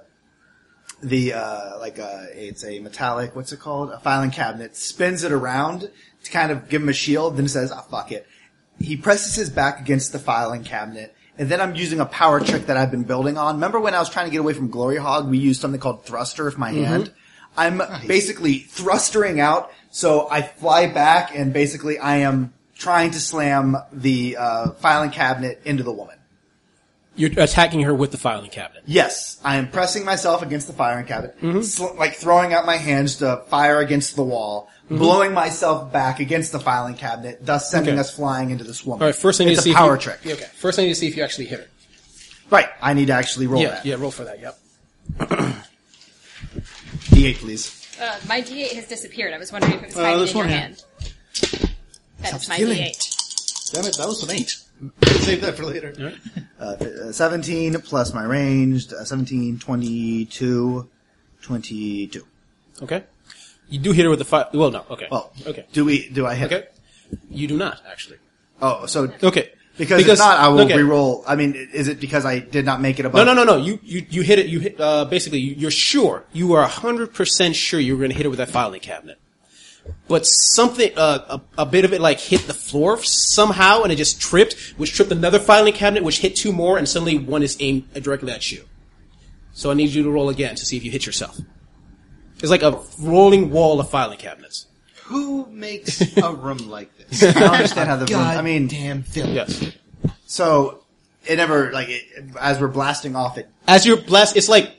the uh, like uh it's a metallic. What's it called? A filing cabinet. Spins it around to kind of give him a shield. Then says, "Ah, fuck it." He presses his back against the filing cabinet. And then I'm using a power trick that I've been building on. Remember when I was trying to get away from Glory Hog? We used something called thruster with
Mm-hmm.
my hand. I'm basically thrustering out, so I fly back, and basically I am trying to slam the uh, filing cabinet into the woman.
You're attacking her with the filing cabinet.
Yes, I am pressing myself against the firing cabinet,
Mm-hmm.
sl- like throwing out my hands to fire against the wall,
Mm-hmm.
blowing myself back against the filing cabinet, thus sending
Okay.
us flying into this woman.
All right. First, I need
it's
to see
a power
if you,
trick.
Yeah, okay. First, I need to see if you actually hit her.
Right, I need to actually roll
yeah.
that.
Yeah. Roll for that. Yep.
D8, please.
Uh, my D8 has disappeared. I was wondering if it was
Uh,
hiding
this
in your
one here.
hand. That's my
stealing.
D8.
Damn it, that was an 8. Save that for later.
Uh, f- uh, 17 plus my ranged, uh, 17, 22, 22.
Okay. You do hit her with the fire. Well, no. Okay.
Well,
okay.
do we? Do I hit?
Okay. You do not actually.
Oh, so
Okay.
Because, if not, I will
okay.
re-roll. I mean, i- is it because I did not make it
No,
above?
no, no, no. You, you, you hit it. You hit. Uh, basically, you- you're sure. You are hundred percent sure you were going to hit it with that filing cabinet. But something, uh, a, a bit of it, like hit the floor somehow, and it just tripped, which tripped another filing cabinet, which hit two more, and suddenly one is aimed directly at you. So I need you to roll again to see if you hit yourself. It's like a rolling wall of filing cabinets.
Who makes a room like this?
I don't understand how the room. I mean,
damn film.
Yes.
so it never like it, as we're blasting off it.
As you're blast, it's like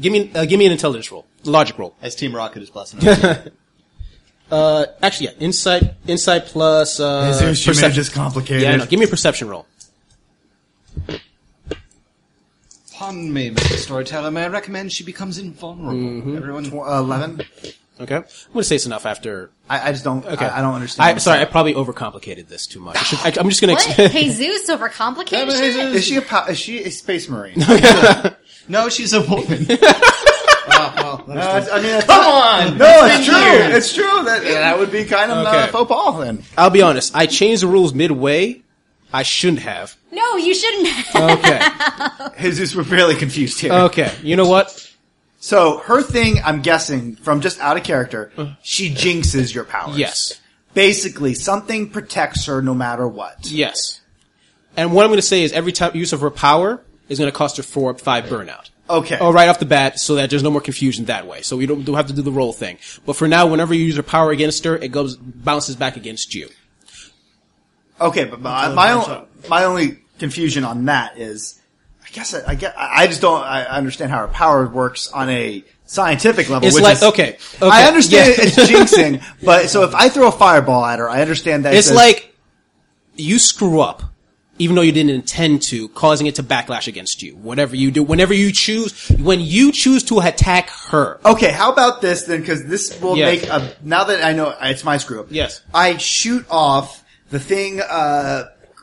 give me uh, give me an intelligence roll, logic roll.
As Team Rocket is blasting. off.
Uh, actually, yeah, insight insight plus uh, perception.
complicated.
yeah, I know. give me a perception roll.
Pardon me, Mr. Storyteller. May I recommend she becomes invulnerable? Everyone,
Mm-hmm. uh, Eleven.
Okay, I'm gonna say it's enough after.
I, I just don't.
Okay,
I, I don't understand.
I, sorry, I probably overcomplicated this too much. I should, I, am just gonna.
What?
explain.
Jesus overcomplicated shit?
is she a po- is she a space marine?
no, she's a woman.
I mean, come on. No, it's true. It's true. That that would be kind of
Okay.
uh, faux pas then.
I'll be honest. I changed the rules midway. I shouldn't have.
No, you shouldn't have.
Okay.
Jesus, we're fairly confused here.
okay. You know what?
Uh, So her thing, I'm guessing, from just out of character,
Uh.
she jinxes your powers.
Yes.
Basically, something protects her no matter what.
Yes. And what I'm gonna say is every time use of her power is gonna cost her four five burnout.
Okay.
Oh, right off the bat, so that there's no more confusion that way. So we don't, don't have to do the roll thing. But for now, whenever you use your power against her, it goes bounces back against you.
Okay, but my my, o- my only confusion on that is, I guess I, I get I I just don't I I understand how her power works on a scientific level.
It's
which
like-
is-
okay, okay,
I understand
yeah.
it's jinxing, but so if I throw a fireball at her, I understand that it
It's
says-
like you screw up, even though you didn't intend to, causing it to backlash against you. Whatever you do, whenever you choose, when you choose to attack her.
Okay, how about this then? Because this will
Yes.
make a. Now that I know it's my screw up.
Yes.
I shoot off the thing, uh,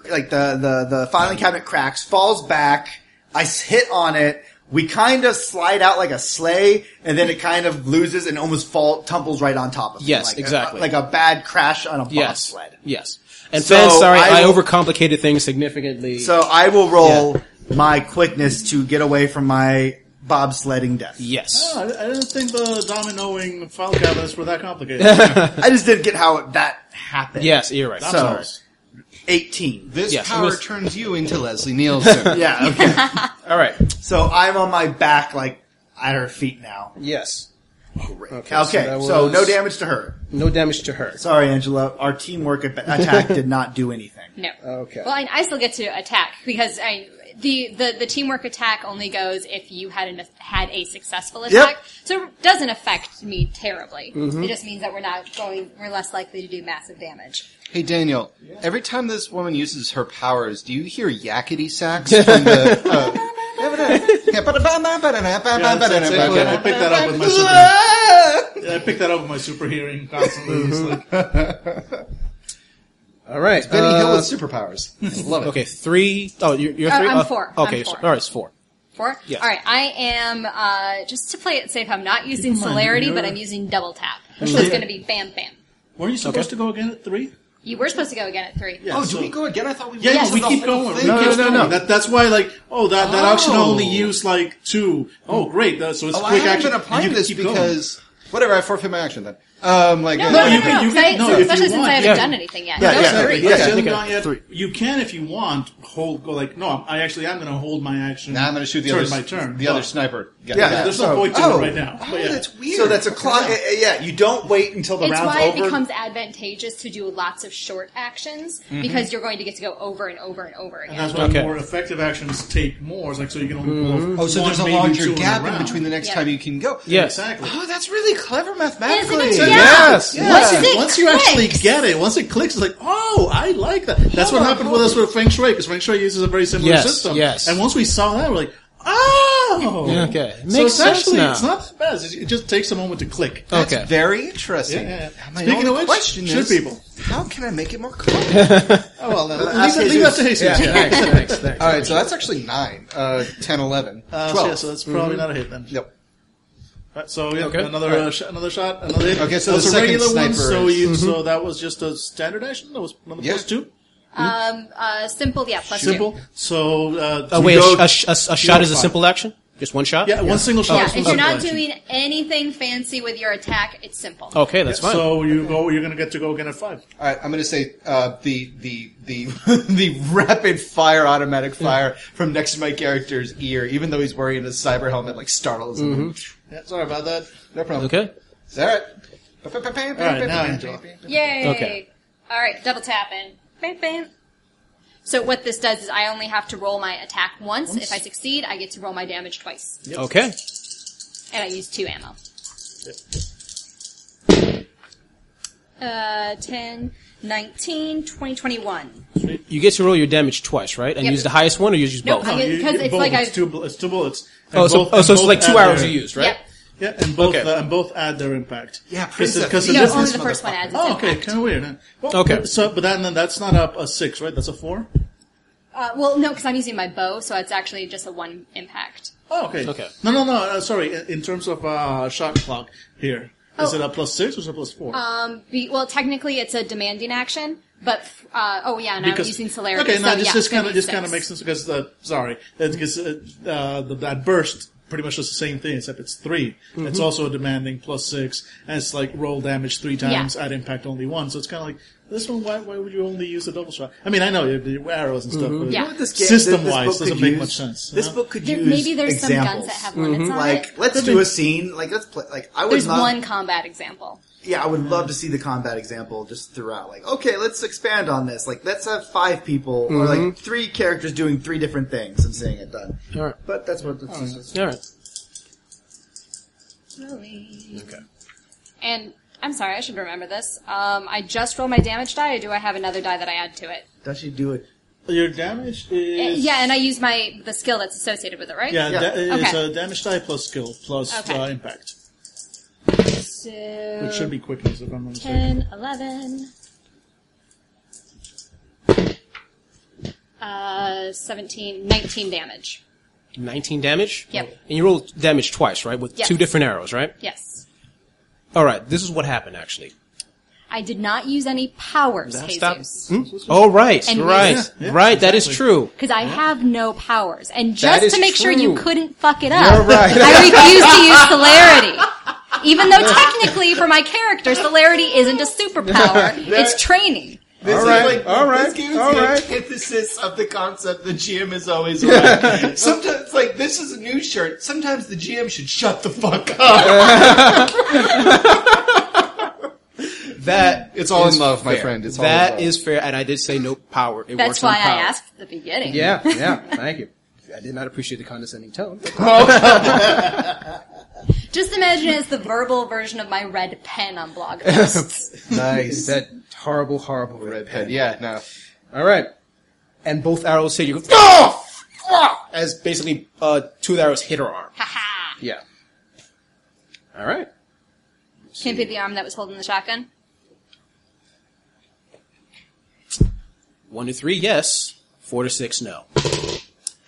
like the, the, the filing cabinet cracks, falls back, I s- hit on it, we kind of slide out like a sleigh, and then it kind of loses and almost fall, tumbles right on top of it.
Yes,
like a-
exactly.
like a bad crash on a bomb
Yes.
sled.
Yes. And
oh, So
fans, sorry, I,
I will-
overcomplicated things significantly.
So I will roll my quickness to get away from my bobsledding death.
yes.
Oh, I, I didn't think the dominoing file cabinets were that complicated.
I just didn't get how that happened.
Yes, you're right.
So- 18.
This
Yes, it
power
was-
turns you into Leslie Nielsen.
Yeah, okay.
All right.
So I'm on my back, like at her feet now.
Yes.
Okay,
so
so,
that was-
no damage to her.
No damage to her.
Sorry, Angela. Our teamwork at- attack did not do anything.
No.
Oh.
Okay.
Well, I, I still get to attack because I the, the the teamwork attack only goes if you had an, had a successful attack, so it doesn't affect me terribly. It just means that we're not going, we're less likely to do massive damage.
hey, Daniel. Every time this woman uses her powers, do you hear yakety sax from the? Uh,
Yeah, that's- that's it. I picked that up with my super. Yeah, I picked that up with my super hearing constantly.
Mm-hmm.
It's like,
All right.
Benny
uh,
Hill with superpowers. Love it.
Okay, three. Oh, you're, you're
Uh,
3
I'm
Uh,
four. I'm
Okay,
four.
so- all right, it's four.
Four.
Yes.
All right. I am uh, just to play it safe. I'm not using
mind,
celerity, but
you're-
I'm using double tap, which is going to be bam bam.
weren't you supposed to go again at three?
You were supposed to go again at three.
Yeah,
Oh, do
so-
we go again? I thought we.
Yeah,
went
yeah,
to
we
the
keep
whole
going.
thing.
We keep
no, no,
going.
no.
That, that's why, like, oh, that, that
Oh.
action only used like two. Oh, great. That, so it's
Oh, I
quick
haven't
action.
been applying
and you
this
keep going.
because whatever. I forfeit my action then. Um, like
No,
uh,
no,
you
no,
can-
no, no,
you
because
can-
I-
no,
so
if you
especially since
want,
I haven't
yeah.
done anything yet.
Yeah,
That was
yeah,
three.
Yeah,
Yeah,
she hasn't
okay.
done yet. You can, if you want, hold. Go like, no, I'm, I actually am going to hold my action.
Nah, I'm going to shoot the
during
other
my turn.
The
but
other sniper. guy.
Yeah,
There's
So-
no point to
oh.
it right now. But yeah.
that's weird.
So that's a clock. uh, uh, Yeah, you don't wait until the
It's
round's
why it
over.
becomes advantageous to do lots of short actions
Mm-hmm.
because you're going to get to go over and over and over
And
again.
that's why
Okay.
more effective actions take more. It's like so you can only pull off
Oh, so
one,
there's a
maybe two
larger
a
gap in
round.
between the next
Yeah.
time you can go.
Yes.
Exactly.
Oh, that's really clever mathematically.
Isn't it? Yeah.
Yes.
Yeah.
Once,
Once it
once you actually
clicks.
get it, once it clicks, it's like, oh, I like that. That's what
on,
happened
hold
with us with Feng Shui, because Feng Shui uses a very similar
Yes,
system.
yes.
And once we saw that, we're like, oh!
Yeah, okay. It
so
makes
it's
sense
actually,
now.
it's not that bad. It's- It just takes a moment to click.
Okay.
Very interesting.
Yeah, yeah.
My
Speaking
only
of which,
question
shoot
is,
people.
How can I make it more clever?
Oh, well, then,
Ask
leave, that- leave that to
Jesus.
Jesus. Yeah.
thanks, thanks.
All right, so that's actually nine, uh, 10, 11,
Uh, so,
12.
yeah, so that's probably
Mm-hmm.
not a hit then.
Yep.
Right, so yeah,
Okay.
another
All right. Mm-hmm.
uh, sh- another shot, another hit.
Okay, so
That was
the
a
second
regular one.
sniper
So
is-
you, so that was just a standard action. That was another
Yeah.
plus two.
Um, uh, simple, yeah, plus
Simple. So uh,
Oh,
we
wait, a,
go-
sh- a, sh- a, s- a shot is a
fine.
simple action? Just one shot?
Yeah, one single shot.
Yeah,
is
if
one
you're not
action.
doing anything fancy with your attack, it's simple.
Okay, that's fine.
So you go. You're going to get to go again at five.
All right, I'm going to say uh, the the the the rapid fire automatic fire from next to my character's ear, even though he's wearing a cyber helmet, like startles him. Yeah, sorry about that. No problem.
okay.
Is that
All right, now Angela.
Yay!
Okay.
All right, double tapping. Bam, bam. So what this does is I only have to roll my attack once. If I succeed, I get to roll my damage twice,
Okay.
and I use two ammo. Uh, 10, 19, 20, 21.
You get to roll your damage twice, right? And
Yep.
use the highest one or you use
Nope,
both?
I get-
You-
'cause
you-
it's
both,
like
it's
I-
two, bl- it's two bullets. and
Oh, so,
both-
oh,
and
so it's
both
like two
add
hours
their-
you use, right?
Yep.
Yeah, and both
Okay.
uh, and both add their impact.
Yeah,
This is-
Princess.
'cause
No,
this
only
is-
the first one adds its
Oh, okay,
impact.
kind of weird. Huh? Well,
Okay.
but- So, but then, then that's not a, a six, right? That's a four.
Uh, well, no, because I'm using my bow, so it's actually just a one impact.
Oh, okay.
Okay.
No, no, no. Uh, sorry. In, in terms of uh, shot clock here, is
Oh.
it a plus six or is it a plus four?
Um, be, well, technically, it's a demanding action, but uh, oh yeah, and I'm using celerity.
Okay, no,
so,
just
yeah,
just kind of just
56.
kind of makes sense because uh, sorry, because uh, uh, the, that burst pretty much does the same thing except it's 3
Mm-hmm.
It's also a demanding plus six, and it's like roll damage three times at impact only one. So it's kind of like this one. Why, why would you only use the double shot? I mean, I know you you- arrows and stuff, but yeah.
Yeah. You know what
Mm-hmm. this game-
system
this
wise
book
doesn't
could
make
use-
much sense.
This
you know?
book could
There-
use
maybe there's some guns
examples.
that have limits
Mm-hmm.
on it.
Like, let's do a scene. Like, let's play. Like, I would
There's
not.
one combat example.
Yeah, I would love to see the combat example just throughout. Like, okay, let's expand on this. Like, let's have five people or like three characters doing three different things and seeing it done.
All right.
But that's what. That's,
All right.
And I'm sorry, I should remember this. Um, I just rolled my damage die. Or do I have another die that I add to it?
Does she do it?
Your damage is
Uh, yeah, and I use my the skill that's associated with it, right?
yeah,
Yeah.
da- it's
Okay.
a damage die plus skill plus
Okay.
uh, impact,
So
which should be quickness if I'm not mistaken.
10, 11. Uh, 17, 19 damage.
19 damage?
Yep.
And you roll damage twice, right? With
Yes.
two different arrows, right?
Yes.
All right. This is what happened, actually.
I did not use any powers,
That
Jesus.
Hmm? Oh, right.
And
right.
use-
Yeah, yeah,
right. That is true.
Because I have no powers. And
That
just
is
to make sure you
true.
couldn't fuck it up,
You're right.
I refuse to use celerity. Even though technically for my character, celerity isn't a superpower, it's training.
All
right, all
This
right,
game is
all
the
right.
antithesis of the concept the GM is always right. Sometimes, like this is a new shirt. Sometimes the GM should shut the fuck up.
That
It's all
is
in love, my
fair.
friend. It's all in
That
love.
is fair. And I did say no power. It
That's
works on
why I
power.
asked at the beginning.
Yeah, yeah. Thank you. I did not appreciate the condescending tone.
Just imagine it's the verbal version of my red pen on blog posts.
nice.
that horrible, horrible red
Redhead. Yeah. No.
All right. And both arrows hit you. Oh! Fuck! As basically uh, two of the arrows hit her arm.
Haha.
Yeah. All right.
Can't be the arm that was holding the shotgun.
One to three, yes. Four to six, no.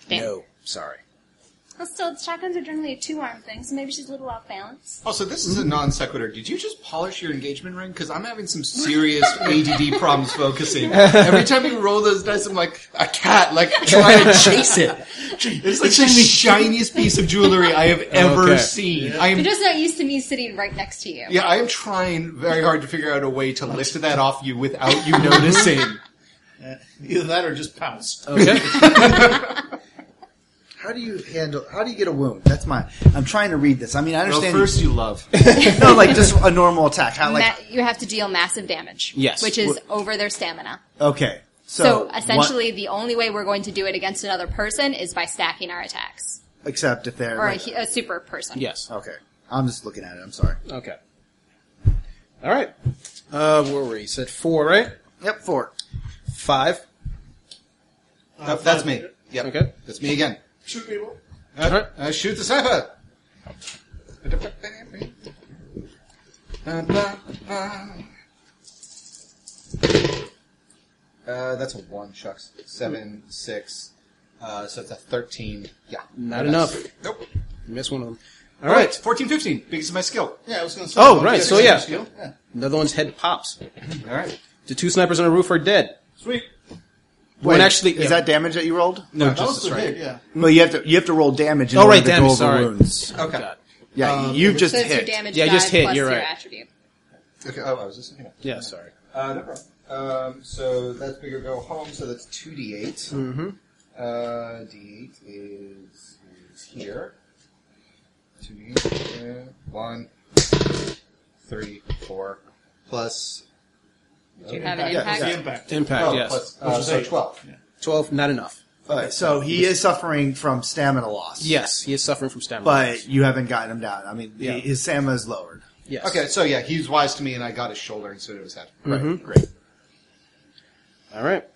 Damn.
No. Sorry.
Well, still, shotguns are generally a two-arm thing, so maybe she's a little off balance.
Also, this is a non sequitur. Did you just polish your engagement ring? Because I'm having some serious ADD problems focusing. Every time you roll those dice, I'm like a cat, like trying to chase it. It's like the shiniest piece of jewelry I have ever
Okay.
seen. I
You're
am.
just not used to me sitting right next to you.
Yeah, I am trying very hard to figure out a way to lift that off you without you noticing.
Either that or just pounce.
Okay.
How do you handle? How do you get a wound? That's my. I'm trying to read this. I mean, I
Well,
understand.
first you love.
no, like just a normal attack. How like
Ma- you have to deal massive damage.
Yes.
Which is over their stamina.
okay.
oh,
So,
So,
essentially, the only way we're going to do it against another person is by stacking our attacks.
one- except if they're
Or a,
like-
hu- a super person.
yes.
okay. I'm just looking at it. I'm sorry.
Okay. All right. Uh, where were we? You said four, right?
Yep, four.
Five.
That- that's me. Yep.
Okay.
That's me again.
Shoot people.
Uh,
Alright.
uh, shoot the sniper. Uh, that's a one, shucks. Seven, six. Uh, so it's a 13. Yeah.
Not
Yes.
enough.
Nope.
You missed one of them. All
All right.
right.
14, 15, because of my skill.
Yeah, I was going to say.
Oh, right. So, yeah.
Skill.
Another one's head pops.
All right.
The two snipers on the roof are dead.
Sweet.
When
Wait,
actually,
is that damage that you rolled?
No, just
was
the strike. Yeah.
No, you have to you have to roll damage. In
Oh,
order
right,
to go
damage,
over
sorry. Uh,
wounds.
Okay.
God.
Yeah, you've just
So it's your
hit.
damage
Yeah, I
die
just hit,
plus
you're
your
right.
attribute.
Okay. Oh, I was just. Yeah.
Yeah, sorry.
Uh, no problem. Um, so that's bigger go home. So that's two d8. Mm-hmm. Uh, d8 is, is here. Two d8. Uh, one, three, four, plus.
Do you have an impact?
The impact.
Impact,
Oh,
yes.
plus, uh,
is
so
eight.
twelve.
Twelve, not enough.
Alright, so he is suffering from stamina loss.
Yes, he is suffering from stamina.
but you haven't gotten him down. I mean,
Yeah.
his stamina is lowered.
yes.
Okay, so yeah, he was wise to me, and I got his shoulder instead of his head.
Mhm.
Great.
All right.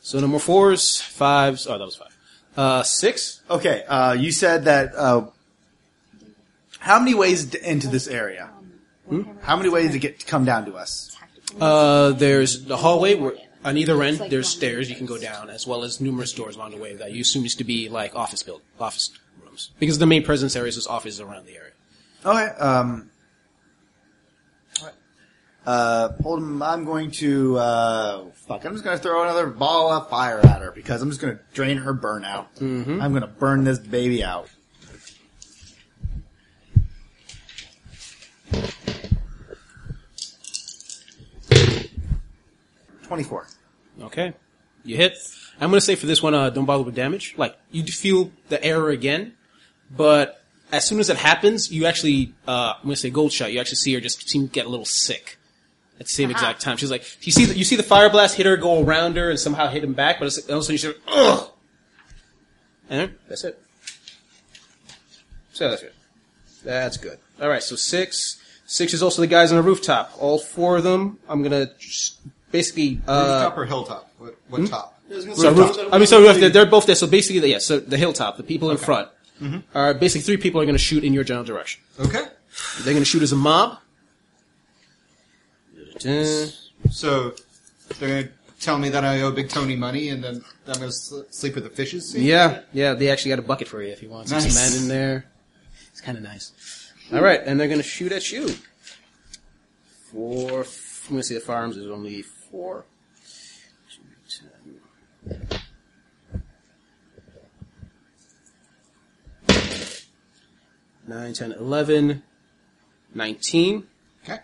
So number fours, fives. Oh, that was five. Uh, six.
Okay, uh, you said that. Uh, how many ways d- into this area?
Um,
Hmm? How many ways to get to come down to us?
Uh, there's the hallway where on either end there's stairs you can go down, as well as numerous doors along the way that you assume used to be like office build office rooms because the main presence areas is offices around the area.
Okay. Um, uh, hold him. I'm going to uh, fuck. I'm just going to throw another ball of fire at her because I'm just going to drain her burnout. I'm going to burn this baby out. Twenty-four.
Okay, you hit. I'm gonna say for this one, uh, don't bother with damage. Like you do feel the error again, but as soon as it happens, you actually, uh, I'm gonna say gold shot. You actually see her just seem to get a little sick at the same exact time. She's like, you see, the, you see the fire blast hit her, go around her, and somehow hit him back. But it's, all of a sudden you see, her, ugh, and that's it. So that's good. That's good. All right, so six. Six is also the guys on the rooftop. All four of them. I'm gonna just basically uh,
Rooftop or hilltop? What, what top?
so roof, I mean, so roof, they're, they're both there. So basically, yeah. So the hilltop, the people in front, are basically three people are going to shoot in your general direction.
Okay.
They're going to shoot as a mob.
So they're gonna tell me that I owe Big Tony money, and then I'm gonna sl- sleep with the fishes.
Yeah, yeah. They actually got a bucket for you if you want some
Nice.
cement in there. It's kind of nice. All right, and they're going to shoot at you. Four. f- Let me see. The firearms is only four. Two, ten. Nine, ten, eleven, nineteen.
Okay.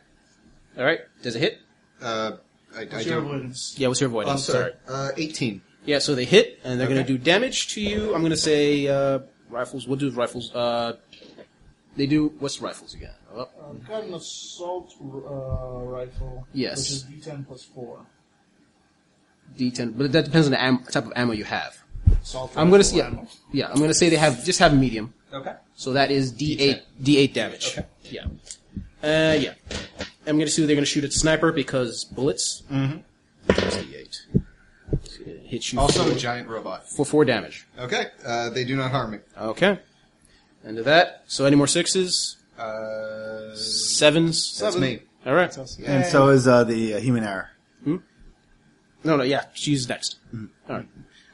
All right. Does it hit?
Uh, I, I
Zero
do.
avoidance.
Yeah. What's your
I'm
avoidance?
sorry. Uh, 18.
Yeah, so they hit, and they're going
Okay.
to do damage to you. I'm going to say uh, rifles. We'll do rifles. Uh, they do what's rifles again? Oh,
Um, got an assault uh, rifle.
Yes.
Which is D10 plus 4.
D10, but that depends on the am- type of ammo you have.
Assault
I'm going to
rifle
say yeah,
ammo.
yeah. I'm going to say they have just have medium,
Okay.
so that is D8 D8 damage.
Okay.
Yeah. Uh, yeah. I'm going to assume they're going to shoot at sniper because bullets. Mm-hmm. D8. It's gonna Hit you
Also a
for,
giant robot.
for four damage.
Okay. Uh, they do not harm me.
Okay. End of that. So any more sixes?
Uh,
Sevens?
that's me.
All right.
And so is uh, the uh, human error.
No, no, yeah, she's next. All right.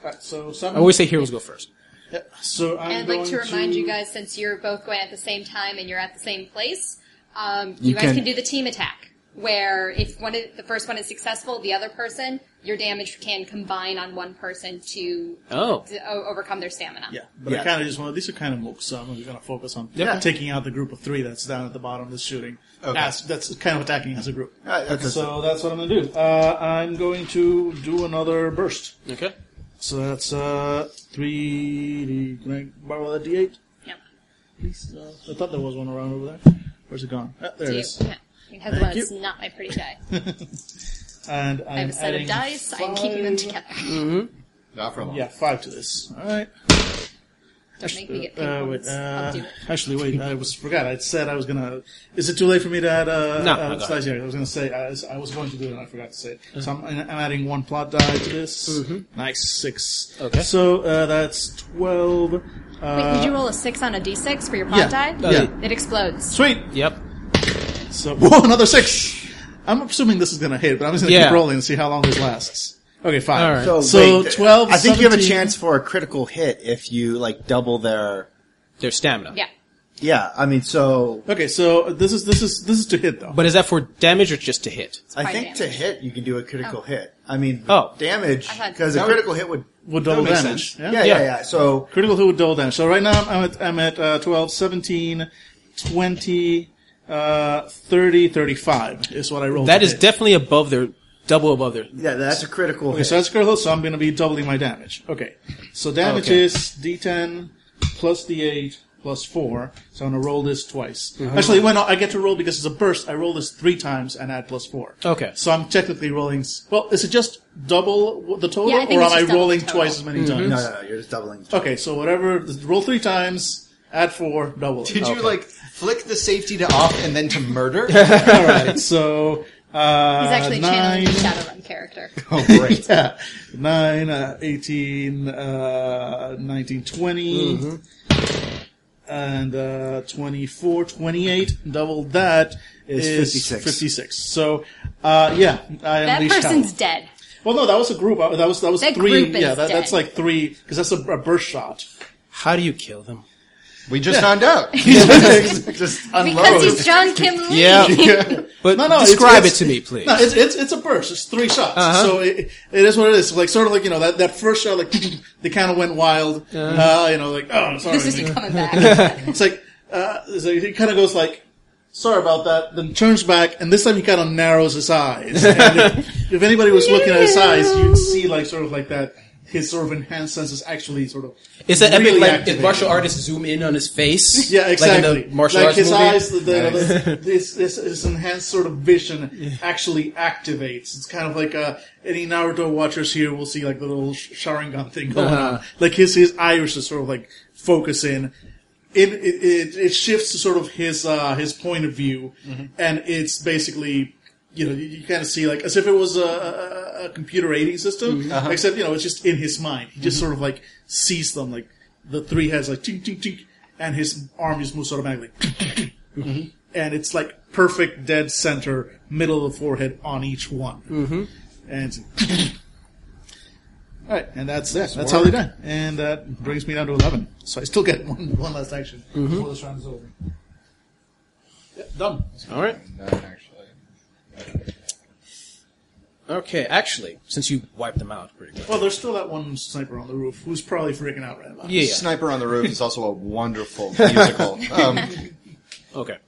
Alright, Uh, so
Mm-hmm. I
seven.
always say heroes go first.
Yep. So I'm
And I'd
going
like to remind you guys, since you're both going at the same time and you're at the same place, um, you,
You
guys can...
can-
do the team attack. Where if one of, the first one is successful, the other person, your damage can combine on one person to,
Oh,
to o- overcome their stamina.
Yeah, but I
Yeah.
kind of just want these are kind of mooks, so I'm going to focus on
Yeah.
taking out the group of three that's down at the bottom that's shooting.
Okay.
As- that's kind of attacking as a group.
Alright, that's-
so that's what I'm going to do. Uh, I'm going to do another burst.
okay.
So that's uh, three. D- can I borrow that D8?
Yep.
Please. Uh, I thought there was one around over there. Where's it gone? Ah, there
Do
it
you-
is.
yeah. It has
Thank
one. It's
you.
not my pretty die.
And I'm
I have a set
adding
of dice. I'm keeping them
five-
together.
Not for long.
Yeah, five to this. All right.
Don't make me get pink
Uh, wait,
ones. I'll
uh,
do it.
actually, wait. I was forgot. I said I was gonna. Is it too late for me to add? Uh,
No,
uh,
no, go
slice here? I was gonna say I was, I was going to do it, and I forgot to say it.
Uh-huh.
So I'm, I'm adding one plot die to this. Nice six.
Mm-hmm. Okay.
So uh, that's twelve.
Wait,
Uh,
did you roll a six on a d6 for your
yeah,
plot die?
yeah.
It explodes.
Sweet.
Uh, Yep.
So whoa, another six. I'm assuming this is gonna hit, but I'm just gonna
Yeah.
keep rolling and see how long this lasts. Okay, fine.
All right.
So,
wait, th-
twelve.
I think you have a
17.
chance for a critical hit if you like double their.
Their stamina.
Yeah.
Yeah, I mean, so
Okay, so this is this is this is to hit though.
But is that for damage or just to hit?
I
Fire
think to
damage.
hit you can do a critical hit. I mean,
Oh.
damage
thought-
because a critical hit would.
Would double
makes
damage.
sense.
Yeah, yeah, yeah.
Yeah.
So
Critical hit would double damage. So right now I'm at, I'm at uh, 12, 17, 20, uh, 30, 35 is what I rolled.
That is
today.
definitely above their double above their.
yeah, that's a critical
Okay,
hit.
so that's critical, so I'm going to be doubling my damage. Okay. So damage
Okay.
is d10 plus d8 plus 4. So I'm going to roll this twice. Actually, well, no, I get to roll because it's a burst. I roll this three times and add plus 4.
Okay.
So I'm technically rolling. s- Well, is it just double w- the total,
Yeah, I think
or
it's
am I
just double
rolling
the total.
twice as many times?
No, no, no, you're just doubling.
Okay, so whatever. Roll three times, add 4, double it.
Did you like flick the safety to off and then to murder?
All right, so. Uh,
He's actually
nine,
channeling the Shadowrun character.
oh, great.
yeah, 9, uh, 18, uh, 19, 20,
Mm-hmm.
and uh, 24, 28. Double that
Is
is,
56.
56. So, uh, yeah, I
That
unleashed
person's
hell.
dead.
Well, no, that was a group. I- That was that was
That
three.
group is
yeah, that, that's
dead.
like three because that's a, a burst shot.
How do you kill them?
We just found out.
just
Because
unload.
he's John Kim Lee.
But
No, no, it's-
describe
it's-
it to me, please.
No, it's it's, it's a burst. It's three shots.
Uh-huh.
So it, it is what it is. Like sort of like you know that, that first shot, like they kind of went wild. uh
Uh-huh.
you know, like oh, sorry.
This
man.
isn't coming back.
It's like, uh, so he kind of goes like, sorry about that, then turns back, and this time he kind of narrows his eyes. And if, if anybody was looking at his eyes, you'd see like sort of like that, his sort of enhanced senses actually sort of.
It's an
really
epic like
activated.
if martial artists zoom in on his face.
Yeah, exactly.
Like in the martial
Like,
arts
his
movie.
eyes, the, the, the- this, this, this enhanced sort of vision actually activates. It's kind of like uh, any Naruto watchers here will see like the little sh- Sharingan thing going on.
Uh-huh.
Like his his iris is sort of like focus in. It it, it, it shifts to sort of his uh, his point of view, and it's basically. You know, you, you kind of see like as if it was a, a, a computer aiding system, except you know it's just in his mind. He just sort of like sees them, like the three heads, like tink tink tink, and his arm just moves automatically. And it's like perfect dead center, middle of the forehead on each one. Mm-hmm. And all right, and that's it. That's how they done. And that brings me down to eleven. So I still get one one last action before this round is over. Yeah, done.
All right. Okay, actually, since you wiped them out pretty much.
Well, there's still that one sniper on the roof who's probably freaking out right now.
Yeah.
Sniper on the Roof is also a wonderful musical. Um,
Okay.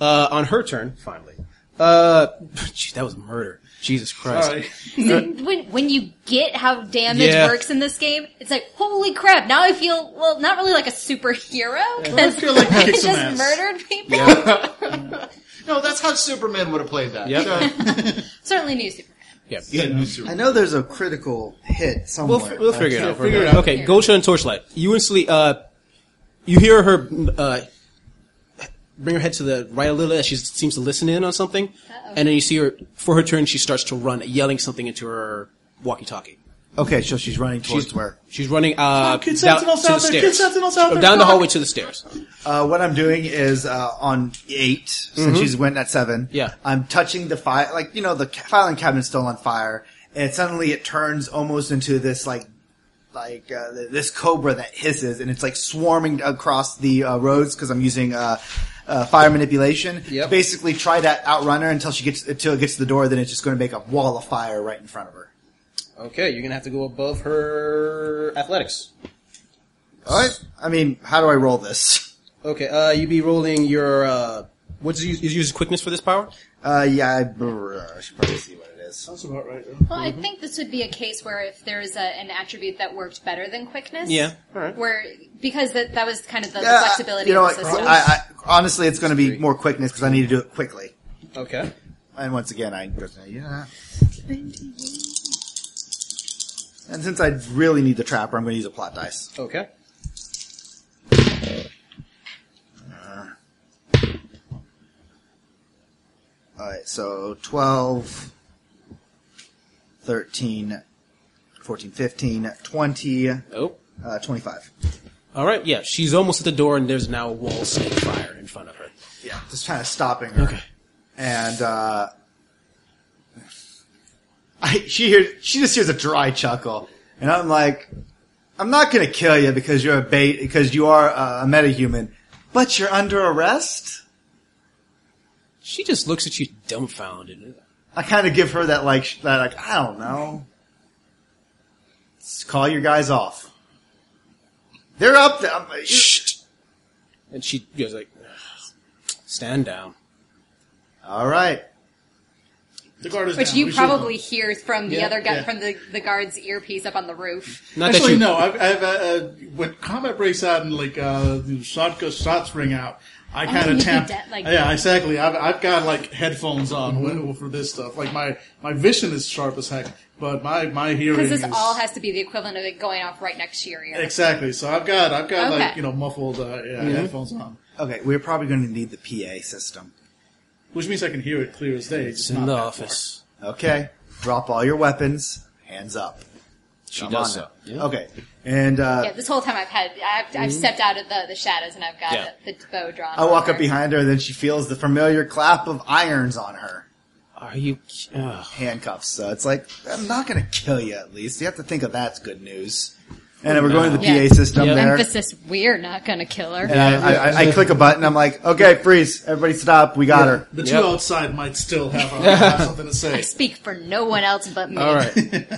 Uh, on her turn, finally. Uh, gee, that was murder. Jesus Christ.
Sorry.
when, when you get how damage
Yeah.
works in this game, it's like, holy crap, now I feel, well, not really like a superhero,
I
because
feel like
I
kick
just
some ass.
murdered people.
no, that's how Superman would have played that.
Yep.
So-
Certainly new Superman.
Yeah.
I know there's a critical hit somewhere.
We'll, fi- we'll figure it out.
figure it out.
Okay, Goldsha and Torchlight. You instantly, uh, you hear her, uh, bring her head to the right a little as she seems to listen in on something. And then you see her, for her turn, she starts to run, yelling something into her walkie-talkie.
Okay, so she's running towards where?
She's running, uh,
Kid
down,
Sentinel's
to the
out there, Kid
stairs.
Sentinel's out there,
down the
fuck.
hallway to the stairs.
Uh, what I'm doing is uh, on eight, since she's went at seven.
Yeah.
I'm touching the fire, like you know, the ca- filing cabinet's still on fire, and suddenly it turns almost into this like, like uh, th- this cobra that hisses, and it's like swarming across the uh, roads because I'm using. Uh, uh, fire manipulation.
Yep.
Basically, try to outrun her until she gets until it gets to the door. Then it's just going to make a wall of fire right in front of her.
Okay, you're gonna have to go above her athletics.
All right. I mean, how do I roll this?
Okay, uh, you'd be rolling your, uh, what's you is use quickness for this power?
Uh, yeah, I, brr, I should probably see what it is.
That's about right.
Well, I think this would be a case where if there is a, an attribute that worked better than quickness,
Yeah, alright.
where because that that was kind of the
Yeah,
flexibility
You know,
of
what,
the system.
I, I, honestly, it's going to be more quickness because I need to do it quickly.
Okay.
And once again, I yeah. And since I really need the trapper, I'm going to use a plot dice.
Okay.
All right, so 12, 13, 14, 15, 20, uh,
Oh.
25.
Alright, yeah, she's almost at the door and there's now a wall of snake fire in front of her.
Yeah, just kind of stopping her.
Okay.
And uh, I, she hears, she just hears a dry chuckle, and I'm like, I'm not gonna kill you because you're a bait because you are uh, a metahuman, but you're under arrest.
She just looks at you dumbfounded.
I kind of give her that like sh- that like I don't know. Just call your guys off. They're up um, there. I'm-
And she goes like, stand down.
All right.
The guard is
Which
down.
you
We should-
probably hear from the
Yeah,
other guy,
yeah.
from the, the guard's earpiece up on the roof.
Not
Actually,
that you,
no. I've, I've uh, uh, when combat breaks out and like uh, the shotgun shots ring out, I kind
you
of
can
tap.
de- like-
yeah, exactly. I've, I've got like headphones on when- for this stuff. Like my my vision is sharp as heck, but my my hearing
Because this
is
all has to be the equivalent of it going off right next to your ear.
exactly. So I've got I've got
Okay.
like you know muffled uh, yeah,
Mm-hmm.
headphones on,
Okay, we're probably going to need the PA system.
which means I can hear it clear as day. It's,
it's
just not
in the
that
office.
Okay. Drop all your weapons. Hands up.
She
Come
does
on
so.
now. Okay. And uh,
Yeah, this whole time I've had, I've, I've stepped out of the, the shadows and I've got
Mm-hmm. Yeah.
the, the bow drawn.
I walk
over.
up e- behind her, and then she feels the familiar clap of irons on her
Are you? Uh,
handcuffs. So it's like I'm not going to kill you. At least you have to think of that's good news. And then we're going to the
Yeah.
PA system
Yep.
there.
Emphasis, we're not gonna kill her.
And I, I, I, I click a button. I'm like, okay, freeze. Everybody stop. We got her.
far. The
Yep.
two outside might still have, uh, have something to
I
say.
speak for no one else but me.
all right.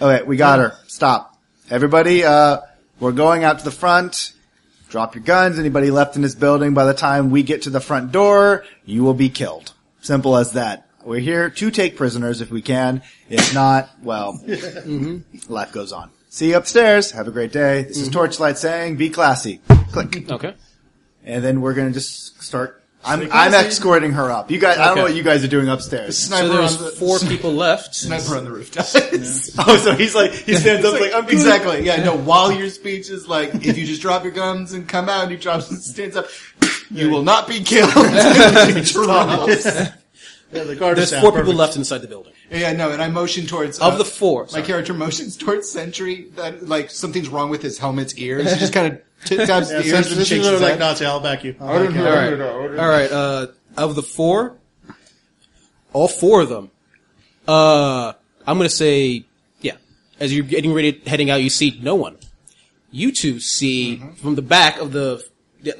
Okay, we got her. Stop. Everybody, uh, we're going out to the front. Drop your guns. Anybody left in this building by the time we get to the front door, you will be killed. Simple as that. We're here to take prisoners if we can. If not, well, life goes on. See you upstairs. Have a great day. This is Torchlight saying, be classy. Click.
Okay.
And then we're gonna just start. I'm, I'm
classy.
escorting her up. You guys, I don't know
Okay.
what you guys are doing upstairs.
So there's four people left.
Sniper on the rooftop.
Oh, so he's like, he stands up like, I'm
exactly. Yeah. No. While your speech is like, if you just drop your guns and come out, and he drops and stands up, you will not be killed.
Yeah, the guard is
There's
down.
four
Perfect.
people left inside the building.
yeah. No. And I motion towards uh,
Of the four,
My
sorry.
character motions towards Sentry that like something's wrong with his helmet's ears. He just kind of t- taps
Yeah,
the ears
so
and
this
shakes
is
his
like
head.
Nazi. I'll back you. I'll
All
back you.
right.
all right. Uh, of the four, all four of them. Uh, I'm gonna say, yeah. As you're getting ready, heading out, you see no one. You two see
Mm-hmm.
from the back of the,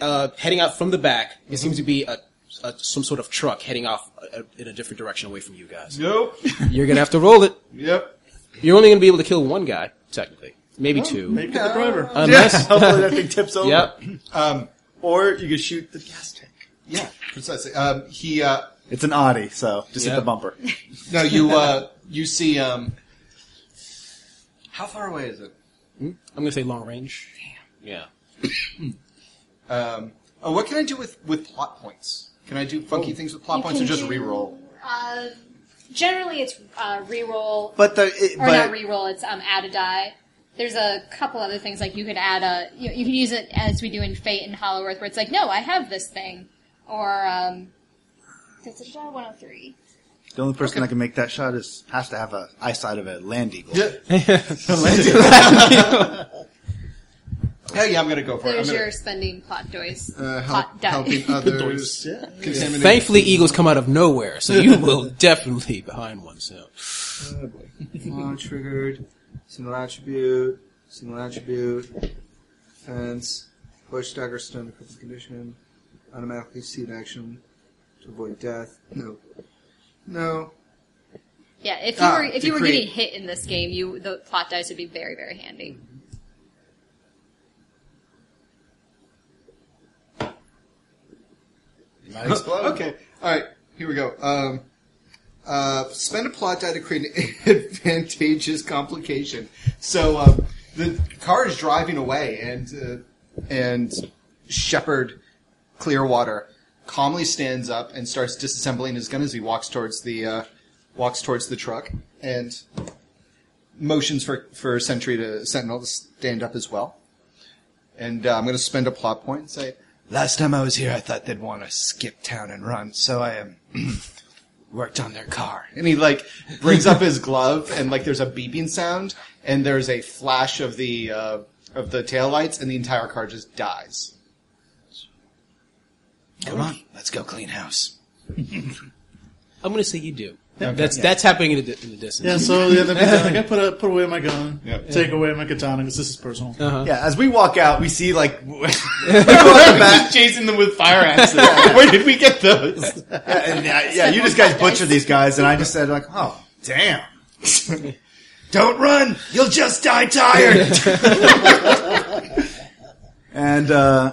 uh, heading out from the back.
Mm-hmm.
It seems to be a, a some sort of truck heading off uh in a different direction away from you guys.
Nope.
You're gonna have to roll it.
Yep.
You're only gonna be able to kill one guy, technically, maybe two, Uh,
Maybe get the driver.
unless.
Hopefully that thing tips over.
Yep.
Um.
Or you can shoot the gas tank.
Yeah. Precisely. Um. He. Uh.
It's an Audi, so just
Yeah.
hit the bumper.
No. You. Uh. You see. Um. How far away is it?
I'm gonna say long range. Yeah.
Um. Oh, what can I do with with plot points? Can I do funky things with
Oh,
plot
You
points or
can
just
do-
re-roll?
Uh, generally, it's uh, reroll
But the it,
or not
but
reroll. It's um, add a die. There's a couple other things like you could add a you, you can use it as we do in Fate and Hollow Earth, where it's like, no, I have this thing, or um, one hundred three.
the only person that can make that shot is has to have a eyesight of a land eagle.
Hell yeah, I'm gonna go for
There's
it. I'm
your spending plot dice.
gonna, uh,
plot
help,
die.
helping others. Contaminate.
Thankfully, eagles come out of nowhere, so you will definitely be behind one. So
Law triggered, single attribute, single attribute, fence, push, dagger, stun, cripple condition, automatically seed action to avoid death. No. No.
Yeah, if you
Ah,
were if you were
decree.
getting hit in this game, you the plot dice would be very very handy.
okay. All right. Here we go. Um, uh, spend a plot die to create an advantageous complication. So um, the car is driving away, and uh, and Shepard Clearwater calmly stands up and starts disassembling his gun as he walks towards the uh, walks towards the truck and motions for for Sentry to Sentinel to stand up as well. And uh, I'm going to spend a plot point and say,
Last time I was here, I thought they'd want to skip town and run, so I um, worked on their car.
and he like brings up his glove and like there's a beeping sound and there's a flash of the uh, of the taillights and the entire car just dies
Come on, let's go clean house.
I'm going to say you do. That's that's happening in the, di- in the
Yeah,
distance.
so yeah, then he's like, I put, a, put away my gun,
Yeah.
take away my katana, because this is personal.
Uh-huh.
Yeah, as we walk out, we see like we go out the back.
Just chasing them with fire axes. Where did we get those?
Yeah, and, uh, yeah, you just guys butchered these guys, and I just said like, oh damn. Don't run! You'll just die tired. and uh,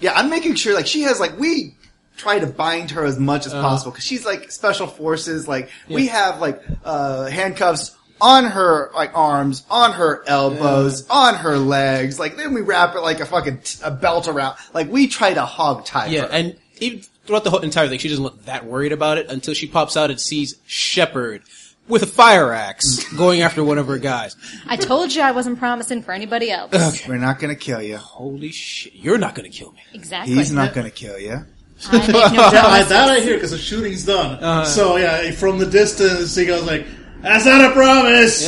yeah, I'm making sure like she has like we try to bind her as much as possible because she's like special forces. Like we have like uh, handcuffs on her like arms, on her elbows, on her legs. Like then we wrap it like a fucking t- a belt around. Like we try to hog tie
Yeah,
her.
and even throughout the whole entire thing, she doesn't look that worried about it until she pops out and sees Shepard with a fire axe going after one of her guys.
I told you I wasn't promising for anybody else.
We're not gonna kill you.
Holy shit! You're not gonna kill me.
Exactly.
He's not gonna kill you.
I make no
Yeah, I,
promises.
that I hear because the shooting's done.
Uh-huh.
so yeah, from the distance, he goes like, "That's not a promise."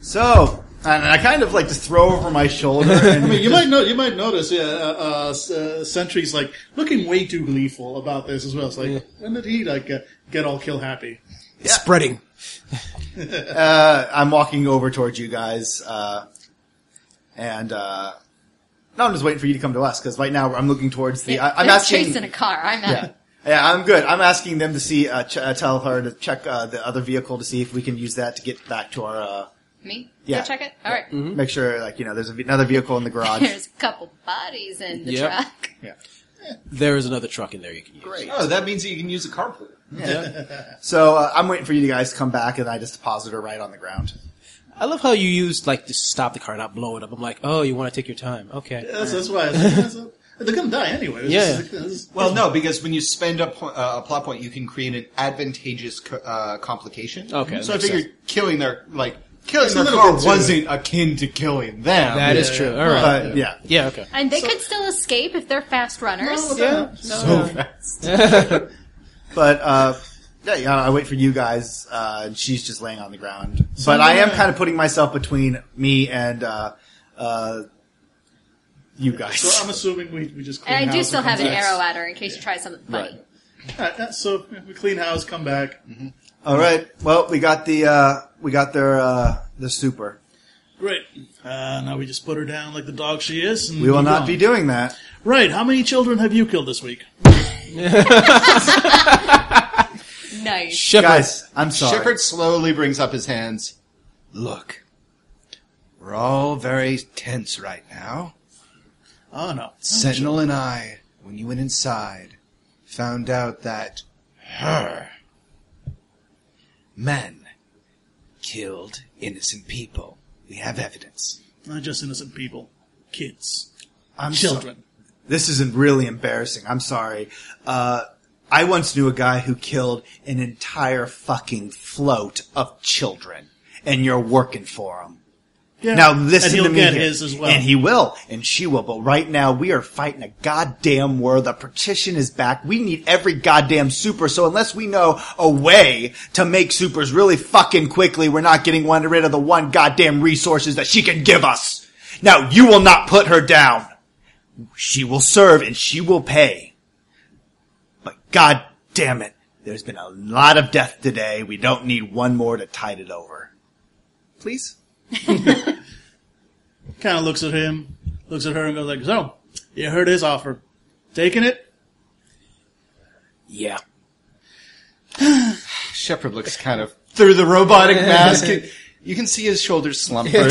So, and I kind of like to throw over my shoulder. And
I mean, you might know, you might notice, yeah, uh, uh, S- uh, Sentry's like looking way too gleeful about this as well. It's like, when did he like get, get all kill happy?
It's spreading.
uh, I'm walking over towards you guys, uh, and uh, no, I'm just waiting for you to come to us because right now I'm looking towards the. I, I'm
They're
asking.
chasing a car. I'm not.
yeah, yeah, I'm good. I'm asking them to see, uh, ch- uh, tell her to check uh, the other vehicle to see if we can use that to get back to our. Uh,
Me?
Yeah. Mm-hmm.
Go check it? All right.
Make sure, like you know, there's a, another vehicle in the garage.
There's a couple bodies in the
Yep.
truck.
There is another truck in there you can use.
Oh, that means that you can use a carpool.
so uh, I'm waiting for you to guys to come back, and I just deposit her right on the ground.
I love how you used like to stop the car, not blow it up. I'm like, oh, you want to take your time? Okay.
That's, that's why I was like, that's a- they're gonna die anyway. It's
Yeah.
just- it's-
Well, no, because when you spend a, po- uh, a plot point, you can create an advantageous co- uh, complication.
Okay,
So I
that makes
figured killing their like killing
It's a
their
little
car
bit too-
wasn't akin to killing them.
That is true. All right.
But yeah,
yeah. Okay.
And they could still escape if they're fast runners.
Yeah.
so fast.
But uh, yeah, yeah, I wait for you guys. Uh, and she's just laying on the ground. but I am kind of putting myself between me and uh, uh, you guys.
So I'm assuming we, we just. Clean
and I do
house
still
come
have an
back.
arrow at her in case she tries something funny.
Alright, uh, so yeah, we clean house, come back.
All right. Well, we got the uh, we got their uh, the super.
Great. Uh, now we just put her down like the dog she is. And
We will
move
not
on.
be doing that.
Right. How many children have you killed this week?
Nice.
Shepard.
Guys, I'm sorry.
Shepard slowly brings up his hands.
Look, we're all very tense right now.
Oh no.
Sentinel and I, when you went inside, found out that her men killed innocent people. We have evidence.
Not just innocent people, kids,
I'm
children.
This is really embarrassing. I'm sorry. Uh, I once knew a guy who killed an entire fucking float of children, and you're working for him.
Yeah.
Now listen
and he'll
to me
get
here.
his as well.
and he will, and she will. But right now, we are fighting a goddamn war. The petition is back. We need every goddamn super. So unless we know a way to make supers really fucking quickly, we're not getting one rid of the one goddamn resources that she can give us. Now you will not put her down. She will serve and she will pay. But god damn it, there's been a lot of death today. We don't need one more to tide it over. Please.
kind of looks at him, looks at her, and goes like, "So, you heard his offer? Taking it?
Yeah.
Shepard looks kind of through the robotic mask. You can see his shoulders slump for a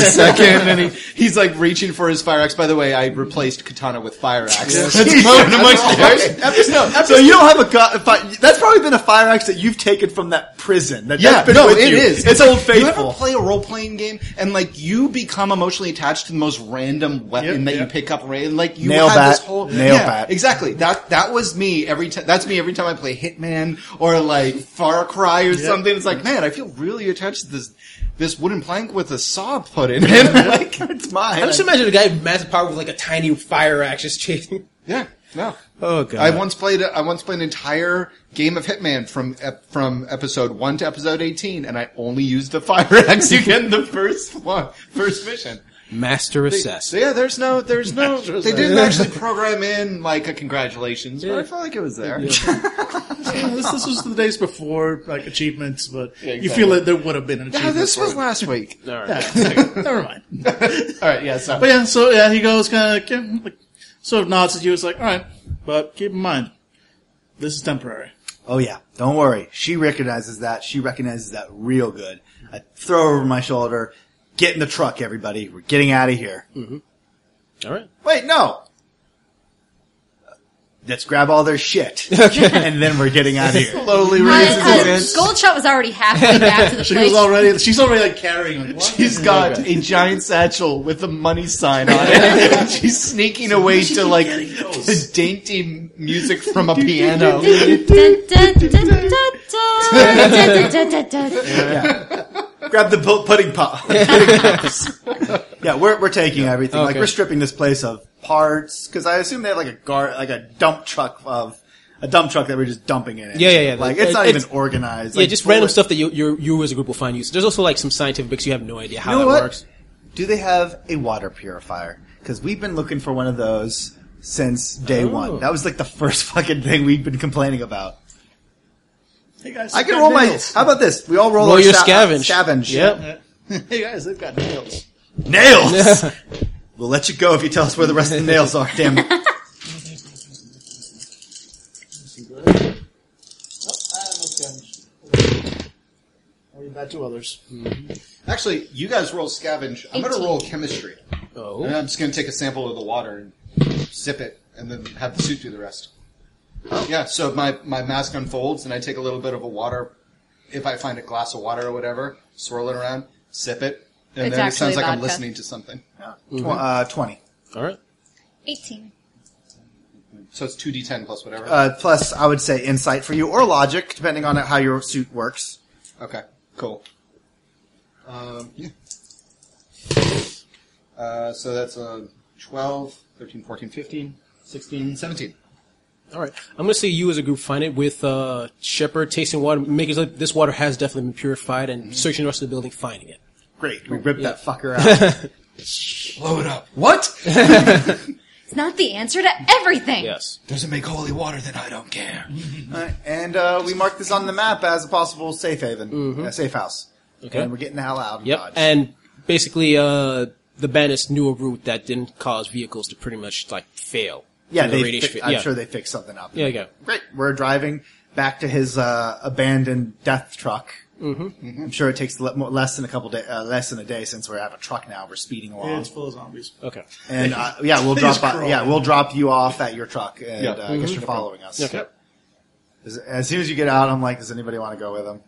second, and he, he's like reaching for his fire axe. By the way, I replaced katana with fire axe. That's more than much damage.
so you don't have a gun. fi- That's probably been a fire axe that you've taken from that prison. That,
Yeah,
that's been
no,
with
it
you.
is.
It's old
You ever
faithful.
play a role playing game and like you become emotionally attached to the most random weapon
Yep,
that you
yep.
pick up? Right, like you
Nail
had
bat,
this whole
nail
yeah,
bat.
Exactly. That that was me every time. That's me every time I play Hitman or like Far Cry or something. It's like, man, I feel really attached to this this wooden plank with a saw put in it. like it's mine.
I just imagine a guy with massive power with like a tiny fire axe just chasing.
yeah. No.
Oh god.
I once played. A, I once played an entire game of Hitman from ep- from episode one to episode eighteen, and I only used the fire axe again the first one, first mission.
Master Assess.
So yeah, there's no, there's no.
Master
They didn't actually program in like a congratulations, but
Yeah.
I felt like it was there.
Yeah, this, this was the days before like achievements, but
Yeah,
you feel
exactly.
like there would have been an
Yeah,
achievement.
this
for
was
it.
last week.
All right.
Never mind.
All right, yeah. So
But yeah, so yeah, he goes kind of like, like, sort of nods at you. It's like, all right, but keep in mind, this is temporary.
Oh yeah, don't worry. She recognizes that. She recognizes that real good. I throw her over my shoulder. Get in the truck, everybody. We're getting out of here.
All right.
Wait, no. Let's grab all their shit, and then we're getting out of here.
slowly raises
Uh,
his hands.
Goldshot was already halfway back to the
She
place.
was already, she's already like carrying. Like, what?
She's got a giant satchel with a money sign on it. She's sneaking away to like the dainty music from a piano.
Dun, dun, dun, dun, dun, dun, dun, dun, dun, dun, dun.
grab the bu- pudding pop. yeah, we're we're taking everything. Like
Okay.
we're stripping this place of parts because I assume they have like a gar like a dump truck of a dump truck that we're just dumping in. It.
Yeah, yeah, yeah.
Like
It-
it's not
it's-
even organized.
Yeah,
Like,
just random
bullets-
stuff that you you you as a group will find use. There's also like some scientific books you have no idea how
You know
that
what?
works.
Do they have a water purifier? Because we've been looking for one of those since day
Oh.
one. That was like the first fucking thing we'd been complaining about.
Hey guys,
I
they've
can
got
roll my.
nails.
How about this? We all roll,
Roll
our
your
sa-
scavenge.
Scavenge.
Yep.
Hey guys, they've got nails.
Nails. we'll let you go if you tell us where the rest of the nails are. Damn it.
Or that two others.
Actually, you guys roll scavenge. I'm going to roll chemistry.
Oh,
And I'm just going to take a sample of the water and sip it, and then have the suit do the rest.
Oh.
Yeah. So my my mask unfolds, and I take a little bit of a water. If I find a glass of water or whatever, swirl it around, sip it, and
It's
then it sounds
actually
like I'm
vodka.
listening to something.
Mm-hmm.
Tw- uh, Twenty.
all right.
18.
So it's two d10 plus whatever.
Uh, plus, I would say insight for you or logic, depending on how your suit works.
Okay, cool. Um, yeah. Uh, so that's uh, 12, 13, 14, 15, 16, 17.
All right. I'm gonna say you as a group find it with uh, Shepard tasting water, making sure this water has definitely been purified, and searching the rest of the building, finding it.
Great, we ripped that fucker out.
Blow it up. What?
It's not the answer to everything.
Yes.
Doesn't make holy water, then I don't care.
Mm-hmm.
All right, and uh, we marked this on the map as a possible safe haven, uh, safe house.
Mm-hmm. Okay.
And we're getting the hell out. and
Yep.
dodge.
And basically, uh, the bandits knew a route that didn't cause vehicles to pretty much like fail.
yeah,
From the
they
radiation
fi-
fi-
I'm
yeah.
sure they fixed something up.
Yeah, yeah.
Great. We're driving back to his uh, abandoned death truck. Mm-hmm. I'm sure it takes le- more, less than a couple day, uh, less than a day since we have a truck now. We're speeding along,
It's full of zombies.
Okay.
and uh, yeah, we'll
He's
drop. by- yeah,
crawling.
we'll drop you off at your truck, and
Yeah.
uh, I guess you're following us.
Mm-hmm. Okay.
As, as soon as you get out, I'm like, does anybody want to go with him?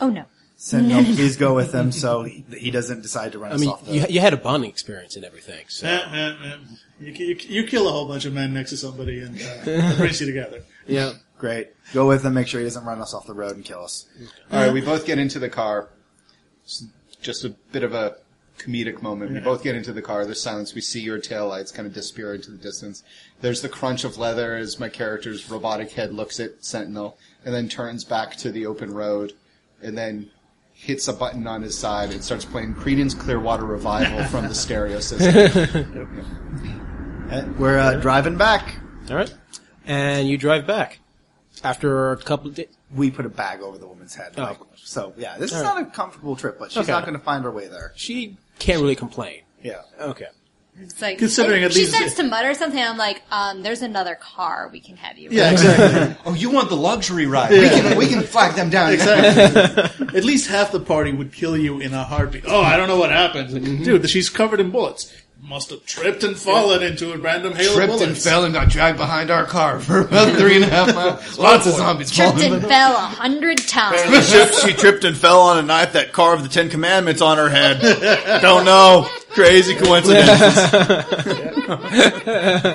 Oh no.
Said no, please go with him, so he, he doesn't decide to run
I
us
mean,
off the.
you, you had a bonding experience and everything. So.
Yeah, yeah, yeah. You, ki- you, ki- you kill a whole bunch of men next to somebody and uh, it brings you together.
Yeah.
Great. Go with him. Make sure he doesn't run us off the road and kill us.
All right, we both get into the car. It's just a bit of a comedic moment. We both get into the car. There's silence. We see your taillights kind of disappear into the distance. There's the crunch of leather as my character's robotic head looks at Sentinel and then turns back to the open road and then hits a button on his side and starts playing Creedence Clearwater Revival from the stereo system.
Eh, We're uh, driving back.
All right. And you drive back after a couple of days.
We put a bag over the woman's head.
Oh,
like-
of course.
so yeah, this is
All
not
right.
a comfortable trip, but she's
Okay.
not going to find her way there.
She can't really complain.
Yeah.
Okay.
It's like
Considering at
she
least-
starts to mutter something. I'm like, um, there's another car we can have you. in.
Yeah, exactly.
oh, you want the luxury ride? We can, we can flag them down.
Exactly. At least half the party would kill you in a heartbeat. Oh, I don't know what happened. Like,
Mm-hmm.
Dude, she's covered in bullets. Must have tripped and fallen into a random hail of
Tripped
bullets.
and fell and got dragged behind our car for about three and a half miles. Lots of zombies
Tripped
falling.
and fell a hundred times.
she tripped and fell on a knife that carved the Ten Commandments on her head. Don't know. Crazy coincidence.
Oh,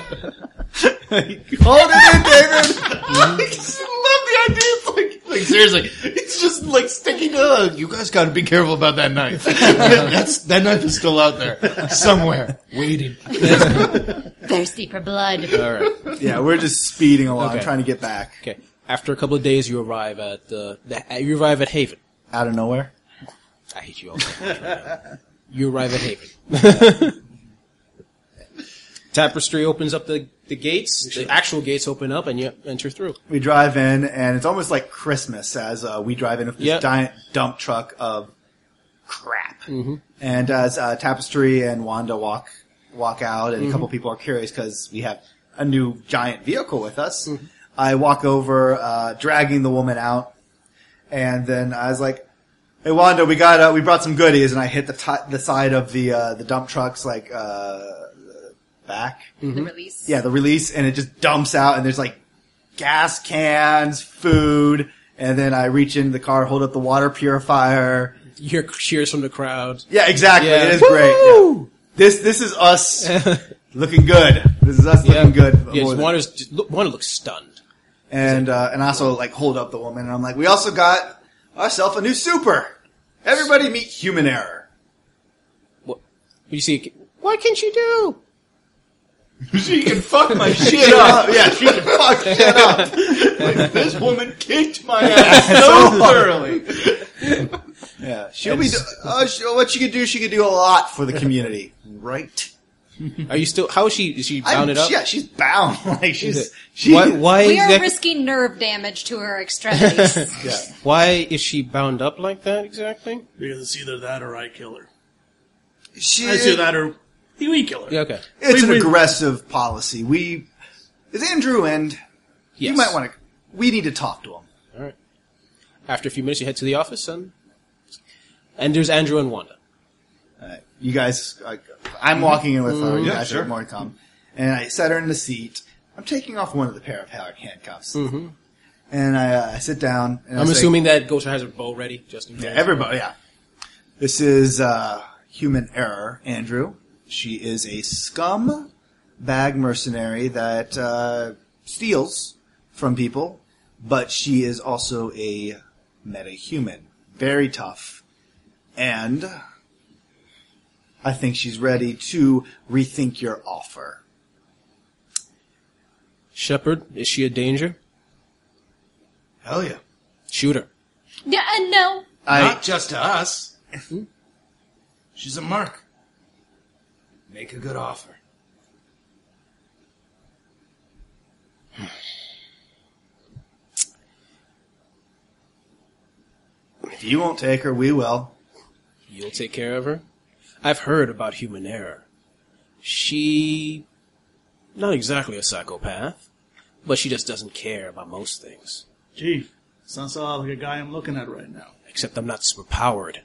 Hold it in, David.
I love the idea. It's like, like seriously, it's just like sticking to. You guys got to be careful about that knife. That's that knife is still out there somewhere, waiting.
Thirsty for blood.
All right.
Yeah, we're just speeding along,
Okay.
trying to get back
Okay. After a couple of days, you arrive at uh, the, you arrive at Haven.
out of nowhere.
I hate you all. you arrive at Haven. Tapestry opens up the, the gates. The actual gates open up, and you enter through.
We drive in, and it's almost like Christmas as uh, we drive in with this
Yep.
giant dump truck of crap. And as uh, Tapestry and Wanda walk walk out, and a couple people are curious because we have a new giant vehicle with us. I walk over, uh, dragging the woman out, and then I was like, "Hey, Wanda, we got uh, we brought some goodies," and I hit the ti the side of the uh, the dump trucks like uh, back.
The release.
Yeah, the release, and it just dumps out, and there's like gas cans, food, and then I reach in the car, hold up the water purifier.
You hear cheers from the crowd.
Yeah, exactly.
Yeah.
It is great. yeah. This this is us looking good. This is us looking good.
Yeah,
more
just
than-
Wanda's, just, look- Wanda looks stunned.
and uh, and I also like hold up the woman, and I'm like, we also got ourselves a new super. Everybody meet Human Error.
What, you see, what can she do?
She can fuck my shit
Shut
up.
up. Yeah, she can fuck shit up.
This woman kicked my ass so thoroughly.
Yeah, she'll be. do- Uh, she, what she could do, she could do a lot for the community, right?
Are you still? How is she? Is she
I'm-
bounded up?
Yeah, she's bound. Like she's
Is it-
she.
why? Why
We
is
are
that,
risking nerve damage to her extremities.
Why is she bound up like that exactly?
Because it's either that or I kill her.
She,
I do that or we kill her.
Yeah, okay.
It's an
we-
aggressive policy. We is Andrew, and
Yes.
you might want to. We need to talk to him.
All right. After a few minutes, you head to the office, and and there's Andrew and Wanda.
You guys, I, I'm walking in with her. You
Yeah,
guys
sure.
are more to come. And I set her in the seat. I'm taking off one of the pair of hand- handcuffs, mm-hmm. and I, uh, I sit down. And I
I'm
say,
assuming that Ghost has her bow ready, just in case.
Yeah, everybody, yeah. This is uh, human error, Andrew. She is a scum bag mercenary that uh, steals from people, but she is also a meta human. Very tough. And I think she's ready to rethink your offer.
Shepard, is she a danger?
Hell yeah.
Shoot her.
yeah, and no.
I,
Not just to us.
Hmm?
She's a mark. Make a good offer.
if you won't take her, we will.
You'll take care of her. I've heard about human error. She, not exactly a psychopath, but she just doesn't care about most things.
Gee, sounds a lot like a guy I'm looking at right now.
Except I'm not super powered.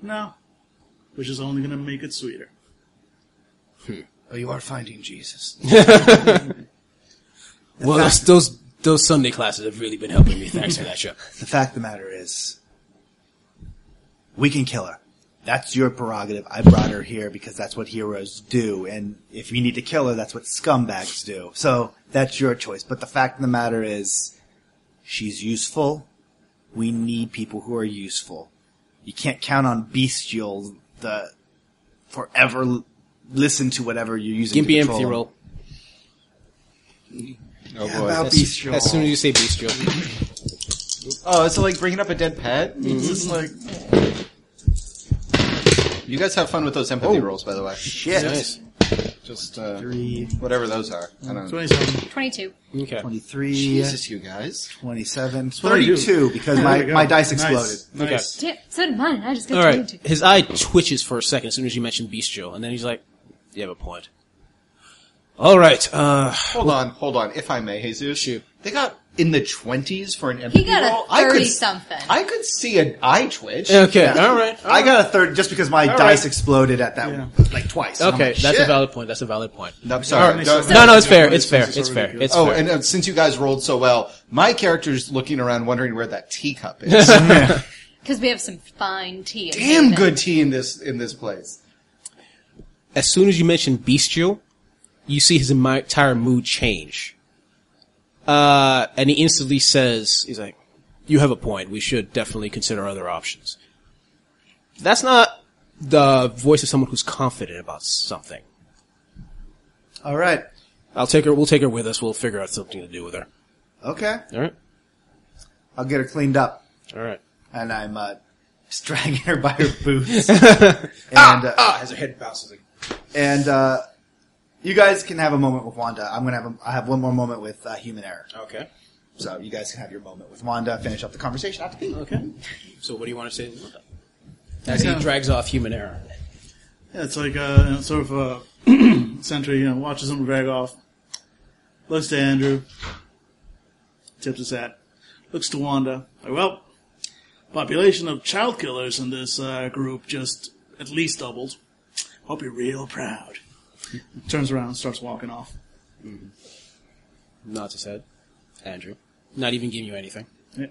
No. Which is only going to make it sweeter.
Oh, you are finding Jesus.
Well, those, those those Sunday classes have really been helping me. Thanks for that, Shep.
The fact of the matter is, we can kill her. That's your prerogative. I brought her here because that's what heroes do, and if you need to kill her, that's what scumbags do. So that's your choice. But the fact of the matter is, she's useful. We need people who are useful. You can't count on bestial the forever l- listen to whatever you're using. to
Gimpy
control
empathy
them.
roll.
Oh,
Yeah, about
As,
bestial.
as soon as you say bestial,
Oh, it's like bringing up a dead pet. It's just like. You guys have fun with those empathy rolls, by the way.
Shit.
nice.
Just uh,
Three,
whatever those are. I don't know.
27.
22.
Okay.
23,
Jesus, you guys.
27,
what I do.
32, because
There
my,
we go.
my dice
Nice.
exploded.
Nice.
Damn, so did mine. and I just got
All right.
22.
His eye twitches for a second as soon as you mention bestial, and then he's like, "You have a point." All right. Uh,
Hold on, hold on. If I may, Jesus.
Shoot.
They got in the 20s for an empathy
He got
roll?
a
I could-
30 something.
I could see an eye twitch.
okay. All right.
I got a third just because my dice exploded at that like twice. And I'm
Okay,
like,
that's a
"Shit."
valid point. That's a valid point.
No, I'm sorry.
Alright.
No,
So-
No, no, it's fair.
Yeah,
It's fair.
it's
It's fair.
ridiculous.
It's
Oh,
fair.
and uh, since you guys rolled so well, my character's looking around wondering where that teacup is.
Because we have some fine tea. in
Damn
Haven.
good tea in this in this place.
as soon as you mention bestial, you see his emi- entire mood change. Uh, and he instantly says, he's like, you have a point. We should definitely consider other options. That's not the voice of someone who's confident about something.
All right.
I'll take her, we'll take her with us. We'll figure out something to do with her.
Okay.
All right.
I'll get her cleaned up.
All right.
And I'm uh, just dragging her by her boots. and uh,
Ah, as her head bounces. Like,
and uh, you guys can have a moment with Wanda. I'm gonna have a, I have one more moment with uh, Human Error.
Okay.
So you guys can have your moment with Wanda. Finish up the conversation after the
Okay. So what do you want to say? As he drags off human error.
Yeah, it's like uh, you know, sort of uh sentry, you know, watches him drag off, looks to Andrew, tips his hat, looks to Wanda. Like, well, population of child killers in this uh, group just at least doubled. Hope you're real proud. Turns around, starts walking off.
Nods his head. Andrew. Not even giving you anything.
Yeah.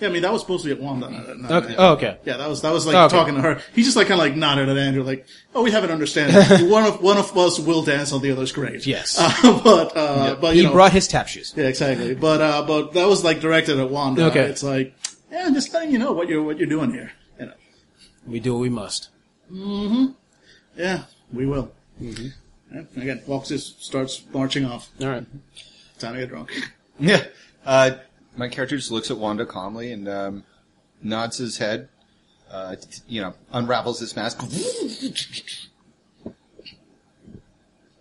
Yeah, I mean that was supposed to be at Wanda. not- not-
Okay. Oh, okay.
Yeah, that was that was like
Okay.
talking to her. He just like kind of like nodded at Andrew, like, "Oh, we have an understanding. one of one of us will dance on the other's grave."
Yes.
Uh, but uh, but you
He
know,
brought his tap shoes.
yeah, exactly. But uh, but that was like directed at Wanda.
Okay.
It's like, yeah, I'm just letting you know what you're what you're doing here. You know.
We do what we must.
Yeah, we will.
Mm-hmm.
Yeah, and again, walks his starts marching off.
All right.
Time to get drunk.
yeah. Uh, my character just looks at Wanda calmly and um, nods his head. Uh, t- t- you know, unravels his mask.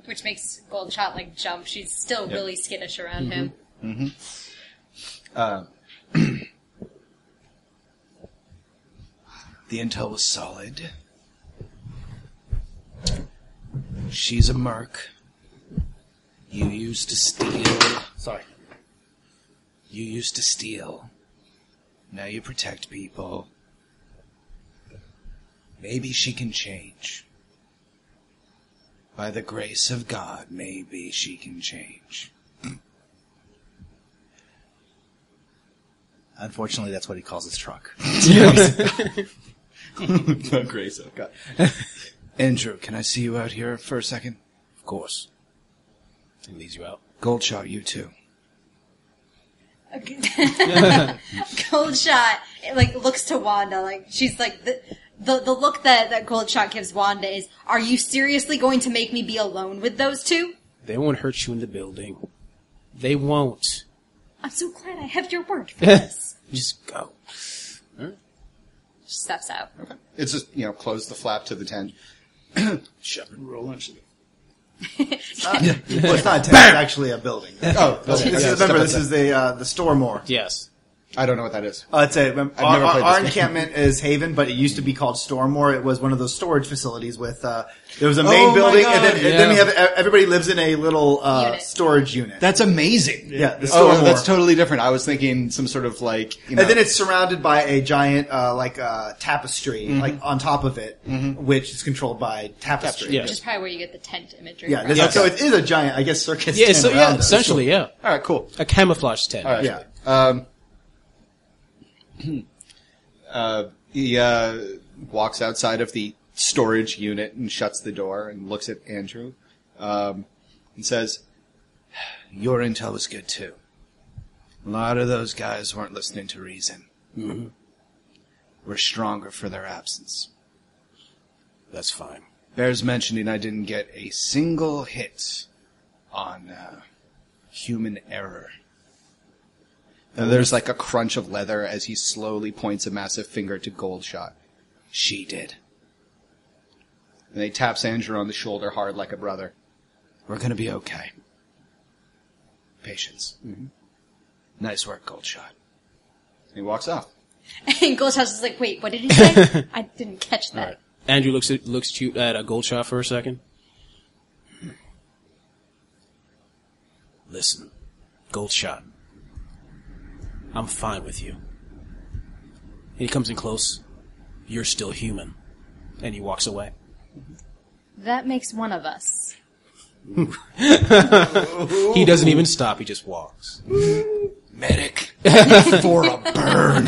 which makes Goldshot like jump. She's still
Yeah.
really skittish around him.
The intel was solid. She's a merc. You used to steal. Sorry. You used to steal. Now you protect people. Maybe she can change. By the grace of God, maybe she can change.
Unfortunately, that's what he calls his truck.
The grace of God.
Andrew, can I see you out here for a second?
Of course. He leads you out.
Goldshot, you too.
Mm-hmm.
Goldshot like looks to Wanda like she's like the the, the look that that Goldshot gives Wanda is are you seriously going to make me be alone with those two?
They won't hurt you in the building. They won't.
I'm so glad I have your word for this.
Just go.
She steps out.
It's just, you know, close the flap to the tent.
Roll and
well, it's not a tent. It's actually a building.
Oh,
This
okay.
is-
Yeah,
remember,
step
this
outside.
is the uh, the Stormore.
Yes.
I don't know what that is.
Uh, it's a, remember,
I've never
our,
played
our
this game.
encampment is Haven, but it used to be called Stormore. It was one of those storage facilities with uh, there was a
Oh
main
my
building,
God.
and then, and then we
Yeah.
have e-, everybody lives in a little uh,
Unit.
storage unit.
That's amazing.
yeah, the
Oh,
Stormore.
that's totally different. I was thinking some sort of like, you know,
And then it's surrounded by a giant, uh, like, uh, tapestry,
Mm-hmm.
like, on top of it, which is controlled by tapestry.
Tapestry, yeah.
Which is probably where you get the tent imagery.
Yeah,
from.
this- so it is a giant, I guess, circus.
Yeah,
tent
so
around
yeah,
us.
essentially, yeah.
all right, cool.
A camouflage tent.
All right.
Yeah.
Um, uh, he uh, walks outside of the storage unit and shuts the door and looks at Andrew um, and says,
Your intel was good too. A lot of those guys weren't listening to reason.
Mm-hmm.
We're stronger for their absence.
That's fine.
Bears mentioning I didn't get a single hit on uh, human error.
and there's like a crunch of leather as he slowly points a massive finger to Goldshot.
She did.
And he taps Andrew on the shoulder hard like a brother.
We're gonna be okay. Patience. Mm-hmm. Nice work, Goldshot.
And he walks off.
and Goldshot's just like, wait, what did he say? I didn't catch that.
Andrew looks at looks at you at a gold shot for a second. Listen, gold shot. I'm fine with you. And he comes in close. You're still human. And he walks away.
That makes one of us.
He doesn't even stop, he just walks.
Medic for a burn.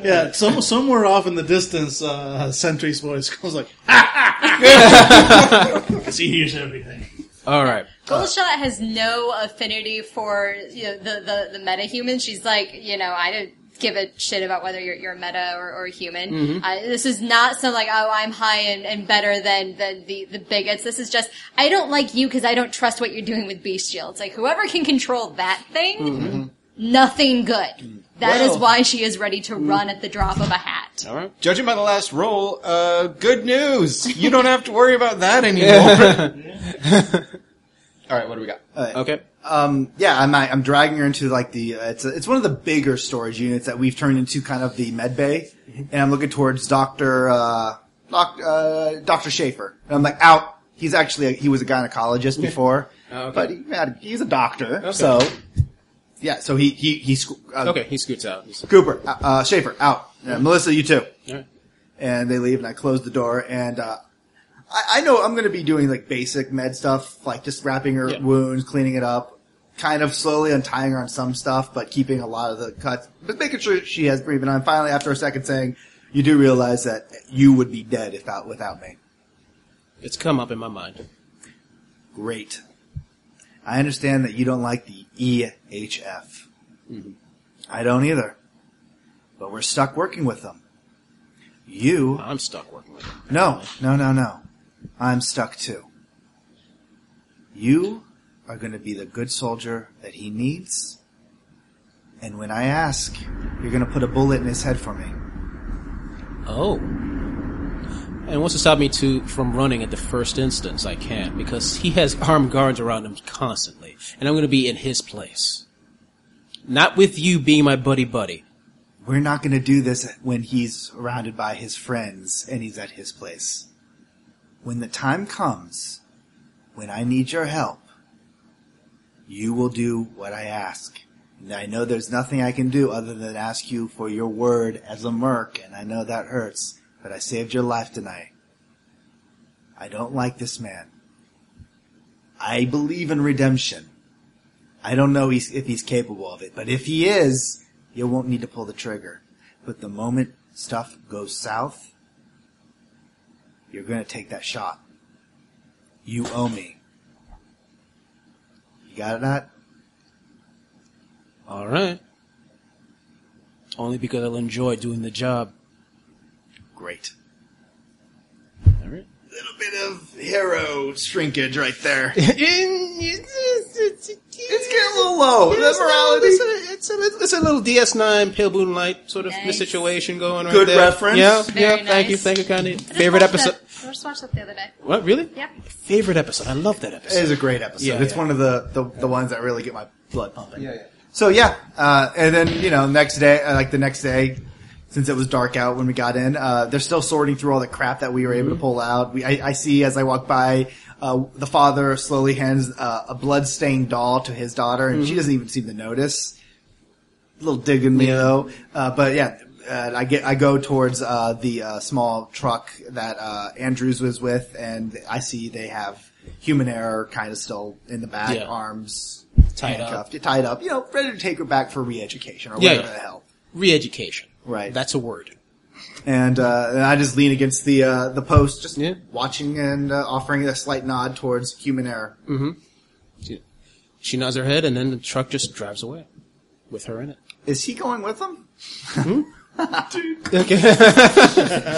Yeah, some, somewhere off in the distance, uh, Sentry's voice goes like, ha, ha, ha. 'Cause he hears everything.
Alright.
Goldshot has no affinity for you know, the, the the meta human. She's like, you know, I don't give a shit about whether you're, you're meta or, or human. Uh, this is not some like, oh, I'm high and, and better than, than the the bigots. This is just, I don't like you because I don't trust what you're doing with beast shields. Like whoever can control that thing,
nothing good. That is
Well.
why she is ready to run at the drop of a hat.
All right.
Judging by the last roll, uh, good news. You don't have to worry about that anymore. All right, what do we got?
Okay.
Um, yeah, I'm, I'm dragging her into like the, uh, it's, a, it's one of the bigger storage units that we've turned into kind of the med bay.
Mm-hmm.
And I'm looking towards Dr., uh, doc, uh, Dr. Schaefer. And I'm like, out. He's actually, a, he was a gynecologist before.
Oh, okay.
But he had, he's a doctor. So, yeah, so he, he, he, sc- uh,
Okay. He scoots out. He's-
Cooper, uh, uh, Schaefer, out. Yeah, Melissa, you too.
all right.
and they leave and I close the door and, uh, I, I know I'm gonna be doing like basic med stuff, like just wrapping her
Yeah.
wounds, cleaning it up, kind of slowly untying her on some stuff, but keeping a lot of the cuts, but making sure she has breathing. And I'm finally after a second saying, you do realize that you would be dead if out without me.
It's come up in my mind.
Great. I understand that you don't like the EHF. I don't either. But we're stuck working with them. You
I'm stuck working with him.
No, no, no, no. I'm stuck too. You are going to be the good soldier that he needs. And when I ask, you're going to put a bullet in his head for me.
Oh. And what's to stop me to from running at the first instance I can because he has armed guards around him constantly, and I'm going to be in his place. Not with you being my buddy buddy.
We're not going to do this when he's surrounded by his friends and he's at his place. When the time comes, when I need your help, you will do what I ask. And I know there's nothing I can do other than ask you for your word as a merc, and I know that hurts, but I saved your life tonight. I don't like this man. I believe in redemption. I don't know he's, if he's capable of it, but if he is, you won't need to pull the trigger. But the moment stuff goes south, you're going to take that shot. You owe me. You got that?
All right. Only because I'll enjoy doing the job.
Great.
All right.
Little bit of hero shrinkage right there.
It's getting a little low.
It's a, it's, a, it's a little DS9 Pale Moonlight sort of
Nice.
situation going right
Good
there.
reference.
Yeah,
Very
yeah. Thank
nice.
you, thank you, Connie.
I just
Favorite
watched
episode?
that- I just watched that the other day.
What really?
Yeah.
Favorite episode. I love that
Eh.
episode.
It is a great episode.
Yeah,
it's
yeah.
one of the, the, the ones that really get my blood pumping.
Yeah, yeah.
So yeah, uh, and then you know next day, uh, like the next day, since it was dark out when we got in, uh, they're still sorting through all the crap that we were
Mm-hmm.
able to pull out. We, I, I see as I walk by, uh, the father slowly hands uh, a blood-stained doll to his daughter, and
Mm-hmm.
she doesn't even seem to notice. A little dig in me though, uh, but yeah. Uh, I get, I go towards, uh, the, uh, small truck that, uh, Andrews was with and I see they have human error kind of still in the back,
Yeah.
arms
Tied up.
handcuffed, tied up, you know, ready to take her back for re-education or
Yeah,
whatever
yeah.
the hell.
Re-education.
Right.
That's a word.
And, uh, and I just lean against the uh, the post, just
Yeah.
watching and uh, offering a slight nod towards human error.
Mm. She, she nods her head, and then the truck just drives away with her in it.
Is he going with them?
Hmm? Okay.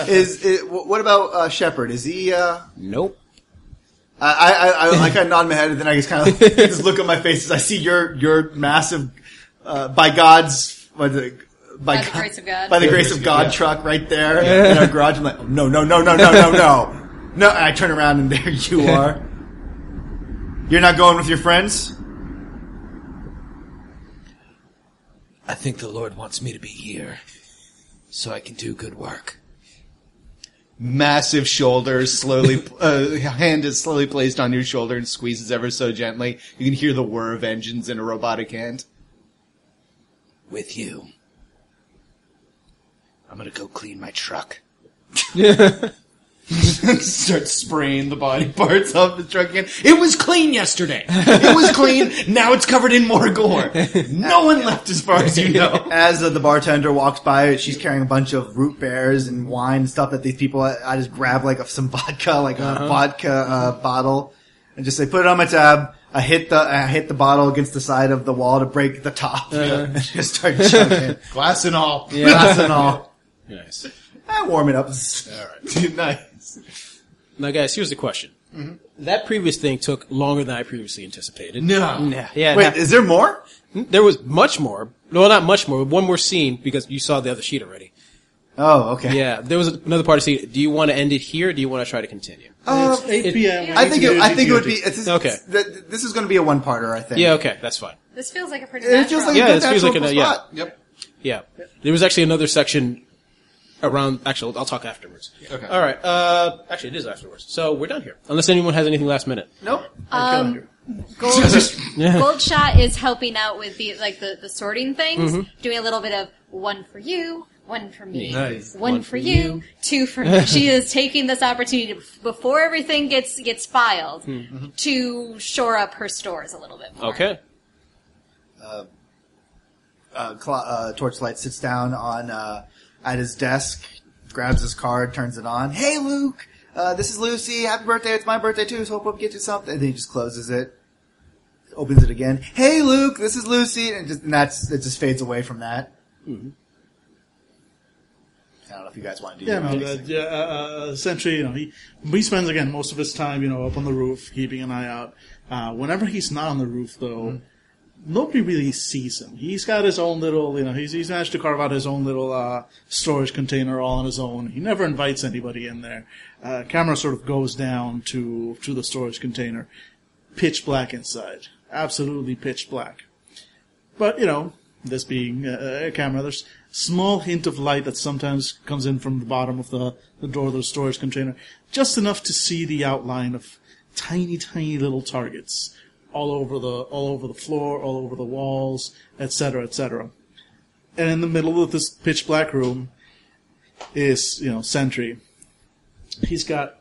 Is it, wh- what about uh, Shepard? Is he? Uh,
nope.
I, I, I, I kind of nod my head, and then I just kind of just look at my face as I see your your massive, uh, by God's by the by,
By the grace of God.
by the grace of God truck right there in our garage. I'm like, oh, no, no, no, no, no, no, no, no. And I turn around, and there you are. You're not going with your friends.
I think the Lord wants me to be here so I can do good work.
Massive shoulders, slowly, uh, hand is slowly placed on your shoulder and squeezes ever so gently. You can hear the whir of engines in a robotic hand.
with you. I'm gonna go clean my truck.
Starts spraying the body parts off the truck again. It was clean yesterday. It was clean. Now it's covered in more gore. No one left as far as you know.
As uh, the bartender walks by, she's carrying a bunch of root beers and wine and stuff that these people. I, I just grab like of some vodka, like
Uh-huh.
a vodka uh, bottle, and just say, "Put it on my tab." I hit the I hit the bottle against the side of the wall to break the top.
Uh-huh.
and just start chugging,
Glass and all.
glass and all.
Nice.
I warm it up.
All right. nice.
Now, guys, here's the question.
Mm-hmm.
That previous thing took longer than I previously anticipated.
No.
Nah, yeah.
Wait,
nah.
is there more?
there was much more. No, not much more. But one more scene because you saw the other sheet already.
Oh, okay.
Yeah, there was another part of the scene. Do you want to end it here? Or do you want to try to continue?
Um,
Uh,
it's 8 p.m.
I think it, I think it would be.
Duty.
It's,
Okay.
th- this is going to be a one-parter. I think.
Yeah. Okay, that's fine.
This feels like a pretty
It
natural.
feels like
Yeah,
a good
this feels
natural
like a- yeah.
spot.
Yep.
Yeah. There was actually another section around. Actually, I'll talk afterwards.
Okay.
All right. Uh, actually, it is afterwards. So we're done here. Unless anyone has anything last minute.
Um, gold, gold shot is helping out with the like the, the sorting things,
Mm-hmm.
doing a little bit of one for you, one for me,
Nice.
one, for you, two for me. she is taking this opportunity to, before everything gets gets filed to shore up her stores a little bit more.
Hmm. Okay.
uh, Cla- uh, Torchlight sits down on uh, at his desk, grabs his card, turns it on. Hey, Luke, uh, this is Lucy. Happy birthday! It's my birthday too. So hope we get you something. And then he just closes it, opens it again. Hey, Luke, this is Lucy, and just and that's it. Just fades away from that. I don't know if you guys want to do
Yeah,
that.
no, that, yeah, uh, uh, essentially, you know, he, he spends again most of his time, you know, up on the roof, keeping an eye out. Uh, whenever he's not on the roof, though, nobody really sees him. He's got his own little, you know, he's he's managed to carve out his own little uh, storage container all on his own. He never invites anybody in there. Uh, camera sort of goes down to to the storage container, pitch black inside, absolutely pitch black. But you know, this being a, a camera, there's small hint of light that sometimes comes in from the bottom of the, the door of the storage container, just enough to see the outline of tiny, tiny little targets all over the all over the floor, all over the walls, etc., etc. And in the middle of this pitch black room is you know Sentry. He's got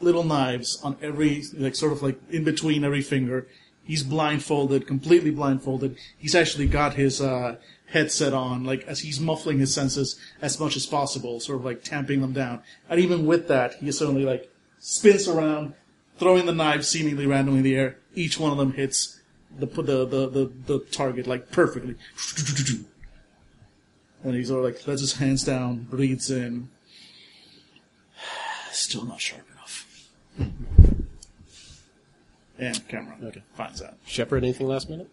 little knives on every like sort of like in between every finger. He's blindfolded, completely blindfolded. He's actually got his uh, headset on, like as he's muffling his senses as much as possible, sort of like tamping them down. And even with that, he suddenly like spins around, throwing the knives seemingly randomly in the air. Each one of them hits the the the the, the target like perfectly. And he's sort of like lets his hands down, breathes in. Still not sharp enough. And camera okay. finds out.
Shepard, anything last minute?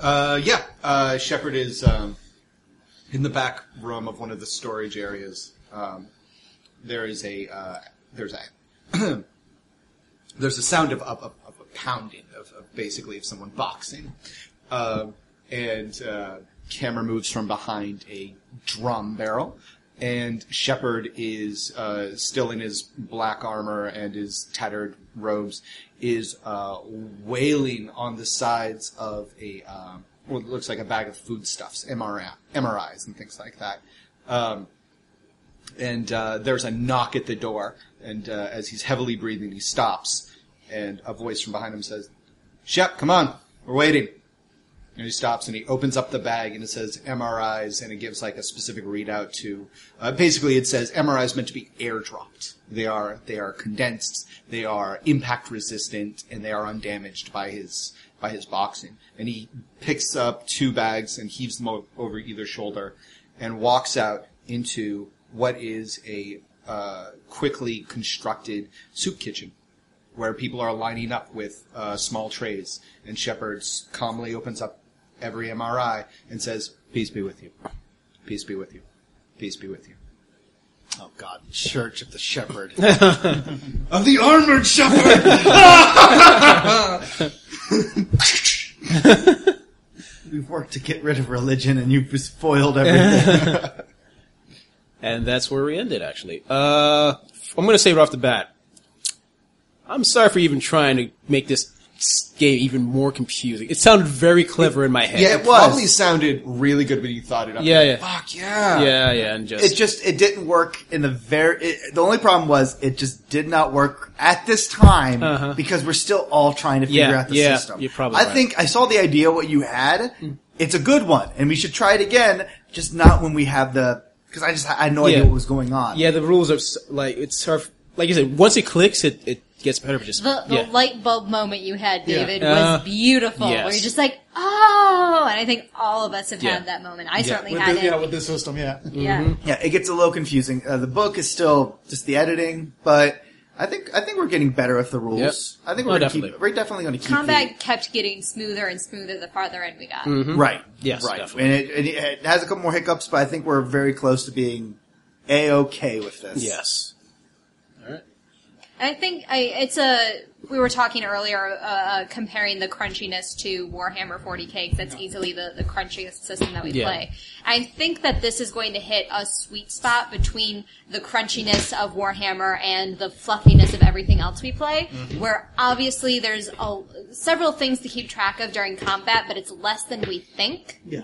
Uh, yeah, uh, Shepard is um, in the back room of one of the storage areas. Um, there is a uh, there's a there's a sound of of, of, of a pounding of, of basically of someone boxing, uh, and uh, camera moves from behind a drum barrel, and Shepard is uh, still in his black armor and his tattered robes, is uh, wailing on the sides of a um, what looks like a bag of foodstuffs, MRI, MRIs, and things like that. Um, and uh, there's a knock at the door. And uh, as he's heavily breathing, he stops, and a voice from behind him says, "Shep, come on, we're waiting." And he stops and he opens up the bag and it says MRIs and it gives like a specific readout to. Uh, basically, it says MRIs meant to be airdropped. They are they are condensed, they are impact resistant, and they are undamaged by his by his boxing. And he picks up two bags and heaves them o- over either shoulder, and walks out into what is a uh, quickly constructed soup kitchen where people are lining up with uh, small trays, and Shepard s- calmly opens up every MRI and says, "Peace be with you. Peace be with you. Peace be with you."
Oh God, Church of the Shepherd.
Of the armored Shepherd.
We've worked to get rid of religion, and you've spoiled everything.
And that's where we ended, actually. Uh, I'm gonna say right off the bat, I'm sorry for even trying to make this game even more confusing. It sounded very clever in my head.
yeah, it probably sounded really good when you thought it up.
Yeah, yeah.
Fuck yeah.
yeah, yeah, and just
it just it didn't work in the very. It, the only problem was it just did not work at this time
Uh-huh.
because we're still all trying to figure
Yeah,
out the
yeah,
system.
you're probably
I
right. Mm.
think I saw the idea what you had. It's a good one, and we should try it again. Just not when we have the because I just I had no
Yeah.
idea what was going on.
Yeah, the rules are s- like it's sort of, like you said. Once it clicks, it, it gets better. But just
The, the
yeah.
light bulb moment you had, David,
Uh,
was beautiful. Where
yes.
you're just like, oh, and I think all of us have
Yeah.
had that moment. I certainly
With
had
this,
it.
yeah, with this system, yeah.
Yeah.
yeah, it gets a little confusing. Uh, the book is still just the editing, but I think I think we're getting better with the rules.
Yep.
I think
Oh,
we're gonna
definitely.
keep, we're definitely going to keep
Combat kept getting smoother and smoother the farther in we got.
Mm-hmm.
the- right.
Hmm? Yes,
right.
definitely.
And it, and it, it has a couple more hiccups, but I think we're very close to being a okay with this.
Yes.
I think I, it's a. We were talking earlier uh, uh, comparing the crunchiness to Warhammer 40k. 'cause That's easily the, the crunchiest system that we
Yeah.
play. I think that this is going to hit a sweet spot between the crunchiness of Warhammer and the fluffiness of everything else we play.
Mm-hmm.
Where obviously there's a, several things to keep track of during combat, but it's less than we think
Yeah.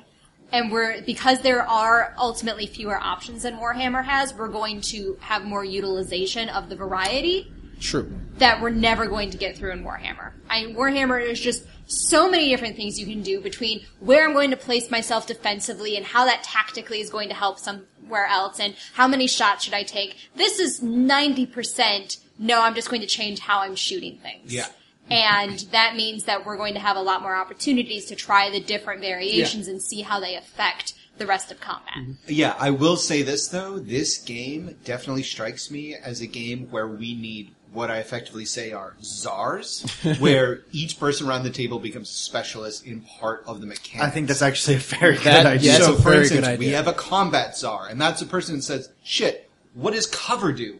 and we're because there are ultimately fewer options than Warhammer has, we're going to have more utilization of the variety
True.
that we're never going to get through in Warhammer. I mean, Warhammer is just so many different things you can do between where I'm going to place myself defensively and how that tactically is going to help somewhere else and how many shots should I take. This is 90% no, I'm just going to change how I'm shooting things.
Yeah.
And that means that we're going to have a lot more opportunities to try the different variations and see how they affect the rest of combat.
Mm-hmm.
Yeah, I will say this though. This game definitely strikes me as a game where we need what I effectively say are czars, where each person around the table becomes a specialist in part of the mechanics.
I think that's actually a very
That-
good idea.
yeah, that's
so,
a
for
very good
instance, we
idea.
have a combat czar, and that's a person that says, "Shit, what does cover do?"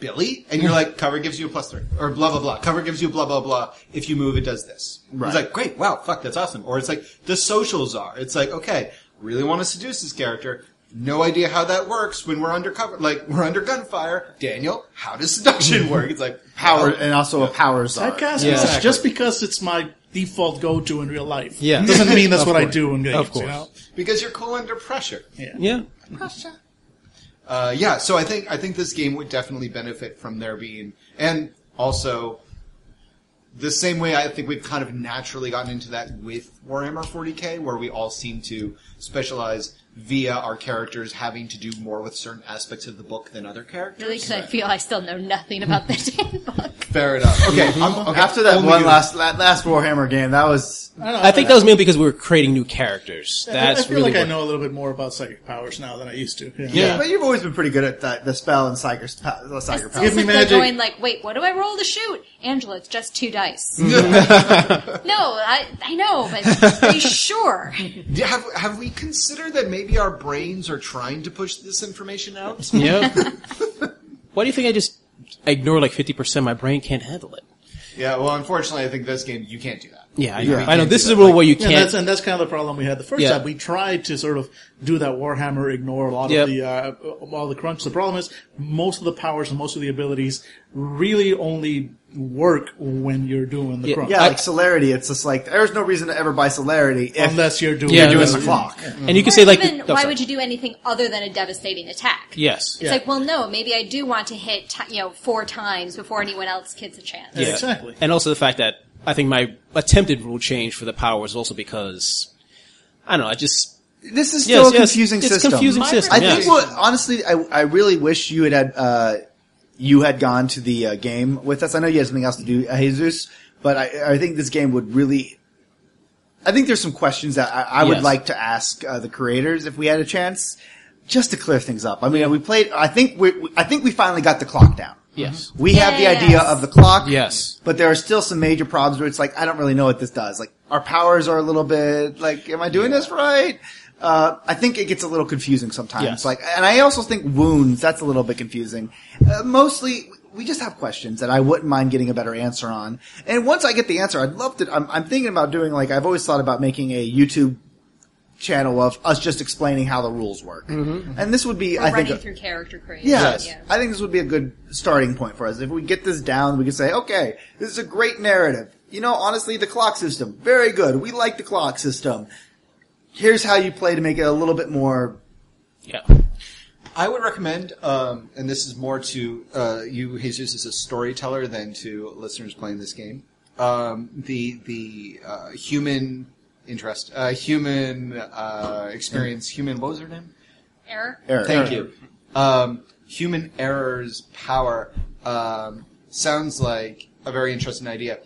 Billy, and you're like, "Cover gives you a plus three, or blah blah blah. Cover gives you blah blah blah. If you move, it does this."
Right.
It's like, "Great, wow, fuck, that's awesome." Or it's like the social czar. It's like, "Okay, really want to seduce this character." No idea how that works when we're undercover, like we're under gunfire. Daniel, how does seduction work? It's like
power and also a power czar.
Typecast is
Exactly.
just because it's my default go-to in real life.
Yeah.
doesn't mean that's
Of
what I
course.
do in games.
Of course.
You know?
because you're cool under pressure.
Yeah.
Uh, yeah, so I think I think this game would definitely benefit from there being, and also the same way I think we've kind of naturally gotten into that with Warhammer 40k, where we all seem to specialize via our characters having to do more with certain aspects of the book than other characters.
Really, because I feel I still know nothing about the handbook.
Fair enough. Okay, I'm, okay,
um, After that
only
one
you-
last la- last Warhammer game, that was
I think that was mainly because we were creating new characters. That's
I feel
really
like I
what-
know a little bit more about psychic powers now than I used to. Yeah.
Yeah.
But you've always been pretty good at that, the spell and psychic the psychic power.
Give me
It's like
magic.
They're going like, wait, what do I roll to shoot? Angela, it's just two dice. no,
Mm-hmm.
I, I know, but are you sure?
Yeah, Have, have we considered that maybe our brains are trying to push this information out?
Yep. Why do you think I just ignore like fifty percent? My brain can't handle it.
yeah, well, unfortunately, I think this game you can't do that.
Yeah, I know.
Yeah.
I know. This is a rule where you
Yeah, that's,
can't.
and that's kind of the problem we had the first
Yeah.
time. We tried to sort of do that Warhammer, ignore a lot
Yep.
of the uh, all the crunch. The problem is most of the powers and most of the abilities really only work when you're doing the
Yeah.
crunch,
Yeah,
I-
like celerity. It's just like there's no reason to ever buy celerity if
unless you're doing
Yeah,
you're doing
that's-
the clock.
And you can say like,
even,
the- oh,
why
sorry.
would you do anything other than a devastating attack?
Yes.
It's like, well, no, maybe I do want to hit, t- you know, four times before anyone else gets a chance.
Yeah, exactly.
And also the fact that I think my attempted rule change for the power was also because I don't know. I just
This is
yes,
still a
yes,
confusing
it's
system.
Confusing
My-
system.
I
yes.
think what honestly, I, I really wish you had had uh, you had gone to the uh, game with us. I know you had something else to do, uh, Jesus, but I, I think this game would really. I think there's some questions that I, I would
Yes.
like to ask uh, the creators if we had a chance, just to clear things up. I mean, we played. I think we, we- I think we finally got the clock down.
Yes.
We have the
Yes.
idea of the clock.
Yes.
But there are still some major problems where it's like, I don't really know what this does. Like, our powers are a little bit, like, am I doing this right? Uh, I think it gets a little confusing sometimes.
Yes.
Like, and I also think wounds, that's a little bit confusing. Uh, mostly, we just have questions that I wouldn't mind getting a better answer on. And once I get the answer, I'd love to, I'm, I'm thinking about doing, like, I've always thought about making a YouTube channel of us just explaining how the rules work.
Mm-hmm.
And this would be,
We're
I
running
think, a-
through character creation.
Yes.
Yeah.
I think this would be a good starting point for us. If we get this down, we can say, okay, this is a great narrative. You know, honestly, the clock system, very good. We like the clock system. Here's how you play to make it a little bit more.
yeah.
I would recommend, um, and this is more to uh, you, Jesus, as a storyteller than to listeners playing this game. Um, the the uh, human interest, uh, human uh, experience, human. What was her name?
Error.
Error.
Thank you. Um, human errors power um, sounds like a very interesting idea.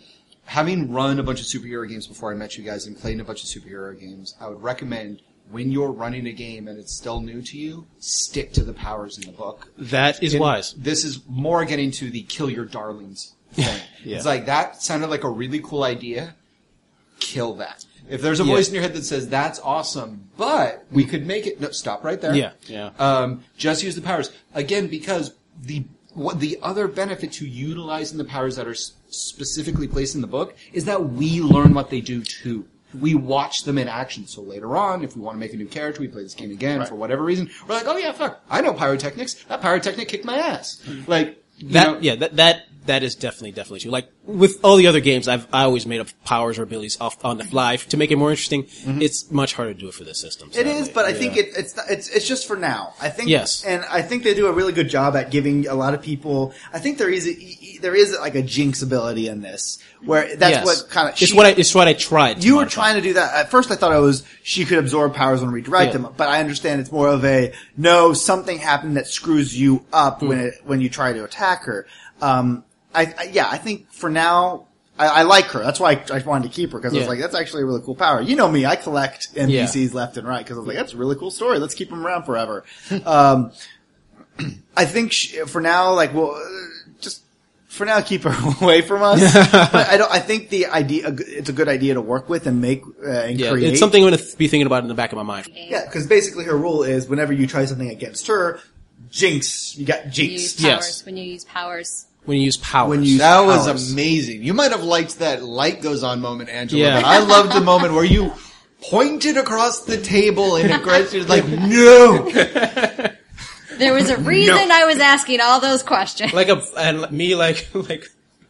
Having run a bunch of superhero games before I met you guys and played in a bunch of superhero games, I would recommend when you're running a game and it's still new to you, stick to the powers in the book.
That is
And
wise.
This is more getting to the kill your darlings thing. It's like that sounded like a really cool idea. Kill that. If there's a
Yeah.
voice in your head that says that's awesome, but we could make it. No, stop right there.
Yeah, yeah.
Um, just use the powers again because the what the other benefit to utilizing the powers that are s- specifically placed in the book is that we learn what they do too. We watch them in action. So later on, if we want to make a new character, we play this game again for whatever reason. We're like, oh yeah, fuck, I know pyrotechnics. That pyrotechnic kicked my ass. Like you
That
know-
yeah, that that that is definitely definitely true. Like with all the other games, I've I always made up powers or abilities off on the fly to make it more interesting. It's much harder to do it for this system.
Mm-hmm. It is,
sadly.
but I
Yeah.
think it, it's not, it's it's just for now. I think
Yes.
and I think they do a really good job at giving a lot of people. I think there is a, e- e- there is like a jinx ability in this where that's
Yes.
what kind of
it's what I it's what I tried. to
you were
modify.
trying to do that. At first, I thought it was she could absorb powers and redirect
Yeah.
them, but I understand it's more of a no. Something happened that screws you up when
Hmm.
it, when you try to attack her. Um, I, I yeah, I think for now. I, I like her. That's why I, I wanted to keep her because I was
Yeah.
like, "That's actually a really cool power." You know me; I collect
Yeah.
NPCs left and right because I was like, "That's a really cool story. Let's keep them around forever." um, I think sh for now, like, well, uh, just for now, keep her away from us. but I don't. I think the idea it's a good idea to work with and make uh, and
Yeah,
create
it's something I'm going to be thinking about in the back of my mind.
Yeah, because basically her rule is whenever you try something against her, jinx. You got
you
jinxed.
use powers,
Yes.
when you use powers.
When you use powers,
When you-
That was
powers.
amazing. You might have liked that light goes on moment, Angela.
Yeah.
but I loved the moment where you pointed across the table and aggressive, like, no!
There was a reason I was asking all those questions.
like a and me like like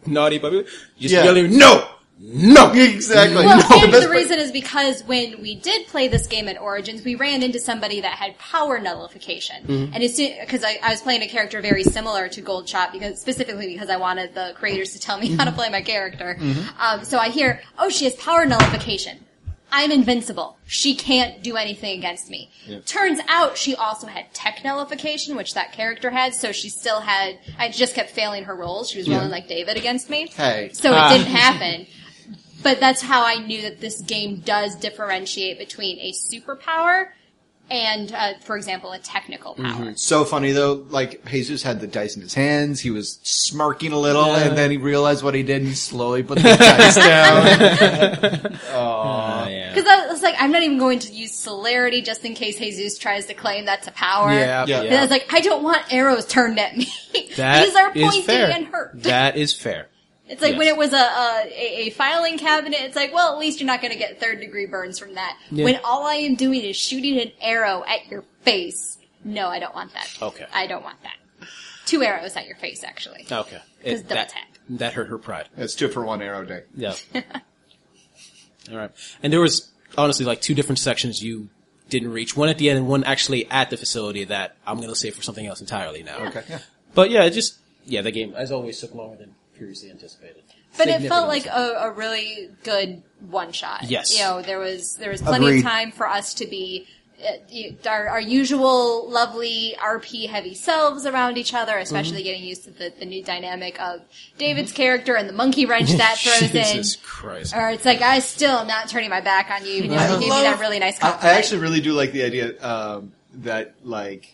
naughty puppy just
Yeah.
yelling no no
Exactly.
Well,
No,
and
that's
the
right.
reason is because when we did play this game at Origins, we ran into somebody that had power nullification,
Mm-hmm.
and it's because I, I was playing a character very similar to Goldshot, because specifically because I wanted the creators to tell me
Mm-hmm.
how to play my character. Um, so I hear, oh, she has power nullification. I'm invincible. She can't do anything against me. Turns out she also had tech nullification, which that character had, so she still had. I just kept failing her rolls. She was rolling like David against me.
Hey. Ah.
So it didn't happen. But that's how I knew that this game does differentiate between a superpower and, uh, for example, a technical power.
Mm-hmm.
So funny though, like Jesus had the dice in his hands, he was smirking a little, and then he realized what he did and he slowly put the dice down.
Oh,
Because I was like, I'm not even going to use celerity just in case Jesus tries to claim that's a power.
yeah
Yeah.
And I was like, I don't want arrows turned at me.
That
These are
is
pointy
fair.
and hurt.
that is fair
it's like when
yes.
it was a, a a a filing cabinet. It's like, well, at least you're not going to get third degree burns from that. When all I am doing is shooting an arrow at your face. No, I don't want that.
Okay.
I don't want that. Two arrows at your face, actually.
okay
Just double
that,
tap.
that hurt her pride
That's two for one arrow day.
yeah all right and there was honestly like two different sections you didn't reach one at the end and one actually at the facility that I'm gonna save for something else entirely now
Okay. Yeah.
but yeah it just yeah the game as always took longer than previously anticipated
But it felt like a, a really good one shot.
Yes.
You know, there was there was plenty
Agreed.
of time for us to be uh, you- our, our usual lovely RP heavy selves around each other, especially
Mm-hmm.
getting used to the, the new dynamic of David's character and the monkey wrench that throws
Jesus
in.
Christ
Or it's like I still am not turning my back on you. even though You gave me that really nice
I,
compliment.
I actually really do like the idea um, that like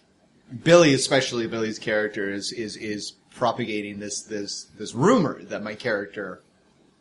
Billy, especially Billy's character, is is is propagating this this this rumor that my character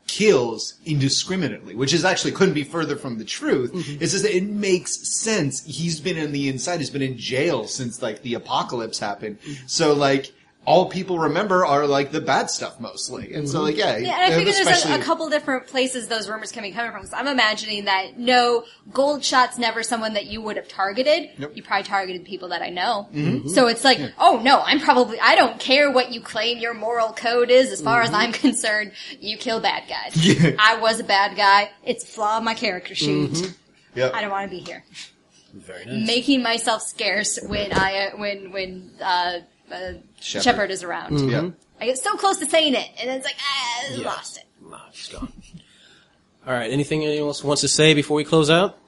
kills indiscriminately, which is actually couldn't be further from the truth. It's just that it makes sense. He's been in the inside. He's been in jail since like the apocalypse happened. So like. All people remember are like the bad stuff mostly, and so like yeah,
Yeah, and I figure there's a,
especially-
a couple different places those rumors can be coming from. So I'm imagining that no, Gold Shot's never someone that you would have targeted.
Nope. Mm-hmm.
You probably targeted people that I know. So it's like, oh no, I'm probably I don't care what you claim your moral code is. As far as
Mm-hmm.
I'm concerned, you kill bad guys. I was a bad guy. It's a flaw in my character sheet.
Mm-hmm.
Yep.
I don't want to be here.
very nice
Making myself scarce when I uh, when when uh, uh,
Shepherd.
Shepard. is
Mm-hmm.
around.
Yeah.
I get so close to saying it, and it's like ah, I lost it.
Nah, it's gone all right anything anyone else wants to say before we close out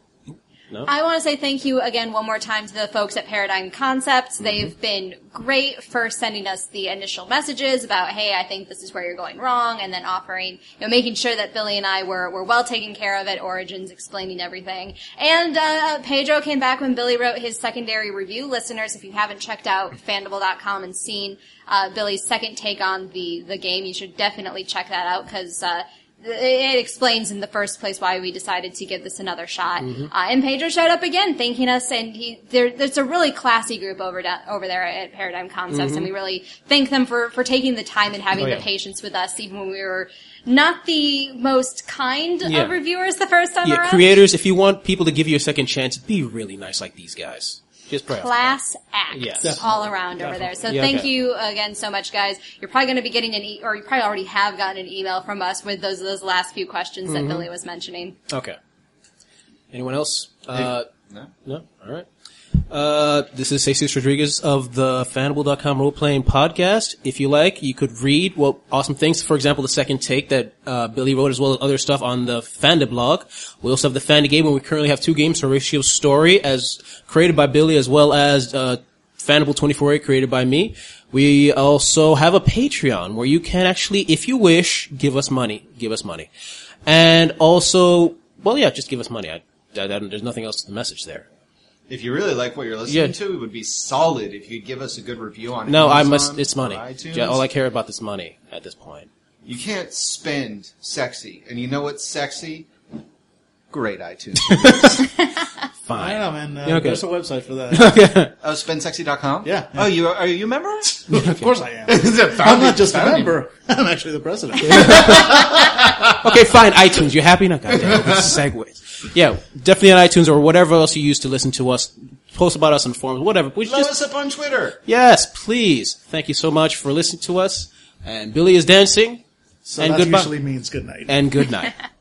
No?
I want to say thank you again one more time to the folks at Paradigm Concepts.
Mm-hmm.
They've been great for sending us the initial messages about, hey, I think this is where you're going wrong, and then offering, you know, making sure that Billy and I were, were well taken care of at Origins, explaining everything. And uh, Pedro came back when Billy wrote his secondary review. Listeners, if you haven't checked out Fandible.com and seen uh, Billy's second take on the, the game, you should definitely check that out because uh, it explains in the first place why we decided to give this another shot. Uh, and Pedro showed up again, thanking us, and he there, there's a really classy group over da- over there at Paradigm Concepts, and we really thank them for for taking the time and having
Mm-hmm. Oh, yeah.
the patience with us, even when we were not the most kind
Yeah.
of reviewers the first time
Yeah,
around.
creators, if you want people to give you a second chance, be really nice like these guys. Just pray.
class acts
Yes. Definitely.
all around over there. So
Yeah,
thank
okay.
you again so much, guys. You're probably going to be getting an e- or you probably already have gotten an email from us with those those last few questions
Mm-hmm.
that Billy was mentioning.
Okay. Anyone else? Uh,
No.
No? All right. Uh, this is Cesar Rodriguez of the Fanable.com role playing podcast. If you like, you could read, well, awesome things. For example, the second take that, uh, Billy wrote as well as other stuff on the Fanda blog. We also have the Fanda game and we currently have two games, Horatio's Story as created by Billy as well as, uh, Fanable 24A created by me. We also have a Patreon where you can actually, if you wish, give us money. Give us money. And also, well, yeah, just give us money. I, I, I- there's nothing else to the message there.
If you really like what you're listening
Yeah.
to, it would be solid if you'd give us a good review on
No, I
Amazon
must. It's money.
or iTunes.
Yeah, all I care about is money at this point.
You can't spend sexy, and you know what's sexy? Great iTunes. reviews.
I
Fine.
don't know, man. Uh,
Yeah, okay.
There's a website for that.
oh, spendsexy.com.
Yeah.
Oh, you are, are you a member?
Of course I am. I'm not just a member. I'm actually the president.
Okay, fine. iTunes. You happy now? Goddamn. Segways. Yeah, definitely on iTunes or whatever else you use to listen to us. Post about us on forums, whatever. We
Follow
just
us up on Twitter.
yes, please. Thank you so much for listening to us. And Billy is dancing.
So
And
that
goodbye.
usually means good night.
And good night.